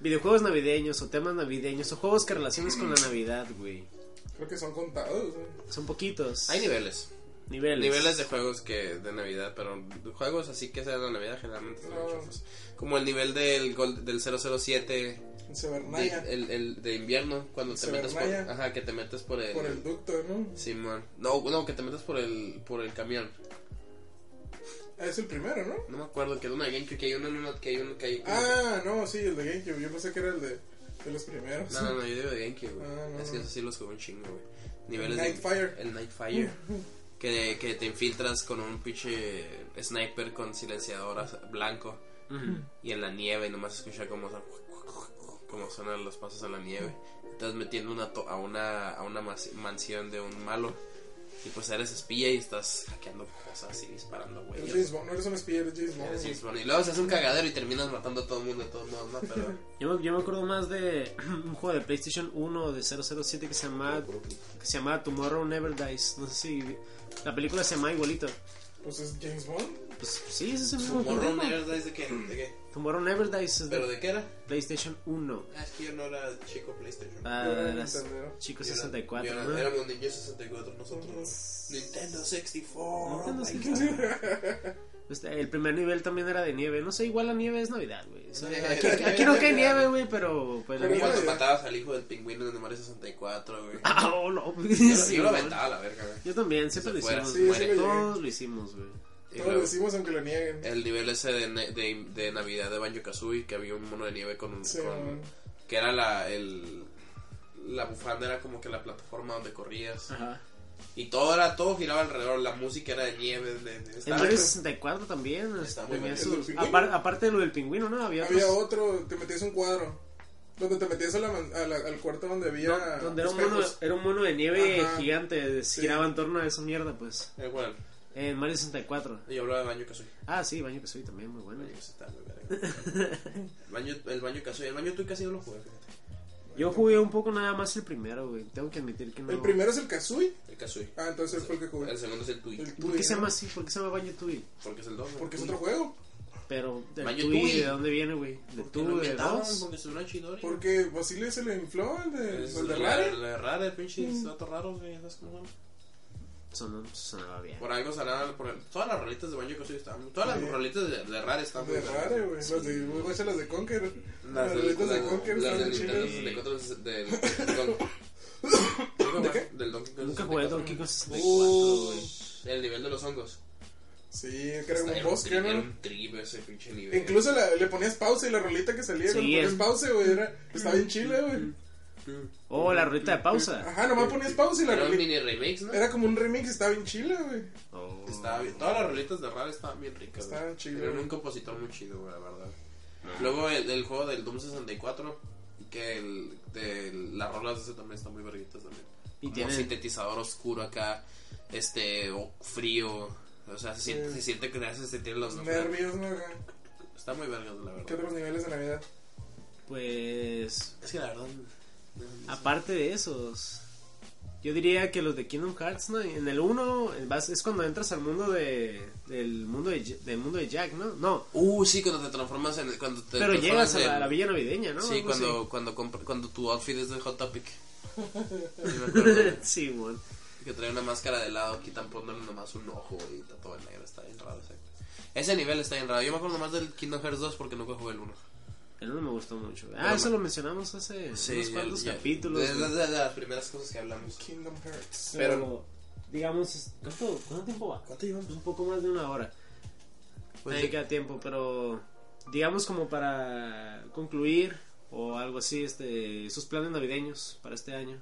Speaker 3: videojuegos navideños o temas navideños o juegos que relaciones con la Navidad, güey.
Speaker 4: Creo que son contados, güey.
Speaker 3: Son poquitos.
Speaker 2: Hay niveles.
Speaker 3: niveles.
Speaker 2: Niveles de juegos que de Navidad, pero juegos así que sean de Navidad generalmente son
Speaker 4: No.
Speaker 2: chafas. Como el nivel del gol, del 007
Speaker 4: En
Speaker 2: de,
Speaker 4: Severnaya.
Speaker 2: el, el de invierno cuando te
Speaker 4: Se
Speaker 2: metes por,
Speaker 4: vernalla.
Speaker 2: ajá, que te metes por el,
Speaker 4: Por el ducto, ¿no?
Speaker 2: Simón. No, no, que te metes por el por el camión.
Speaker 4: Ah, Es el primero, ¿no?
Speaker 2: No me acuerdo que era una de GameCube que hay uno en una- que hay uno que hay
Speaker 4: Ah, no, sí, el de GameCube. Yo pensé que era el de, de los primeros.
Speaker 2: No, no, no, yo digo de GameCube, güey.
Speaker 4: Ah, no,
Speaker 2: es que
Speaker 4: no.
Speaker 2: eso sí los jugué un chingo, güey. Niveles
Speaker 4: Nightfire.
Speaker 2: de. El Nightfire. que, que te infiltras con un pinche sniper con silenciadoras blanco.
Speaker 3: Ujú.
Speaker 2: Y en la nieve, y nomás escucha cómo, son- cómo suenan los pasos en la nieve. Estás metiendo una to- a una, a una mas- mansión de un malo. Y pues eres espía y estás hackeando cosas y disparando, güey.
Speaker 4: Eres James Bond, no eres un espía, eres James Bond.
Speaker 2: Eres James Bond. Y luego se hace un cagadero y terminas matando a todo el mundo de todos modos, ¿no? Pero.
Speaker 3: Yo, me- yo me acuerdo más de un juego de PlayStation 1 de 007 que se llamaba, que se llamaba Tomorrow Never Dies. No sé si la película se llama igualito.
Speaker 4: Pues es James Bond.
Speaker 3: Pues sí, ese es el mismo
Speaker 2: Morro
Speaker 3: juego.
Speaker 2: Never Dies de qué? ¿De qué?
Speaker 3: Tomorrow Never Dies es
Speaker 2: ¿Pero
Speaker 3: de
Speaker 2: de qué era?
Speaker 3: PlayStation 1.
Speaker 2: Ah, es que yo no era chico PlayStation.
Speaker 3: Ah, pues
Speaker 4: Yo era
Speaker 3: de las
Speaker 4: Nintendo.
Speaker 3: chicos
Speaker 2: Yo era-
Speaker 3: 64.
Speaker 2: yo era-
Speaker 3: ¿no?
Speaker 2: Éramos niños 64 nosotros. Nintendo 64.
Speaker 3: Nintendo
Speaker 2: oh my
Speaker 3: 64. Pues, El primer nivel también era de nieve. No sé, igual la nieve es Navidad, güey. O sea,
Speaker 2: Sí,
Speaker 3: aquí,
Speaker 2: la
Speaker 3: aquí
Speaker 2: nieve
Speaker 3: no
Speaker 2: es
Speaker 3: cae
Speaker 2: Navidad.
Speaker 3: nieve, güey, pero. pues, la
Speaker 2: God. Como
Speaker 3: nieve-
Speaker 2: cuando matabas al hijo del pingüino en el Mario 64, güey.
Speaker 3: Ah, oh, no.
Speaker 2: Yo, lo-
Speaker 3: Sí,
Speaker 2: yo lo
Speaker 3: güey.
Speaker 2: aventaba a la verga, güey.
Speaker 3: Yo también, siempre lo
Speaker 2: Se fuera,
Speaker 3: hicimos.
Speaker 2: se
Speaker 3: güey.
Speaker 4: muere. Sí, sí lo llegué.
Speaker 3: Todos lo hicimos, güey.
Speaker 2: Y
Speaker 4: Todos lo
Speaker 2: luego,
Speaker 4: decimos aunque lo nieguen.
Speaker 2: El nivel ese de, ne- de, de Navidad de Banjo Kazooie, que había un mono de nieve con un.
Speaker 4: Sí,
Speaker 2: con- que era la. El, la bufanda era como que la plataforma donde corrías.
Speaker 3: Ajá.
Speaker 2: Y todo era todo giraba alrededor. La música era de nieve. De, de-
Speaker 3: En
Speaker 2: estaba-
Speaker 3: Mario 64 también. este,
Speaker 2: Está
Speaker 3: tenía
Speaker 2: muy bueno.
Speaker 3: sus-
Speaker 4: ¿El del pingüino?
Speaker 3: apar- aparte de lo del pingüino, ¿no? Había,
Speaker 4: Había
Speaker 3: otros-
Speaker 4: otro, te metías un cuadro. Donde te metías a la man- a la- al cuarto donde había.
Speaker 3: no, donde era un, mono,
Speaker 4: espejos.
Speaker 3: era un mono de nieve
Speaker 4: Ajá.
Speaker 3: gigante.
Speaker 4: Sí.
Speaker 3: Giraba en torno a esa mierda, pues.
Speaker 2: Eh, bueno,
Speaker 3: En Mario 64.
Speaker 2: yo hablaba de Banjo Kazooie.
Speaker 3: Ah, sí, baño que soy también, muy bueno.
Speaker 2: Baño está muy verga. Baño- el baño Kazooie. El baño tú casi no lo jugué. fíjate.
Speaker 3: Yo jugué un poco nada más el primero, güey. Tengo que admitir que no.
Speaker 4: El primero es el Kazooie.
Speaker 2: El Kazooie.
Speaker 4: Ah, entonces fue el que jugué.
Speaker 2: El segundo es el Tui.
Speaker 4: El
Speaker 3: ¿Por qué
Speaker 4: Tui,
Speaker 3: se
Speaker 4: ¿no?
Speaker 3: llama así? ¿Por qué se llama Baño Tui?
Speaker 2: Porque es el dos.
Speaker 4: Porque es otro juego.
Speaker 3: Pero, ¿el
Speaker 2: Baño
Speaker 3: Tui,
Speaker 2: Tui.
Speaker 3: ¿de dónde viene, güey? ¿De
Speaker 2: Tú
Speaker 3: Tui? ¿De dos?
Speaker 2: Porque es una chidori.
Speaker 4: Porque Basile se le infló el de,
Speaker 2: Es
Speaker 4: el de
Speaker 2: la-
Speaker 4: Rare. Mm.
Speaker 2: la rara, pinches datos raros, güey. ¿sabes cómo son?
Speaker 3: Sonó- Sonaba bien.
Speaker 2: Por algo sanaron. Por el- todas las rolitas de Banjo Kazooie estaban. Todas las
Speaker 4: Sí.
Speaker 2: rolitas de, de Rare estaban.
Speaker 4: De
Speaker 2: muy
Speaker 4: Rare,
Speaker 2: vergas.
Speaker 4: güey. Las de muy guachas, las de Conker.
Speaker 2: Las
Speaker 4: Las
Speaker 2: del,
Speaker 4: rolitas de
Speaker 2: las-
Speaker 4: Conker
Speaker 2: las
Speaker 4: están
Speaker 2: del Nintendo
Speaker 4: chidas.
Speaker 2: 64 del- del Donkey Kong.
Speaker 4: ¿De qué?
Speaker 2: Del Donkey Kong.
Speaker 3: Nunca jugué
Speaker 2: 64.
Speaker 3: Donkey Kong 64,
Speaker 2: Uh,
Speaker 3: güey.
Speaker 2: el nivel de los hongos.
Speaker 4: Sí, que era un
Speaker 2: Era un
Speaker 4: bosque,
Speaker 2: trip, era
Speaker 4: ¿no?
Speaker 2: un trip ese pinche nivel.
Speaker 4: Incluso la- le ponías pausa y la rolita que salía
Speaker 3: Sí,
Speaker 4: cuando ponías
Speaker 3: es- Mm.
Speaker 4: pausa, güey, era, estaba bien chila, güey.
Speaker 3: Oh, la ruta de pausa.
Speaker 4: Ajá, nomás ponías pausa y la
Speaker 2: Era un
Speaker 4: rolita.
Speaker 2: mini remix, ¿no?
Speaker 4: Era como un remix, estaba bien chila, güey.
Speaker 3: Oh.
Speaker 2: Estaba bien- Todas las rolitas de Rare estaban bien ricas. güey.
Speaker 4: Estaban chidas.
Speaker 2: Era un compositor muy chido, güey, la verdad. Luego el, el juego del Doom 64, que el, de las rolas de ese también están muy verguitas también.
Speaker 3: Y
Speaker 4: Ah,
Speaker 2: como
Speaker 3: tiene-
Speaker 2: sintetizador oscuro acá, este, o frío. O sea, se siente,
Speaker 4: Sí.
Speaker 2: se siente que te hace sentir los
Speaker 4: Nervios, ¿no? Ajá.
Speaker 2: Está muy vergas, la verdad.
Speaker 4: ¿Qué otros niveles de Navidad?
Speaker 3: Pues.
Speaker 2: Es que la verdad.
Speaker 3: Aparte de esos. Yo diría que los de Kingdom Hearts, ¿no? En el 1 es cuando entras al mundo de. Del mundo de, Ja- del mundo de Jack, ¿no? No.
Speaker 2: Uh, sí, cuando te transformas en. Cuando te
Speaker 3: Pero
Speaker 2: transformas
Speaker 3: llegas a la,
Speaker 2: en-
Speaker 3: la villa navideña, ¿no? pues
Speaker 2: Sí,
Speaker 3: Algo así.
Speaker 2: cuando, cuando, compr- cuando tu outfit es de Hot Topic. Sí, me acuerdo.
Speaker 3: sí, bueno.
Speaker 2: Que trae una máscara de lado, quitan poniéndole nomás un ojo y está todo en negro, está bien raro ese. Ese nivel está bien raro. Yo me acuerdo más del Kingdom Hearts 2 porque nunca jugué el 1.
Speaker 3: El 1 me gustó mucho. Ah,
Speaker 2: Pero
Speaker 3: eso
Speaker 2: me-
Speaker 3: lo mencionamos hace unos
Speaker 2: ya-
Speaker 3: cuantos
Speaker 2: ya-
Speaker 3: capítulos.
Speaker 2: Es de,
Speaker 3: güey.
Speaker 2: de las primeras cosas que hablamos.
Speaker 4: Kingdom Hearts.
Speaker 3: Pero,
Speaker 2: Pero-
Speaker 3: digamos, es- ¿cuánto, cuánto tiempo va?
Speaker 2: ¿Cuánto llevamos?
Speaker 3: Pues un poco más de una hora.
Speaker 2: Pues
Speaker 3: Ahí
Speaker 2: sí.
Speaker 3: queda tiempo, pero digamos como para concluir o algo así, este, sus planes navideños para este año.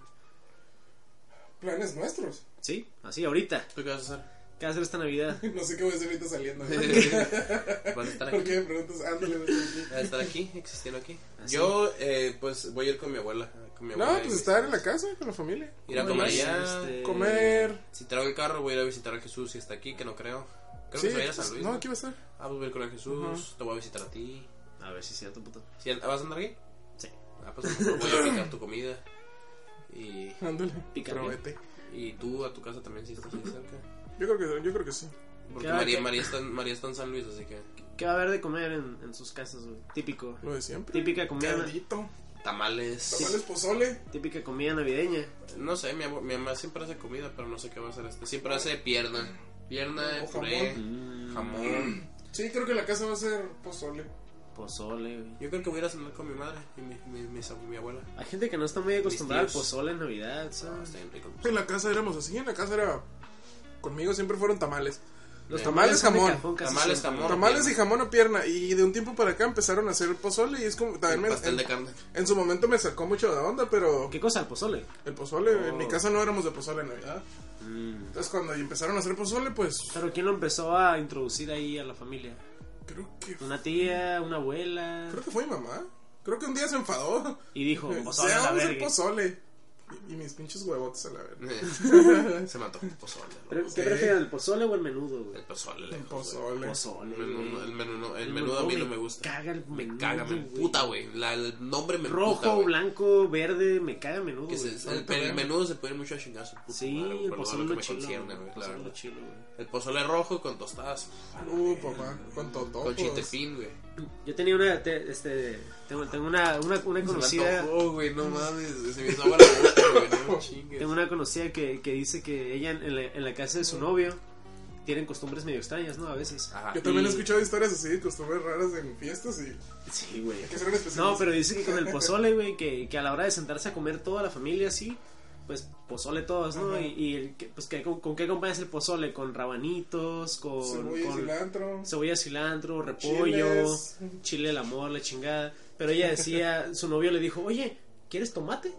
Speaker 4: Planes nuestros.
Speaker 3: Sí, así ahorita.
Speaker 2: ¿Tú qué vas a
Speaker 3: ¿Qué hacer esta Navidad?
Speaker 4: No sé qué voy a decir ahorita saliendo. güey.
Speaker 2: hacer? ¿Vas a estar
Speaker 4: ¿Por
Speaker 2: aquí?
Speaker 4: qué me preguntas? Ándale, güey, aquí.
Speaker 2: ¿Vas a estar aquí? ¿Existiendo aquí?
Speaker 3: Ah, sí.
Speaker 2: Yo, eh, pues voy a ir con mi abuela. Con mi
Speaker 4: No,
Speaker 2: abuela
Speaker 4: pues
Speaker 2: y-
Speaker 4: estar en la casa con la familia.
Speaker 2: Ir a comer
Speaker 3: Oye,
Speaker 2: allá.
Speaker 3: este,
Speaker 4: Comer.
Speaker 2: Si traigo el carro, voy a ir a visitar a Jesús si está aquí, que no creo. Creo
Speaker 4: Sí, pues,
Speaker 2: que se va a ir a San Luis.
Speaker 4: no,
Speaker 2: ¿no?
Speaker 4: aquí va a estar.
Speaker 2: Ah, pues voy a ir con el Jesús.
Speaker 4: Ujú.
Speaker 2: Te voy a visitar a ti.
Speaker 3: A ver si es cierto, puto.
Speaker 2: ¿Sí, ¿Vas a andar aquí?
Speaker 3: Sí.
Speaker 2: Ah, pues a lo mejor voy a picar tu comida. Y,
Speaker 4: Ándale.
Speaker 3: Picante.
Speaker 4: Pero vete.
Speaker 2: y tú a tu casa también, si estás ahí cerca.
Speaker 4: Yo creo que, yo creo que sí.
Speaker 2: Porque
Speaker 3: Claro
Speaker 2: María,
Speaker 3: que-
Speaker 2: María, está, en- María está en San Luis, así que.
Speaker 3: ¿Qué va a haber de comer en, en sus casas? güey? Típico.
Speaker 4: Lo de siempre.
Speaker 3: Típica comida,
Speaker 4: Caldito.
Speaker 2: Tamales.
Speaker 4: Tamales pozole.
Speaker 3: típica comida navideña.
Speaker 2: No sé, mi, abu- mi mamá siempre hace comida, pero no sé qué va a hacer este. Siempre hace pierna. Pierna,
Speaker 4: O
Speaker 2: puré,
Speaker 3: Mm,
Speaker 2: jamón.
Speaker 4: Sí, creo que la casa va a ser pozole.
Speaker 3: pozole. güey.
Speaker 2: Yo creo que voy a ir a cenar con mi madre y mi, mi, mis abu- mi, abuela.
Speaker 3: Hay gente que no está muy acostumbrada al
Speaker 2: tíos.
Speaker 3: pozole en Navidad, ¿sabes?
Speaker 2: Ah, está bien rico.
Speaker 4: En la casa éramos así, en la casa era... Conmigo siempre fueron tamales.
Speaker 3: Los
Speaker 4: Tamales,
Speaker 3: son de
Speaker 4: jamón.
Speaker 3: cajón casi
Speaker 2: Tamales,
Speaker 3: siempre.
Speaker 2: jamón.
Speaker 4: Tamales
Speaker 2: pierna.
Speaker 4: y jamón o pierna. Y de un tiempo para acá empezaron a hacer pozole y es como...
Speaker 2: El
Speaker 4: También me-
Speaker 2: pastel de
Speaker 4: en,
Speaker 2: carne.
Speaker 4: en su momento me sacó mucho de onda, pero
Speaker 3: ¿Qué cosa? El pozole.
Speaker 4: el pozole, en
Speaker 3: Oh.
Speaker 4: mi casa no éramos de pozole en Navidad.
Speaker 2: Mm.
Speaker 4: Entonces cuando empezaron a hacer pozole, pues
Speaker 3: Pero ¿quién lo empezó a introducir ahí a la familia?
Speaker 4: creo que...
Speaker 3: Una tía, una abuela.
Speaker 4: Creo que fue mi mamá. Creo que un día se enfadó.
Speaker 3: Y dijo,
Speaker 4: O
Speaker 3: pozole
Speaker 4: sea,
Speaker 3: a la
Speaker 4: vamos a hacer
Speaker 3: verga.
Speaker 4: pozole. Y, y mis pinches huevotes a la verga.
Speaker 2: Eh, Se mató el pozole. ¿no?
Speaker 3: ¿Qué
Speaker 4: Sí.
Speaker 3: prefieren, el pozole o el menudo, güey?
Speaker 2: El pozole, lejos, güey.
Speaker 4: Pozole.
Speaker 3: Pozole,
Speaker 2: El menudo, el
Speaker 3: güey.
Speaker 2: menudo, el menudo a mí no me gusta.
Speaker 3: Caga el menudo,
Speaker 2: Me caga, me
Speaker 3: güey.
Speaker 2: puta, güey. La- El nombre me
Speaker 3: Rojo,
Speaker 2: puta, güey.
Speaker 3: blanco, verde, me caga el menudo,
Speaker 2: Que se-
Speaker 3: güey.
Speaker 2: el, el menudo se puede ir mucho a chingazo. puta
Speaker 3: Sí,
Speaker 2: madre, güey,
Speaker 3: el
Speaker 2: por lo
Speaker 3: pozole
Speaker 2: que
Speaker 3: lo
Speaker 2: me
Speaker 3: chilo,
Speaker 2: concierne,
Speaker 3: güey.
Speaker 2: güey,
Speaker 3: El
Speaker 2: la
Speaker 3: pozole
Speaker 2: verdad.
Speaker 3: lo chilo, güey.
Speaker 2: El pozole rojo con tostadas.
Speaker 4: Uh, papá, con totopos.
Speaker 2: Con chintepín, güey.
Speaker 3: Yo tenía una, te- este, tengo, tengo una, una, una
Speaker 2: Me
Speaker 3: conocida...
Speaker 2: antojó, güey, no mames. Se me hizo agua la boca, güey, no me chingues.
Speaker 3: Tengo una conocida que, que dice que ella en la, en la casa de su novio tienen costumbres medio extrañas, ¿no? A veces.
Speaker 2: Ajá.
Speaker 4: Yo también he
Speaker 3: Y-
Speaker 4: escuchado historias así de costumbres raras en fiestas y hay
Speaker 3: Sí, güey.
Speaker 4: que ser un especialista.
Speaker 3: No, pero dice que con el pozole, güey, que, que a la hora de sentarse a comer toda la familia así, pues pozole todos, ¿no?
Speaker 4: Ajá.
Speaker 3: Y, y el que- pues que con, con qué acompañas el pozole, con rabanitos, con
Speaker 4: Cebolla y
Speaker 3: con
Speaker 4: cilantro.
Speaker 3: cebolla, cilantro, repollo,
Speaker 4: Chiles.
Speaker 3: chile el amor, la chingada. Pero ella decía, su novio le dijo, oye, ¿quieres tomate?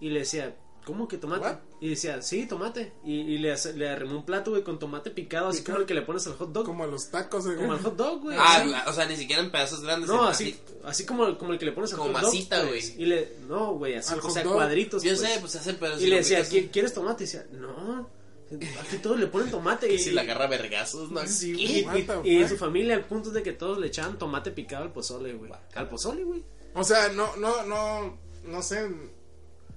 Speaker 3: Y le decía, ¿cómo que tomate?
Speaker 4: What?
Speaker 3: Y decía, sí, tomate. Y, y le, hace- le arrimó un plato, güey, con tomate picado, así como el que le pones al hot dog. Como,
Speaker 4: Como a los tacos, güey.
Speaker 3: al hot dog, güey.
Speaker 2: Ah,
Speaker 3: Así.
Speaker 2: la- o sea, ni siquiera en pedazos grandes.
Speaker 3: No,
Speaker 2: en-
Speaker 3: así, así como, como el que le pones al
Speaker 2: Como
Speaker 3: hot dog,
Speaker 2: masita,
Speaker 3: pues,
Speaker 2: güey.
Speaker 3: Y le, no, güey, así,
Speaker 4: Al
Speaker 3: o sea,
Speaker 4: hot dog.
Speaker 3: cuadritos.
Speaker 2: Yo
Speaker 3: pues.
Speaker 2: sé, pues hacen pedazos.
Speaker 3: y le
Speaker 2: lo
Speaker 3: decía,
Speaker 2: picas.
Speaker 3: "¿Qui- ¿quieres tomate? Y decía, no, aquí todos le ponen tomate. y,
Speaker 2: Si la agarra a vergazos, no.
Speaker 4: Sí,
Speaker 3: y-
Speaker 4: güey,
Speaker 3: y-
Speaker 4: what the
Speaker 3: y en
Speaker 4: fuck?
Speaker 3: su familia, el punto es de que todos le echaban tomate picado al pozole, güey.
Speaker 2: Guácala.
Speaker 3: Al pozole, güey.
Speaker 4: O sea, no, no, no, no sé.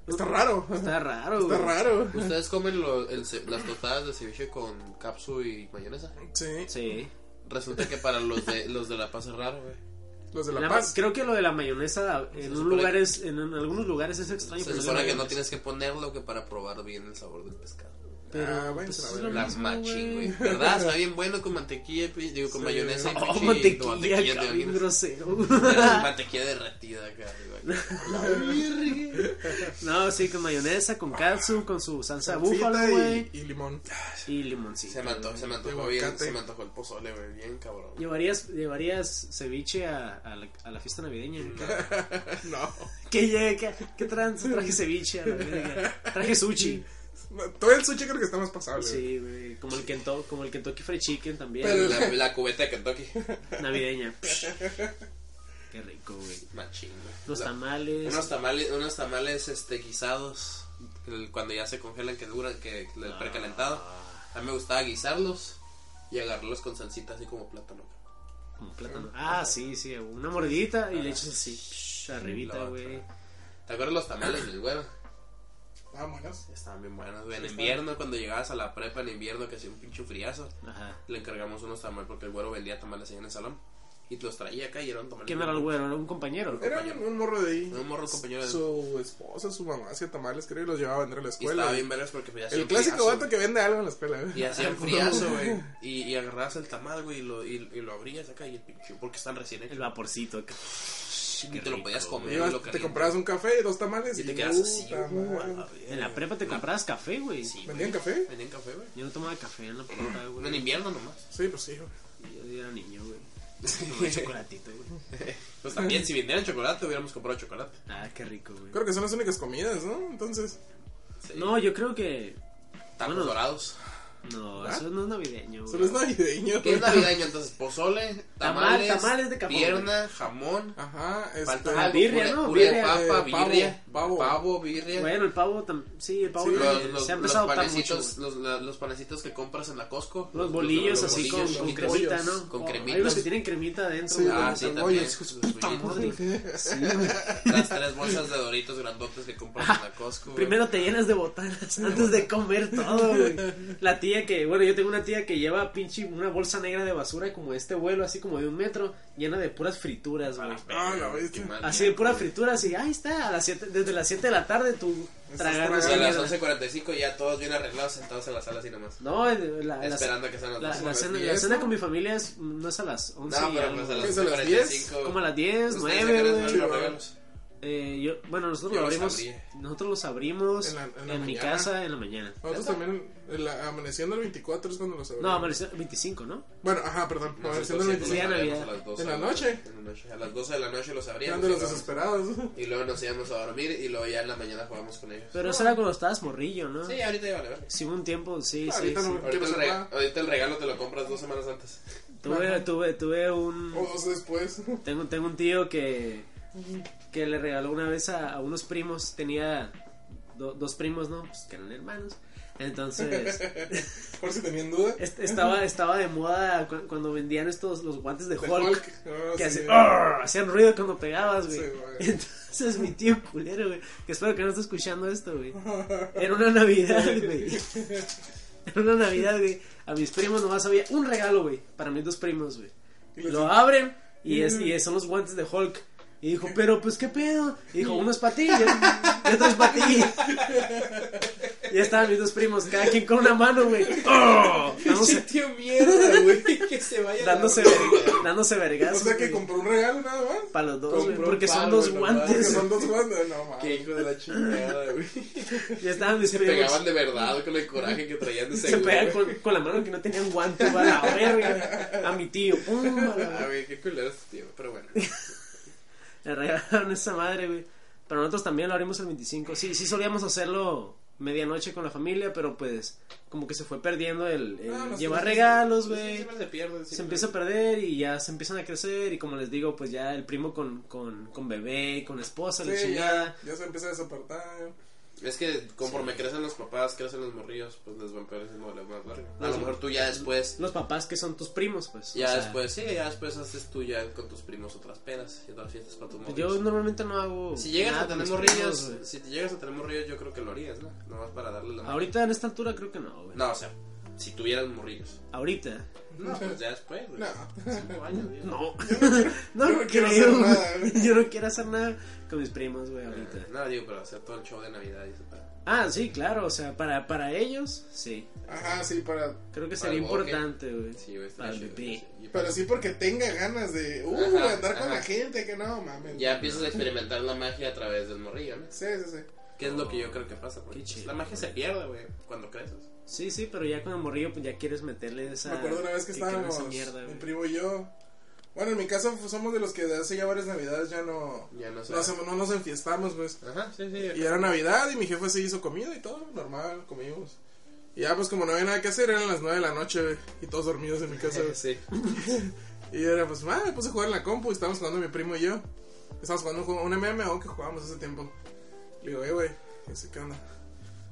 Speaker 4: Está raro.
Speaker 3: Está raro, güey.
Speaker 4: Está raro.
Speaker 2: ¿Ustedes comen lo- el ce- las tostadas de ceviche con capsu y mayonesa?
Speaker 4: Sí,
Speaker 3: Sí.
Speaker 2: Resulta que para los de, los de La Paz es raro, güey.
Speaker 4: los de La,
Speaker 3: La-
Speaker 4: Paz.
Speaker 3: creo que lo de la mayonesa en un
Speaker 2: supone
Speaker 3: lugar
Speaker 2: que-
Speaker 3: es, en, en algunos lugares es extraño.
Speaker 2: Se
Speaker 3: pero pues, es
Speaker 2: supone que no
Speaker 3: mayonesa.
Speaker 2: tienes que ponerlo que para probar bien el sabor del pescado.
Speaker 3: Pero,
Speaker 4: Ah, bueno,
Speaker 3: pues,
Speaker 4: se la
Speaker 3: es
Speaker 4: ve.
Speaker 3: lo
Speaker 2: La
Speaker 3: mismo,
Speaker 2: machi,
Speaker 3: güey.
Speaker 2: güey. ¿Verdad? Está bien bueno con mantequilla, pues, digo, con
Speaker 4: Sí.
Speaker 2: mayonesa y
Speaker 3: Oh,
Speaker 2: pinche-
Speaker 3: mantequilla,
Speaker 2: mantequilla
Speaker 3: cabrón,
Speaker 2: de orina.
Speaker 3: grosero.
Speaker 2: mantequilla derretida acá arriba.
Speaker 3: No, sí, con mayonesa, con katsu, con su salsa
Speaker 4: Salsita
Speaker 3: búfalo,
Speaker 4: y-
Speaker 3: güey.
Speaker 4: y, limón.
Speaker 3: Y
Speaker 2: Se
Speaker 3: limoncito.
Speaker 2: me antojó, se me antojó
Speaker 4: Aguacate.
Speaker 2: bien, se me antojó el pozole, güey, bien cabrón.
Speaker 3: ¿Llevarías, llevarías ceviche a, a la, a la fiesta navideña?
Speaker 4: No.
Speaker 3: ¿Qué, llegue? ¿Qué, qué trans? Traje ceviche a la verga. Traje sushi.
Speaker 4: No, Todo el sushi creo que está más pasable. güey.
Speaker 3: Sí, güey. Como el, Kento, como el Kentucky Fried Chicken también.
Speaker 4: Pero-
Speaker 2: La, la cubeta de Kentucky.
Speaker 3: Navideña. Qué rico, güey.
Speaker 2: Machín, güey.
Speaker 3: Los
Speaker 2: La-
Speaker 3: tamales.
Speaker 2: Unos tamales, unos tamales este, guisados. el- cuando ya se congelan, que duran, que el
Speaker 3: Ah.
Speaker 2: precalentado. A mí me gustaba guisarlos y agarrarlos con salsita así como plátano.
Speaker 3: Como plátano. Ah, sí, sí, una mordidita y le echas así, psh,
Speaker 2: la
Speaker 3: arribita,
Speaker 2: otra.
Speaker 3: güey.
Speaker 2: ¿Te acuerdas los tamales del huevo?
Speaker 4: Vámonos.
Speaker 2: Estaban bien buenos, güey. En invierno, cuando llegabas a la prepa en invierno, que hacía un pinche friazo,
Speaker 3: Ajá.
Speaker 2: le encargamos unos tamales porque el güero vendía tamales ahí en el salón. Y los traía acá y eran tamales.
Speaker 3: ¿Quién era el güero? ¿Era un compañero?
Speaker 2: Eh.
Speaker 4: Era un, un morro de ahí.
Speaker 2: Un morro compañero de-
Speaker 4: Su esposa, su mamá hacía tamales, creo, y los llevaba a vender a la
Speaker 2: Y
Speaker 4: escuela.
Speaker 2: estaba
Speaker 4: güey.
Speaker 2: bien vergas porque pues, ya hacía
Speaker 4: El
Speaker 2: un
Speaker 4: clásico
Speaker 2: friazo,
Speaker 4: vato que vende algo en la escuela, güey.
Speaker 2: Y hacían friazo, güey. Y, y agarrabas el tamal, güey, y lo, y, y lo abrías acá y el pinche. Porque están recién
Speaker 3: El
Speaker 2: hechos. Eh.
Speaker 3: vaporcito acá.
Speaker 2: Y te lo podías comer.
Speaker 4: Ibas-
Speaker 2: y lo
Speaker 4: te
Speaker 2: caliente.
Speaker 4: comprabas un café, dos tamales
Speaker 2: Y
Speaker 4: y,
Speaker 2: te quedas así,
Speaker 4: puta
Speaker 2: uh, a
Speaker 4: madre.
Speaker 2: la verga.
Speaker 3: En la prepa te comprabas café, güey.
Speaker 2: Sí, güey.
Speaker 4: ¿Vendían café?
Speaker 2: Vendían café, güey.
Speaker 3: Yo no tomaba café en la prepa,
Speaker 2: Mm. En
Speaker 3: güey.
Speaker 2: invierno nomás.
Speaker 4: Sí, pues sí, güey.
Speaker 3: Yo era niño, güey. Tomaba chocolatito, güey.
Speaker 2: Pues también, si vendieran chocolate, hubiéramos comprado chocolate.
Speaker 3: Ah, qué rico, güey.
Speaker 4: Creo que son las únicas comidas, ¿no? Entonces,
Speaker 2: Sí.
Speaker 3: No, yo creo que.
Speaker 2: Tacos
Speaker 3: bueno.
Speaker 2: dorados.
Speaker 3: No, eso no es navideño, güey.
Speaker 4: solo es navideño,
Speaker 2: ¿Qué
Speaker 4: güey.
Speaker 2: ¿Ah? es navideño entonces? Pozole, tamales,
Speaker 3: tamales de cajón,
Speaker 2: pierna, jamón.
Speaker 4: Ajá, este.
Speaker 2: Falta algo,
Speaker 3: birria,
Speaker 2: puré-
Speaker 3: ¿no?
Speaker 2: puré de
Speaker 3: Birria,
Speaker 2: papa,
Speaker 4: eh, pavo,
Speaker 2: birria,
Speaker 4: pavo.
Speaker 2: pavo, birria.
Speaker 3: Bueno, el pavo tam- Sí, el pavo
Speaker 4: Sí,
Speaker 3: eh,
Speaker 2: los, los-
Speaker 3: se ha
Speaker 2: los
Speaker 3: empezado a optar mucho.
Speaker 2: panecitos,
Speaker 3: güey.
Speaker 2: los, la- los panecitos que compras en la Costco.
Speaker 3: Los bolillos
Speaker 2: los
Speaker 3: así
Speaker 2: bolillos
Speaker 3: con, con
Speaker 2: chiquitos.
Speaker 3: cremita, ¿no?
Speaker 2: Con
Speaker 3: Oh,
Speaker 2: cremitas.
Speaker 3: Hay los que tienen cremita adentro,
Speaker 4: Sí,
Speaker 3: güey.
Speaker 2: Ah,
Speaker 4: los
Speaker 2: sí,
Speaker 4: bolillos.
Speaker 2: también.
Speaker 4: Hijo
Speaker 2: los bolillos.
Speaker 3: Sí, güey.
Speaker 2: Las tres bolsas de doritos grandotes que compras en la Costco. güey.
Speaker 3: Primero te llenas de botanas antes de comer todo, güey. La tía que, bueno, yo tengo una tía que lleva pinche una bolsa negra de basura como este vuelo, así como de un metro, llena de puras frituras, güey.
Speaker 4: Ah, la
Speaker 2: Qué
Speaker 4: bestia.
Speaker 2: mal
Speaker 3: Así de
Speaker 2: día,
Speaker 3: puras
Speaker 2: güey.
Speaker 3: frituras y ahí está, a las siete- desde las 7 de la tarde tú
Speaker 4: Estás
Speaker 3: tragando.
Speaker 2: A
Speaker 3: esa
Speaker 4: tragando.
Speaker 2: las
Speaker 3: mierda.
Speaker 2: 11.45 ya todos bien arreglados, sentados en la sala así nomás.
Speaker 3: No, el- la, la-
Speaker 2: Esperando a que sean las
Speaker 3: la-
Speaker 2: doce.
Speaker 3: la cena, la
Speaker 4: diez,
Speaker 3: cena
Speaker 4: ¿no?
Speaker 3: con mi familia es, no es a las 11.
Speaker 2: No,
Speaker 3: y
Speaker 2: pero
Speaker 3: algo.
Speaker 2: pues a las
Speaker 4: ¿Es a las
Speaker 2: 11.45.
Speaker 3: como a las 10,
Speaker 2: pues, Ustedes
Speaker 3: 9,
Speaker 2: sacan
Speaker 3: güey.
Speaker 2: esos
Speaker 4: güey.
Speaker 2: regalos.
Speaker 3: Eh, yo, bueno, nosotros
Speaker 2: Yo
Speaker 3: lo
Speaker 2: los
Speaker 3: abrimos.
Speaker 2: abrí.
Speaker 3: Nosotros los abrimos en,
Speaker 4: En la- en la
Speaker 3: mi
Speaker 4: mañana.
Speaker 3: casa en la mañana.
Speaker 4: Nosotros también, el- amaneciendo el 24 es cuando los abrimos.
Speaker 3: No, amaneció 25, ¿no?
Speaker 4: Bueno, ajá, perdón. amaneciendo
Speaker 2: Nosotros siempre
Speaker 4: el 25.
Speaker 2: los
Speaker 3: sí,
Speaker 2: abríamos
Speaker 3: Navidad.
Speaker 2: a las 12
Speaker 4: Pues, ¿En la
Speaker 2: de
Speaker 4: noche?
Speaker 2: En la noche. A las 12 de la noche los
Speaker 4: Eran
Speaker 2: abríamos.
Speaker 4: de
Speaker 2: y
Speaker 4: los
Speaker 2: luego-
Speaker 4: desesperados.
Speaker 2: Y luego nos íbamos a dormir y luego ya en la mañana jugamos con ellos.
Speaker 3: Pero eso era cuando estabas morrillo, ¿no?
Speaker 2: Sí, ahorita ya vale, vale.
Speaker 3: Sí, hubo un tiempo, sí, sí.
Speaker 4: Ahorita
Speaker 3: sí.
Speaker 4: no.
Speaker 2: Ahorita
Speaker 4: ¿Qué
Speaker 2: el,
Speaker 4: pasó,
Speaker 2: rega-
Speaker 4: pa?
Speaker 2: ahorita el regalo te lo compras dos semanas antes.
Speaker 3: Tuve, tuve, tuve un...
Speaker 4: O dos después.
Speaker 3: Tengo, tengo un tío que, que le regaló una vez a, a unos primos, tenía do- dos primos, ¿no? Pues que eran hermanos. Entonces,
Speaker 4: Por si tenían duda.
Speaker 3: est- estaba, estaba de moda cu- cuando vendían estos, los guantes de
Speaker 4: De
Speaker 3: Hulk.
Speaker 4: Hulk. Ah,
Speaker 3: que
Speaker 4: sí.
Speaker 3: hace- ¡Arr! hacían ruido cuando pegabas, güey.
Speaker 4: Sí, güey.
Speaker 3: Y entonces mi tío culero, güey, que espero que no esté escuchando esto, güey. Era una Navidad, güey. Era una Navidad, güey. A mis primos nomás había un regalo, güey, para mis dos primos, güey.
Speaker 4: Y los-
Speaker 3: Lo abren y, es, y son los guantes de Hulk. Y dijo, pero pues qué pedo. Y dijo, uno es para ti y otro es para ti. Ya estaban mis dos primos, cada quien con una mano, güey. ¡Oh! Dándose,
Speaker 2: tío mierda, güey. Que se vaya.
Speaker 3: dándose, verga- dándose
Speaker 4: O
Speaker 3: vergazos.
Speaker 4: sea que
Speaker 3: güey.
Speaker 4: compró un regalo nada más.
Speaker 3: Para los dos, güey,
Speaker 2: Compró
Speaker 3: porque
Speaker 2: un
Speaker 3: son
Speaker 2: palo,
Speaker 3: dos
Speaker 2: nomás,
Speaker 4: Que
Speaker 3: guantes.
Speaker 4: son dos guantes. No, mames.
Speaker 2: Qué hijo de la chingada, güey.
Speaker 3: Ya estaban mis
Speaker 2: Se
Speaker 3: primos.
Speaker 2: pegaban de verdad con el coraje que traían de
Speaker 3: Se
Speaker 2: seguro.
Speaker 3: pegan
Speaker 2: güey.
Speaker 3: con, con la mano que no tenían guante para la verga. A mi tío. pum, a la
Speaker 2: Ah,
Speaker 3: verga.
Speaker 2: güey, qué culero este tío, pero bueno.
Speaker 3: Le regalaron esa madre, güey. Pero nosotros también lo abrimos el 25. Sí, sí solíamos hacerlo medianoche con la familia, pero pues como que se fue perdiendo el, el
Speaker 4: Ah, nosotros-
Speaker 3: llevar regalos,
Speaker 2: Sí,
Speaker 3: güey.
Speaker 2: siempre se pierden.
Speaker 3: Se empieza a perder y ya se empiezan a crecer y como les digo, pues ya el primo con, con, con bebé, con esposa, la
Speaker 4: Sí,
Speaker 3: chingada.
Speaker 4: ya, ya se empieza a desapartar.
Speaker 2: Es que conforme crecen los papás, crecen los morrillos, pues les van perdiendo la más larga. A
Speaker 3: Los-
Speaker 2: lo mejor tú ya después,
Speaker 3: Los papás que son tus primos, pues.
Speaker 2: ya
Speaker 3: o sea,
Speaker 2: después, sí, ya después haces tú ya con tus primos otras penas y otras fiestas para tus
Speaker 3: Yo
Speaker 2: morrillos.
Speaker 3: normalmente no hago.
Speaker 2: Si llegas
Speaker 3: nada
Speaker 2: a tener
Speaker 3: con mis primos,
Speaker 2: morrillos,
Speaker 3: güey.
Speaker 2: si te llegas a tener morrillos, yo creo que lo harías, ¿no? Nomás para darle la
Speaker 3: Ahorita en esta altura creo que no, güey.
Speaker 2: No, o sea, si tuvieras morrillos.
Speaker 3: Ahorita.
Speaker 2: No, pues ya después, güey.
Speaker 4: No.
Speaker 2: Cinco años, ya.
Speaker 3: No. no,
Speaker 4: yo no
Speaker 3: creo,
Speaker 4: quiero hacer
Speaker 3: güey.
Speaker 4: nada, güey.
Speaker 3: Yo no quiero hacer nada con mis primos, güey, ahorita.
Speaker 2: Eh, No, digo, pero hacer todo el show de Navidad y eso. para-
Speaker 3: Ah, sí, claro, o sea, para, para ellos, sí.
Speaker 4: Ajá, sí, para.
Speaker 3: Creo que
Speaker 2: Para
Speaker 4: Ah,
Speaker 3: sería
Speaker 2: el bosque.
Speaker 3: importante, güey.
Speaker 2: Sí, güey, está
Speaker 3: Para el
Speaker 2: chido,
Speaker 3: bebé.
Speaker 2: está chido.
Speaker 4: Pero sí porque tenga ganas de. Uh,
Speaker 2: Ajá,
Speaker 4: andar con
Speaker 2: ajá.
Speaker 4: la gente, que no, mames.
Speaker 2: Ya empiezas a experimentar la magia a través del morrillo, ¿no?
Speaker 4: Sí, sí, sí.
Speaker 2: ¿Qué es lo que yo creo que pasa? Porque pues,
Speaker 3: Qué chido,
Speaker 2: la magia se pierde, güey, cuando creces.
Speaker 3: Sí, sí, pero ya con el morrillo, pues ya quieres meterle esa.
Speaker 4: Me acuerdo una vez que
Speaker 3: que queme
Speaker 4: estábamos.
Speaker 3: esa mierda,
Speaker 4: mi
Speaker 3: güey.
Speaker 4: primo y yo. Bueno, en mi caso pues, somos de los que desde hace ya varias navidades ya no.
Speaker 2: Ya no se
Speaker 4: no,
Speaker 2: da.
Speaker 4: hacemos- no nos enfiestamos, pues.
Speaker 2: Ajá, sí,
Speaker 4: Y
Speaker 2: sí.
Speaker 4: era Navidad y mi jefe se hizo comida y todo, normal, comimos. Y ya, pues como no había nada que hacer, eran las 9 de la noche, güey, y todos dormidos en mi casa. güey.
Speaker 2: Sí.
Speaker 4: Y era, pues, ah, me puse a jugar en la compu y estábamos jugando mi primo y yo. Estábamos jugando un, juego- un MMO que jugábamos hace tiempo. Le digo, eh, güey, dice, ¿qué onda?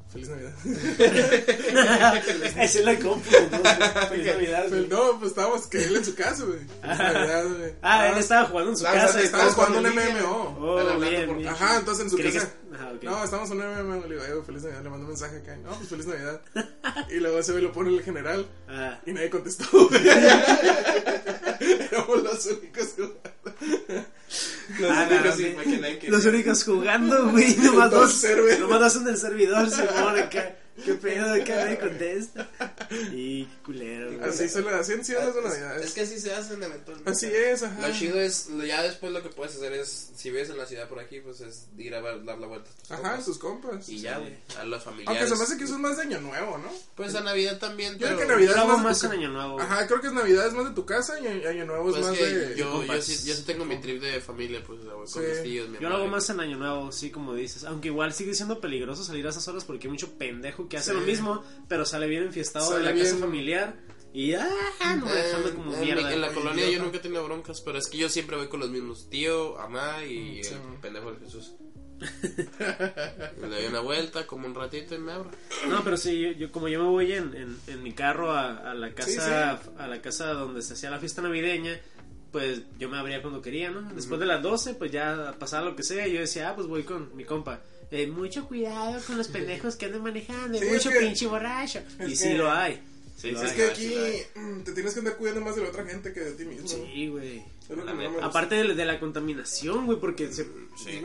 Speaker 4: Feliz Navidad.
Speaker 3: Esa es la compra. ¿no? Feliz Navidad, güey.
Speaker 4: Fel- no, pues estábamos que él en su casa, güey. Feliz Navidad, güey.
Speaker 3: Ah, él estaba jugando en su
Speaker 4: Ah,
Speaker 3: casa.
Speaker 4: estábamos
Speaker 3: estaba
Speaker 4: jugando un
Speaker 3: en línea.
Speaker 4: MMO.
Speaker 3: Oh,
Speaker 2: Hablando
Speaker 3: bien,
Speaker 2: por-
Speaker 3: bien.
Speaker 4: Ajá, entonces en su
Speaker 3: Creí que
Speaker 4: casa.
Speaker 3: es- Ajá, ok.
Speaker 4: No, estamos en una MMO, le digo, "Ay, güey, feliz Navidad, le mando un mensaje acá. No, pues feliz Navidad. Y luego ese güey lo pone el general
Speaker 3: Ah.
Speaker 4: y nadie contestó, güey. Éramos los únicos jugando.
Speaker 2: Los
Speaker 3: Ah,
Speaker 2: únicos
Speaker 3: no,
Speaker 2: se imaginan que-
Speaker 3: Los únicos jugando, güey. Nomás
Speaker 4: Dos
Speaker 3: dos,
Speaker 4: servidores.
Speaker 3: nomás dos en el servidor, se pone acá. ¿Qué pedo? Acá nadie contesta. Y culero, güey.
Speaker 4: Así se le da, así encierras de
Speaker 2: Es,
Speaker 4: Navidad.
Speaker 2: "Ah, pues, es que así se hacen eventualmente.
Speaker 4: Así es, ajá.
Speaker 2: Lo chido es, lo- ya después lo que puedes hacer es, si vives en la ciudad por aquí, pues es ir a dar dar la vuelta. a tus
Speaker 4: Ajá,
Speaker 2: compas.
Speaker 4: sus compas.
Speaker 2: Y ya, güey, a los familiares.
Speaker 4: Aunque se me hace que eso es más de año nuevo, ¿no?
Speaker 2: Pues a Navidad también.
Speaker 4: Yo creo
Speaker 2: pero-
Speaker 4: que Navidad
Speaker 3: Yo lo hago
Speaker 4: es más
Speaker 3: más
Speaker 4: de
Speaker 3: en
Speaker 4: tu-
Speaker 3: Año Nuevo. güey.
Speaker 4: Ajá, creo que es Navidad es más de tu casa y año año nuevo es
Speaker 2: Oh. Pues
Speaker 4: más
Speaker 2: que
Speaker 4: de.
Speaker 2: yo, yo,
Speaker 3: compas.
Speaker 2: sí, yo sí tengo mi trip de familia, pues o sea, con
Speaker 4: Sí.
Speaker 2: mis tíos, mi
Speaker 3: Yo lo hago
Speaker 2: hermano.
Speaker 3: más en Año Nuevo, sí, como dices. Aunque igual sigue siendo peligroso salir a esas horas porque hay mucho pendejo que hace
Speaker 4: Sí.
Speaker 3: lo mismo, pero sale bien enfiestado de
Speaker 4: Sale
Speaker 3: la
Speaker 4: bien.
Speaker 3: casa familiar y ah, no dejando
Speaker 2: Eh,
Speaker 3: como
Speaker 2: en mi-
Speaker 3: mierda.
Speaker 2: en la
Speaker 4: güey,
Speaker 2: colonia yo
Speaker 4: idiota.
Speaker 2: nunca he tenido broncas, pero es que yo siempre voy con los mismos tío, mamá y
Speaker 4: Mm, sí.
Speaker 2: el pendejo de Jesús. Le doy una vuelta, como un ratito y me abro.
Speaker 3: No, pero sí, yo, yo- como yo me voy en, en, en mi carro a, a la casa a la casa donde se hacía la fiesta navideña, pues yo me abría cuando quería, ¿no? Después de las 12, pues ya pasaba lo que sea, yo decía, ah, pues voy con mi compa. Eh, mucho cuidado con los pendejos que andan manejando,
Speaker 4: Sí, es
Speaker 3: mucho
Speaker 4: que-
Speaker 3: pinche borracho.
Speaker 4: es
Speaker 3: Y sí
Speaker 4: que-
Speaker 3: lo hay. Sí,
Speaker 2: Sí,
Speaker 3: lo
Speaker 2: sí,
Speaker 4: Es
Speaker 3: hay.
Speaker 4: que
Speaker 2: Ay,
Speaker 4: aquí
Speaker 2: ay,
Speaker 4: mm, te tienes que andar cuidando más de la otra gente que de ti mismo.
Speaker 3: Sí, güey.
Speaker 4: lo que
Speaker 3: La
Speaker 4: no me
Speaker 3: neta.
Speaker 4: gusta.
Speaker 3: Aparte de, de la contaminación, güey, porque se- eh,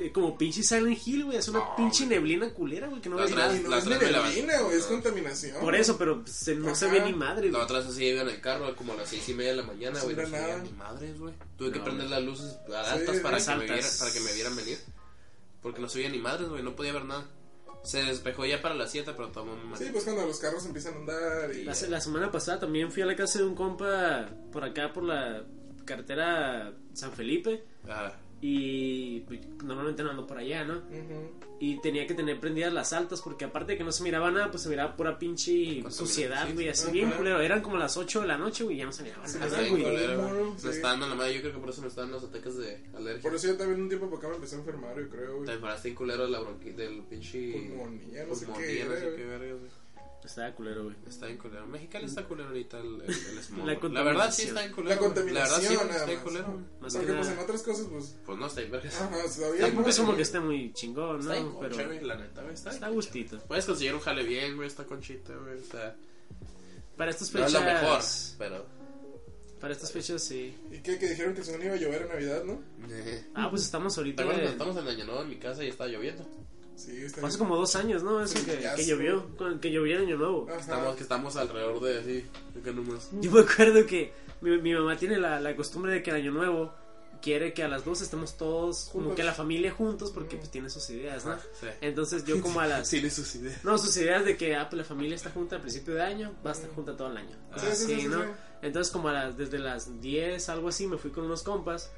Speaker 2: Sí.
Speaker 3: como pinche Silent Hill, güey, es una
Speaker 2: No,
Speaker 3: pinche
Speaker 2: güey.
Speaker 3: neblina culera, güey, que no
Speaker 2: La
Speaker 3: ves
Speaker 2: otra-
Speaker 3: nada.
Speaker 4: Y no
Speaker 2: la
Speaker 4: es
Speaker 2: otra vez me la-
Speaker 4: neblina, güey, es contaminación.
Speaker 3: Por eso, pero se- no se
Speaker 4: Ajá.
Speaker 3: ve ni madre,
Speaker 2: La
Speaker 3: güey.
Speaker 2: otra vez así iba en el carro como a las seis y media de la mañana,
Speaker 4: Sí,
Speaker 2: güey. No
Speaker 4: de
Speaker 2: se veía
Speaker 4: nada.
Speaker 2: ni madres, güey. Tuve que
Speaker 3: No,
Speaker 2: prender las luces a
Speaker 4: Sí,
Speaker 2: altas para,
Speaker 4: las
Speaker 2: que me
Speaker 3: altas.
Speaker 2: viera- para que me vieran venir. Porque no se veía ni madres, güey. No podía ver nada. Se despejó ya para las 7, pero tomó un
Speaker 4: Sí, pues cuando los carros empiezan a andar y.
Speaker 3: La, se- la semana pasada también fui a la casa de un compa por acá, por la carretera San Felipe.
Speaker 2: Ah,
Speaker 3: Y pues, normalmente no ando por allá, ¿no?
Speaker 4: Ujú.
Speaker 3: Y tenía que tener prendidas las altas porque aparte de que no se miraba nada, pues se miraba pura pinche
Speaker 2: Contaminación,
Speaker 3: suciedad,
Speaker 2: sí.
Speaker 3: güey. Así
Speaker 4: Ajá.
Speaker 3: bien culero. Eran como las 8 de la noche, güey, ya no se miraba
Speaker 4: Sí,
Speaker 3: nada,
Speaker 2: está bien
Speaker 3: güey.
Speaker 2: culero, güey.
Speaker 4: Tomorrow,
Speaker 2: Me
Speaker 4: sí.
Speaker 2: está dando la madre. Yo creo que por eso me están los ataques de alergia.
Speaker 4: Por eso yo también un tiempo para acá me empecé a enfermar, yo creo,
Speaker 2: Te
Speaker 4: güey.
Speaker 2: enfadaste en culero de la bronqui del pinche.
Speaker 4: Pulmonía, no sé qué
Speaker 2: pulmonía, no
Speaker 4: era,
Speaker 2: sé
Speaker 4: güey.
Speaker 2: qué verga, güey.
Speaker 3: Estaba culero, güey.
Speaker 2: Está en culero. Mexicali está culero ahorita el, el, el smog.
Speaker 3: La
Speaker 2: La, la verdad sí
Speaker 3: contaminación.
Speaker 2: está en culero.
Speaker 4: La
Speaker 2: güey.
Speaker 4: contaminación,
Speaker 2: La verdad sí güey,
Speaker 4: nada
Speaker 2: está en
Speaker 4: más.
Speaker 2: culero. güey.
Speaker 3: Más
Speaker 4: Porque
Speaker 3: que
Speaker 4: pues en
Speaker 3: nada.
Speaker 4: otras cosas, pues.
Speaker 2: Pues no está en verga.
Speaker 4: Ajá, está bien.
Speaker 3: Tampoco
Speaker 4: güey.
Speaker 3: Pues es como que esté muy chingón,
Speaker 2: Está en
Speaker 3: ¿no? Pero
Speaker 2: concha, güey, la neta, güey. Está, en
Speaker 3: está a
Speaker 2: concha.
Speaker 3: gustito.
Speaker 2: Puedes conseguir un jale bien, güey, esta conchita, güey. O sea,
Speaker 3: Para estas
Speaker 2: no es
Speaker 3: fechas.
Speaker 2: lo mejor, pero.
Speaker 3: Para estas fechas, sí.
Speaker 4: ¿Y qué? Que dijeron que si no iba a llover en Navidad, ¿no? Eh.
Speaker 3: Ah, pues estamos
Speaker 2: ¿Te
Speaker 3: ahorita.
Speaker 2: acuerdas cuando estamos en Año Nuevo en mi casa y estaba lloviendo?
Speaker 4: Sí, está
Speaker 3: Fue Hace
Speaker 4: bien.
Speaker 3: como dos años, ¿no? Eso
Speaker 4: Sí,
Speaker 3: que,
Speaker 4: ya
Speaker 3: que
Speaker 4: sé.
Speaker 3: llovió. con- Que llovió en Año Nuevo.
Speaker 4: Ajá.
Speaker 2: Estamos, que estamos alrededor de así, acá nomás.
Speaker 3: Yo me acuerdo que mi, mi mamá tiene la, la costumbre de que en Año Nuevo quiere que a las dos estemos todos, como
Speaker 4: Juntos.
Speaker 3: que la familia juntos, porque pues tiene sus ideas, ¿no?
Speaker 2: Sí.
Speaker 3: Entonces yo como a las...
Speaker 2: Tiene sus ideas.
Speaker 3: No, sus ideas de que, ah, pues la familia está junta al principio de año, va a estar junta todo el año.
Speaker 4: Ah, Sí, sí, sí,
Speaker 3: Así,
Speaker 4: sí,
Speaker 3: ¿no?
Speaker 4: sí.
Speaker 3: Entonces como a las, desde las 10, algo así, me fui con unos compas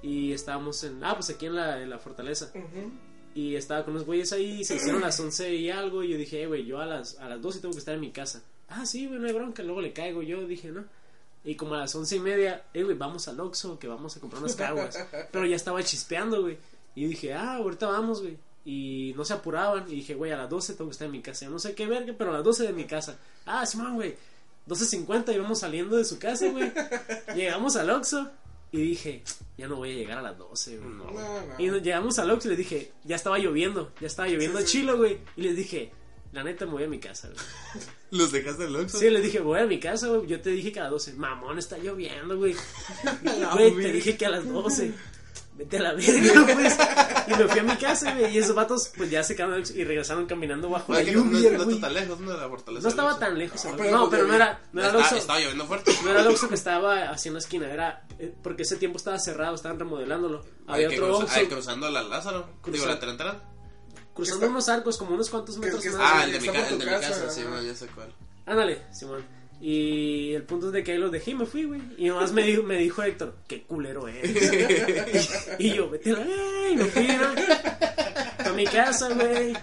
Speaker 3: y estábamos en... Ah, pues aquí en la, en la fortaleza.
Speaker 4: Ujú.
Speaker 3: Y estaba con unos güeyes ahí, se hicieron las 11 y algo. Y yo dije, "Eh, güey, yo a las, a las 12 tengo que estar en mi casa. Ah, sí, güey, no hay bronca. Luego le caigo yo, dije, ¿no? Y como a las once y media, eh, güey, vamos al Oxxo, que vamos a comprar unas caguas. Pero ya estaba chispeando, güey. Y dije, ah, ahorita vamos, güey. Y no se apuraban. Y dije, güey, a las 12 tengo que estar en mi casa. Yo no sé qué verga, pero a las 12 de mi casa. Ah, Simón, güey. 12.50 íbamos saliendo de su casa, güey. Llegamos al Oxxo. Y dije, ya no voy a llegar a las 12, güey.
Speaker 2: No, güey.
Speaker 4: No, no.
Speaker 3: Y nos llegamos al Ox y les dije, ya estaba lloviendo, ya estaba lloviendo
Speaker 4: Sí, sí.
Speaker 3: chilo, güey. Y les dije, la neta me voy a mi casa, güey.
Speaker 2: ¿Los dejaste al Oxxo?
Speaker 3: Sí, les dije, voy a mi casa, güey. Yo te dije que a las 12, mamón, está lloviendo, güey.
Speaker 2: La
Speaker 3: Güey, te
Speaker 2: virgen.
Speaker 3: dije que a las 12. Vete a la verga, pues. Y me fui a mi casa, güey. Y esos vatos, pues ya se quedaron en el Oxxo y regresaron caminando bajo
Speaker 2: Oye,
Speaker 3: la
Speaker 2: que no, no,
Speaker 3: lluvia,
Speaker 2: no
Speaker 3: güey.
Speaker 2: está tan lejos, ¿no? De la fortaleza.
Speaker 3: No
Speaker 2: del
Speaker 3: estaba
Speaker 2: Oxxo.
Speaker 3: tan lejos.
Speaker 4: Ah,
Speaker 3: el
Speaker 4: pero
Speaker 3: Oxxo. No,
Speaker 4: pues,
Speaker 3: pero no era, no era el
Speaker 2: Está-
Speaker 3: Oxxo.
Speaker 2: Estaba lloviendo fuerte.
Speaker 3: No era el Oxxo que estaba hacia una esquina, era eh, porque ese tiempo estaba cerrado, estaban remodelándolo.
Speaker 2: Hay
Speaker 3: Había
Speaker 2: que
Speaker 3: otro
Speaker 2: cruza-
Speaker 3: Oxxo
Speaker 2: ay, cruzando la Lázaro. Digo,
Speaker 3: Cruzando.
Speaker 2: la Trentarán.
Speaker 3: cruzando
Speaker 4: está-
Speaker 3: unos arcos como unos cuantos metros
Speaker 4: que
Speaker 3: más.
Speaker 4: está-
Speaker 2: Ah,
Speaker 4: sí,
Speaker 2: el de mi,
Speaker 4: está
Speaker 2: ca-
Speaker 4: por
Speaker 2: el
Speaker 4: tu
Speaker 2: de mi
Speaker 4: casa,
Speaker 2: casa, sí,
Speaker 4: ajá.
Speaker 2: bueno, ya sé cuál.
Speaker 3: Ándale, Simón. Y el punto es de que ahí los dejé y me fui, güey. Y nomás me dijo, me dijo Héctor, qué culero eres. y yo, vete a la verga", y me fui, ¿no? A mi casa, güey.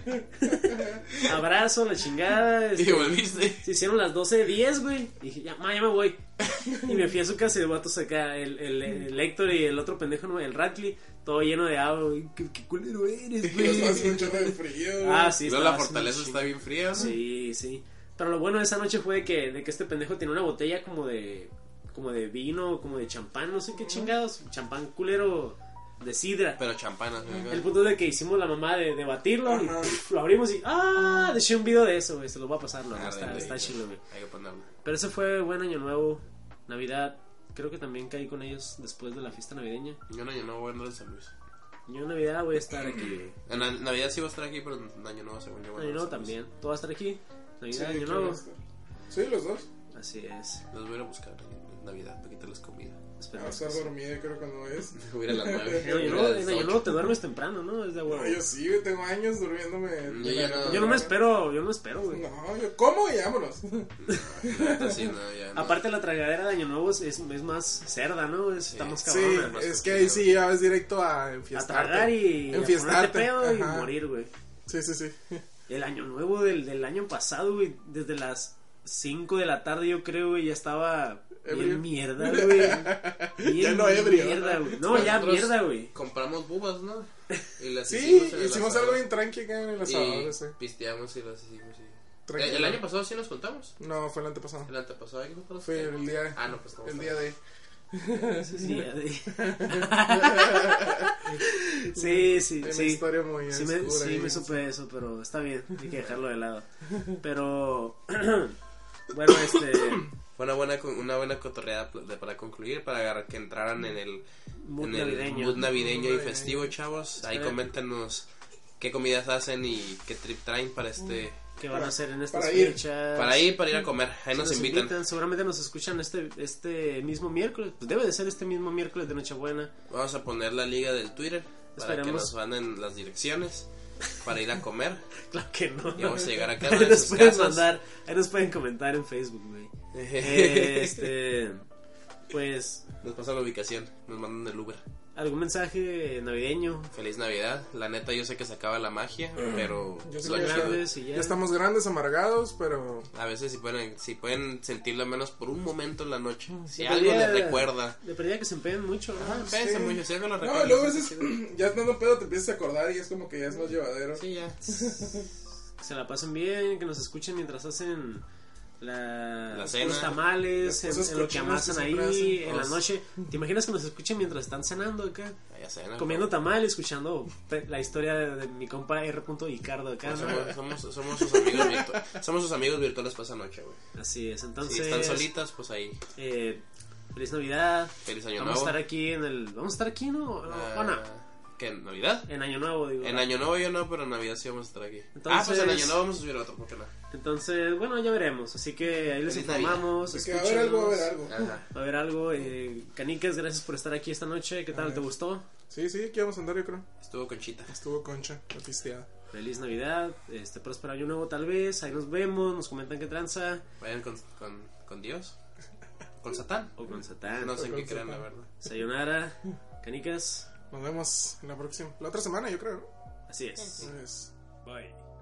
Speaker 3: abrazo, la chingada.
Speaker 2: Y
Speaker 3: este,
Speaker 2: te volviste.
Speaker 3: se hicieron las 12.10, güey. Y dije, ya, ma, ya me voy. Y me fui a su casa y de vatos acá, el, el, el Héctor y el otro pendejo, ¿no? el Ratley, todo lleno de agua, güey. ¿Qué, qué culero eres,
Speaker 4: Y nos hace
Speaker 3: güey.
Speaker 4: un chorro de frío. güey.
Speaker 3: Ah, sí,
Speaker 2: Luego
Speaker 3: estaba
Speaker 2: la
Speaker 3: haciendo
Speaker 2: fortaleza
Speaker 3: un
Speaker 2: está bien fría. ¿no?
Speaker 3: Sí, sí. Pero lo bueno de esa noche fue de que, de que este pendejo tenía una botella como de como de vino, como de champán, no sé qué chingados, champán culero de sidra.
Speaker 2: Pero champanas, güey.
Speaker 3: El punto es de que hicimos la mamá de, de batirlo y
Speaker 4: Ajá.
Speaker 3: pff, lo abrimos y ¡ah! Dejé un video de eso, güey, se lo voy a pasar, luego,
Speaker 2: Ah,
Speaker 3: está,
Speaker 2: güey,
Speaker 3: está
Speaker 2: güey.
Speaker 3: chido, güey.
Speaker 2: Hay que ponerlo.
Speaker 3: Pero ese fue buen año nuevo, Navidad, creo que también caí con ellos después de la fiesta navideña.
Speaker 2: Yo no, yo no voy a andar en San Luis.
Speaker 3: Yo en Navidad voy a estar aquí, güey.
Speaker 2: En la- Navidad sí voy a estar aquí, pero en Año Nuevo según yo voy a andar
Speaker 3: Año nuevo
Speaker 2: en San Luis.
Speaker 3: también, tú vas a estar aquí,
Speaker 4: Sí,
Speaker 3: Navidad, año
Speaker 4: claro,
Speaker 3: nuevo.
Speaker 4: está. Sí, los dos.
Speaker 3: Así es,
Speaker 2: Los voy a ir a buscar en Navidad para quitarles comida.
Speaker 4: Va a
Speaker 3: esperemos.
Speaker 4: estar dormida, creo que no es.
Speaker 2: Voy a ir a las 9.
Speaker 3: En Año Nuevo, en Año Nuevo te duermes temprano, ¿no? Es de huevo.
Speaker 4: No, yo sí, güey, tengo años durmiéndome.
Speaker 2: Yo ya no-
Speaker 3: Yo no me espero, yo no me espero, güey.
Speaker 4: No, yo como y vámonos.
Speaker 2: Sí, no, ya no.
Speaker 3: Aparte la tragadera de Año Nuevo es, es es más cerda, ¿no? Es- Está más
Speaker 4: Sí,
Speaker 3: cabrona.
Speaker 2: más
Speaker 4: es
Speaker 2: que
Speaker 4: que ahí
Speaker 2: sí,
Speaker 4: sí ya vas directo a
Speaker 3: a
Speaker 4: enfiestarte.
Speaker 3: tragar y a ponerte
Speaker 4: enfiestarte.
Speaker 3: pedo y
Speaker 4: Ajá.
Speaker 3: morir, güey.
Speaker 4: Sí, sí, sí.
Speaker 3: El Año Nuevo del, del año pasado, güey, desde las 5 de la tarde, yo creo, güey, ya estaba
Speaker 4: Ebrio.
Speaker 3: bien mierda, güey. Bien
Speaker 4: Ya no ebrio.
Speaker 3: Mierda, güey. No, ya
Speaker 2: Nosotros
Speaker 3: mierda, güey.
Speaker 2: Compramos bubas, ¿no? Y las
Speaker 4: Sí,
Speaker 2: en el
Speaker 4: hicimos
Speaker 2: asador.
Speaker 4: algo bien tranqui acá en el asador
Speaker 2: Y
Speaker 4: ese.
Speaker 2: pisteamos y las hicimos. y-
Speaker 4: Tranquilo.
Speaker 2: Eh, El año pasado sí nos contamos.
Speaker 4: No, fue el antepasado.
Speaker 2: El antepasado, ¿qué nos
Speaker 4: Fue el día.
Speaker 2: Ah, no, pues estamos
Speaker 4: El día de.
Speaker 3: Sí, ya de- sí, sí,
Speaker 4: Una
Speaker 3: sí.
Speaker 4: historia muy
Speaker 3: Sí me,
Speaker 4: oscura
Speaker 3: sí
Speaker 4: ahí.
Speaker 3: me supe eso, pero está bien, hay que dejarlo de lado. Pero, bueno, este,
Speaker 2: Fue una buena, con- una buena cotorreada pl- de- para concluir, para agarrar- que entraran en el,
Speaker 3: mood
Speaker 2: en el
Speaker 3: navideño.
Speaker 2: mood navideño y
Speaker 4: Navideño.
Speaker 2: festivo, chavos. Ahí
Speaker 3: Espera.
Speaker 2: coméntenos qué comidas hacen y qué trip traen para este...
Speaker 3: que van a hacer en estas
Speaker 4: para ir.
Speaker 3: fechas?
Speaker 2: Para ir, para ir a comer. Ahí
Speaker 3: Si
Speaker 2: nos invitan.
Speaker 3: Seguramente nos escuchan este, este mismo miércoles, pues debe de ser este mismo miércoles de Nochebuena.
Speaker 2: Vamos a poner la liga del Twitter para que
Speaker 3: Esperemos.
Speaker 2: nos manden las direcciones para ir a comer.
Speaker 3: Claro que no.
Speaker 2: Y vamos a llegar a cada
Speaker 3: Ahí
Speaker 2: una de
Speaker 3: nos
Speaker 2: sus
Speaker 3: pueden
Speaker 2: casas.
Speaker 3: mandar, ahí nos pueden comentar en Facebook, güey. Eh, este, pues,
Speaker 2: Nos pasan la ubicación, nos mandan el Uber.
Speaker 3: algún mensaje navideño,
Speaker 2: Feliz Navidad. La neta, yo sé que se acaba la magia, pero
Speaker 4: Yo sé
Speaker 2: lo
Speaker 4: Pues, que ya-
Speaker 2: chido-
Speaker 3: grandes y ya.
Speaker 4: Ya estamos grandes, amargados, pero.
Speaker 2: A veces si pueden, si pueden sentirlo al menos por un momento en la noche. Si
Speaker 3: Le
Speaker 2: algo les
Speaker 3: pedía-
Speaker 2: recuerda.
Speaker 3: Le pedía que se empeñen Ah, mucho, ¿no?
Speaker 2: Pense
Speaker 4: sí.
Speaker 2: mucho, si algo les recuerda.
Speaker 4: No, luego a
Speaker 2: está
Speaker 4: veces
Speaker 2: chido.
Speaker 4: ya estando pedo te empiezas a acordar y es como que ya es más llevadero.
Speaker 2: Sí, ya.
Speaker 3: Que se la pasen bien, que nos escuchen mientras hacen la,
Speaker 2: La cena.
Speaker 3: los tamales,
Speaker 4: Las
Speaker 3: en,
Speaker 4: cosas
Speaker 3: en lo que
Speaker 4: cochinas que
Speaker 3: amasan
Speaker 4: siempre
Speaker 3: ahí,
Speaker 4: hacen.
Speaker 3: en la
Speaker 2: Los-
Speaker 3: noche. ¿Te imaginas que nos escuchen mientras están cenando acá?
Speaker 2: Ya saben,
Speaker 3: Comiendo
Speaker 2: ¿no?
Speaker 3: tamal, escuchando pe- la historia de, de mi compa R. Icardo acá, ¿no?
Speaker 2: Pues Somos, somos, somos sus amigos virtu- somos sus amigos virtuales para esa noche, güey.
Speaker 3: Así es,
Speaker 2: Si
Speaker 3: entonces.
Speaker 2: están solitas, pues ahí.
Speaker 3: eh, feliz Navidad.
Speaker 2: Feliz año
Speaker 3: Vamos a
Speaker 2: nuevo.
Speaker 3: estar aquí en el. Vamos a estar aquí, ¿no? No,
Speaker 2: Ah,
Speaker 3: ¿o no?
Speaker 2: ¿Qué? ¿En Navidad?
Speaker 3: En Año Nuevo, digo.
Speaker 2: En Año Nuevo yo no, pero en Navidad sí vamos a estar aquí. Ah, pues
Speaker 3: Entonces-
Speaker 2: en Año Nuevo vamos a subir otro, ¿por qué no?
Speaker 3: Entonces, bueno, ya veremos. Así que ahí les
Speaker 2: Feliz Navidad.
Speaker 3: informamos.
Speaker 2: pues
Speaker 4: Porque va a haber algo, va a haber
Speaker 3: escúchenos.
Speaker 4: algo.
Speaker 2: Ajá.
Speaker 3: Va a haber algo. Eh, Canicas, gracias por estar aquí esta noche. ¿Qué tal? ¿Te gustó?
Speaker 4: Sí, sí, aquí vamos a andar, yo creo.
Speaker 2: Estuvo conchita.
Speaker 4: Estuvo concha, la pisteada.
Speaker 3: Feliz Navidad, este próspero año nuevo tal vez. Ahí nos vemos, nos comentan qué tranza.
Speaker 2: Vayan con, con, con Dios. Con Satán.
Speaker 3: O con Satán.
Speaker 2: No sé en
Speaker 4: con
Speaker 2: qué crean, la
Speaker 4: Satán.
Speaker 2: verdad.
Speaker 3: Sayonara, Canicas.
Speaker 4: Nos vemos en la próxima. La otra semana, yo creo.
Speaker 3: Así es.
Speaker 4: Entonces,
Speaker 3: Bye.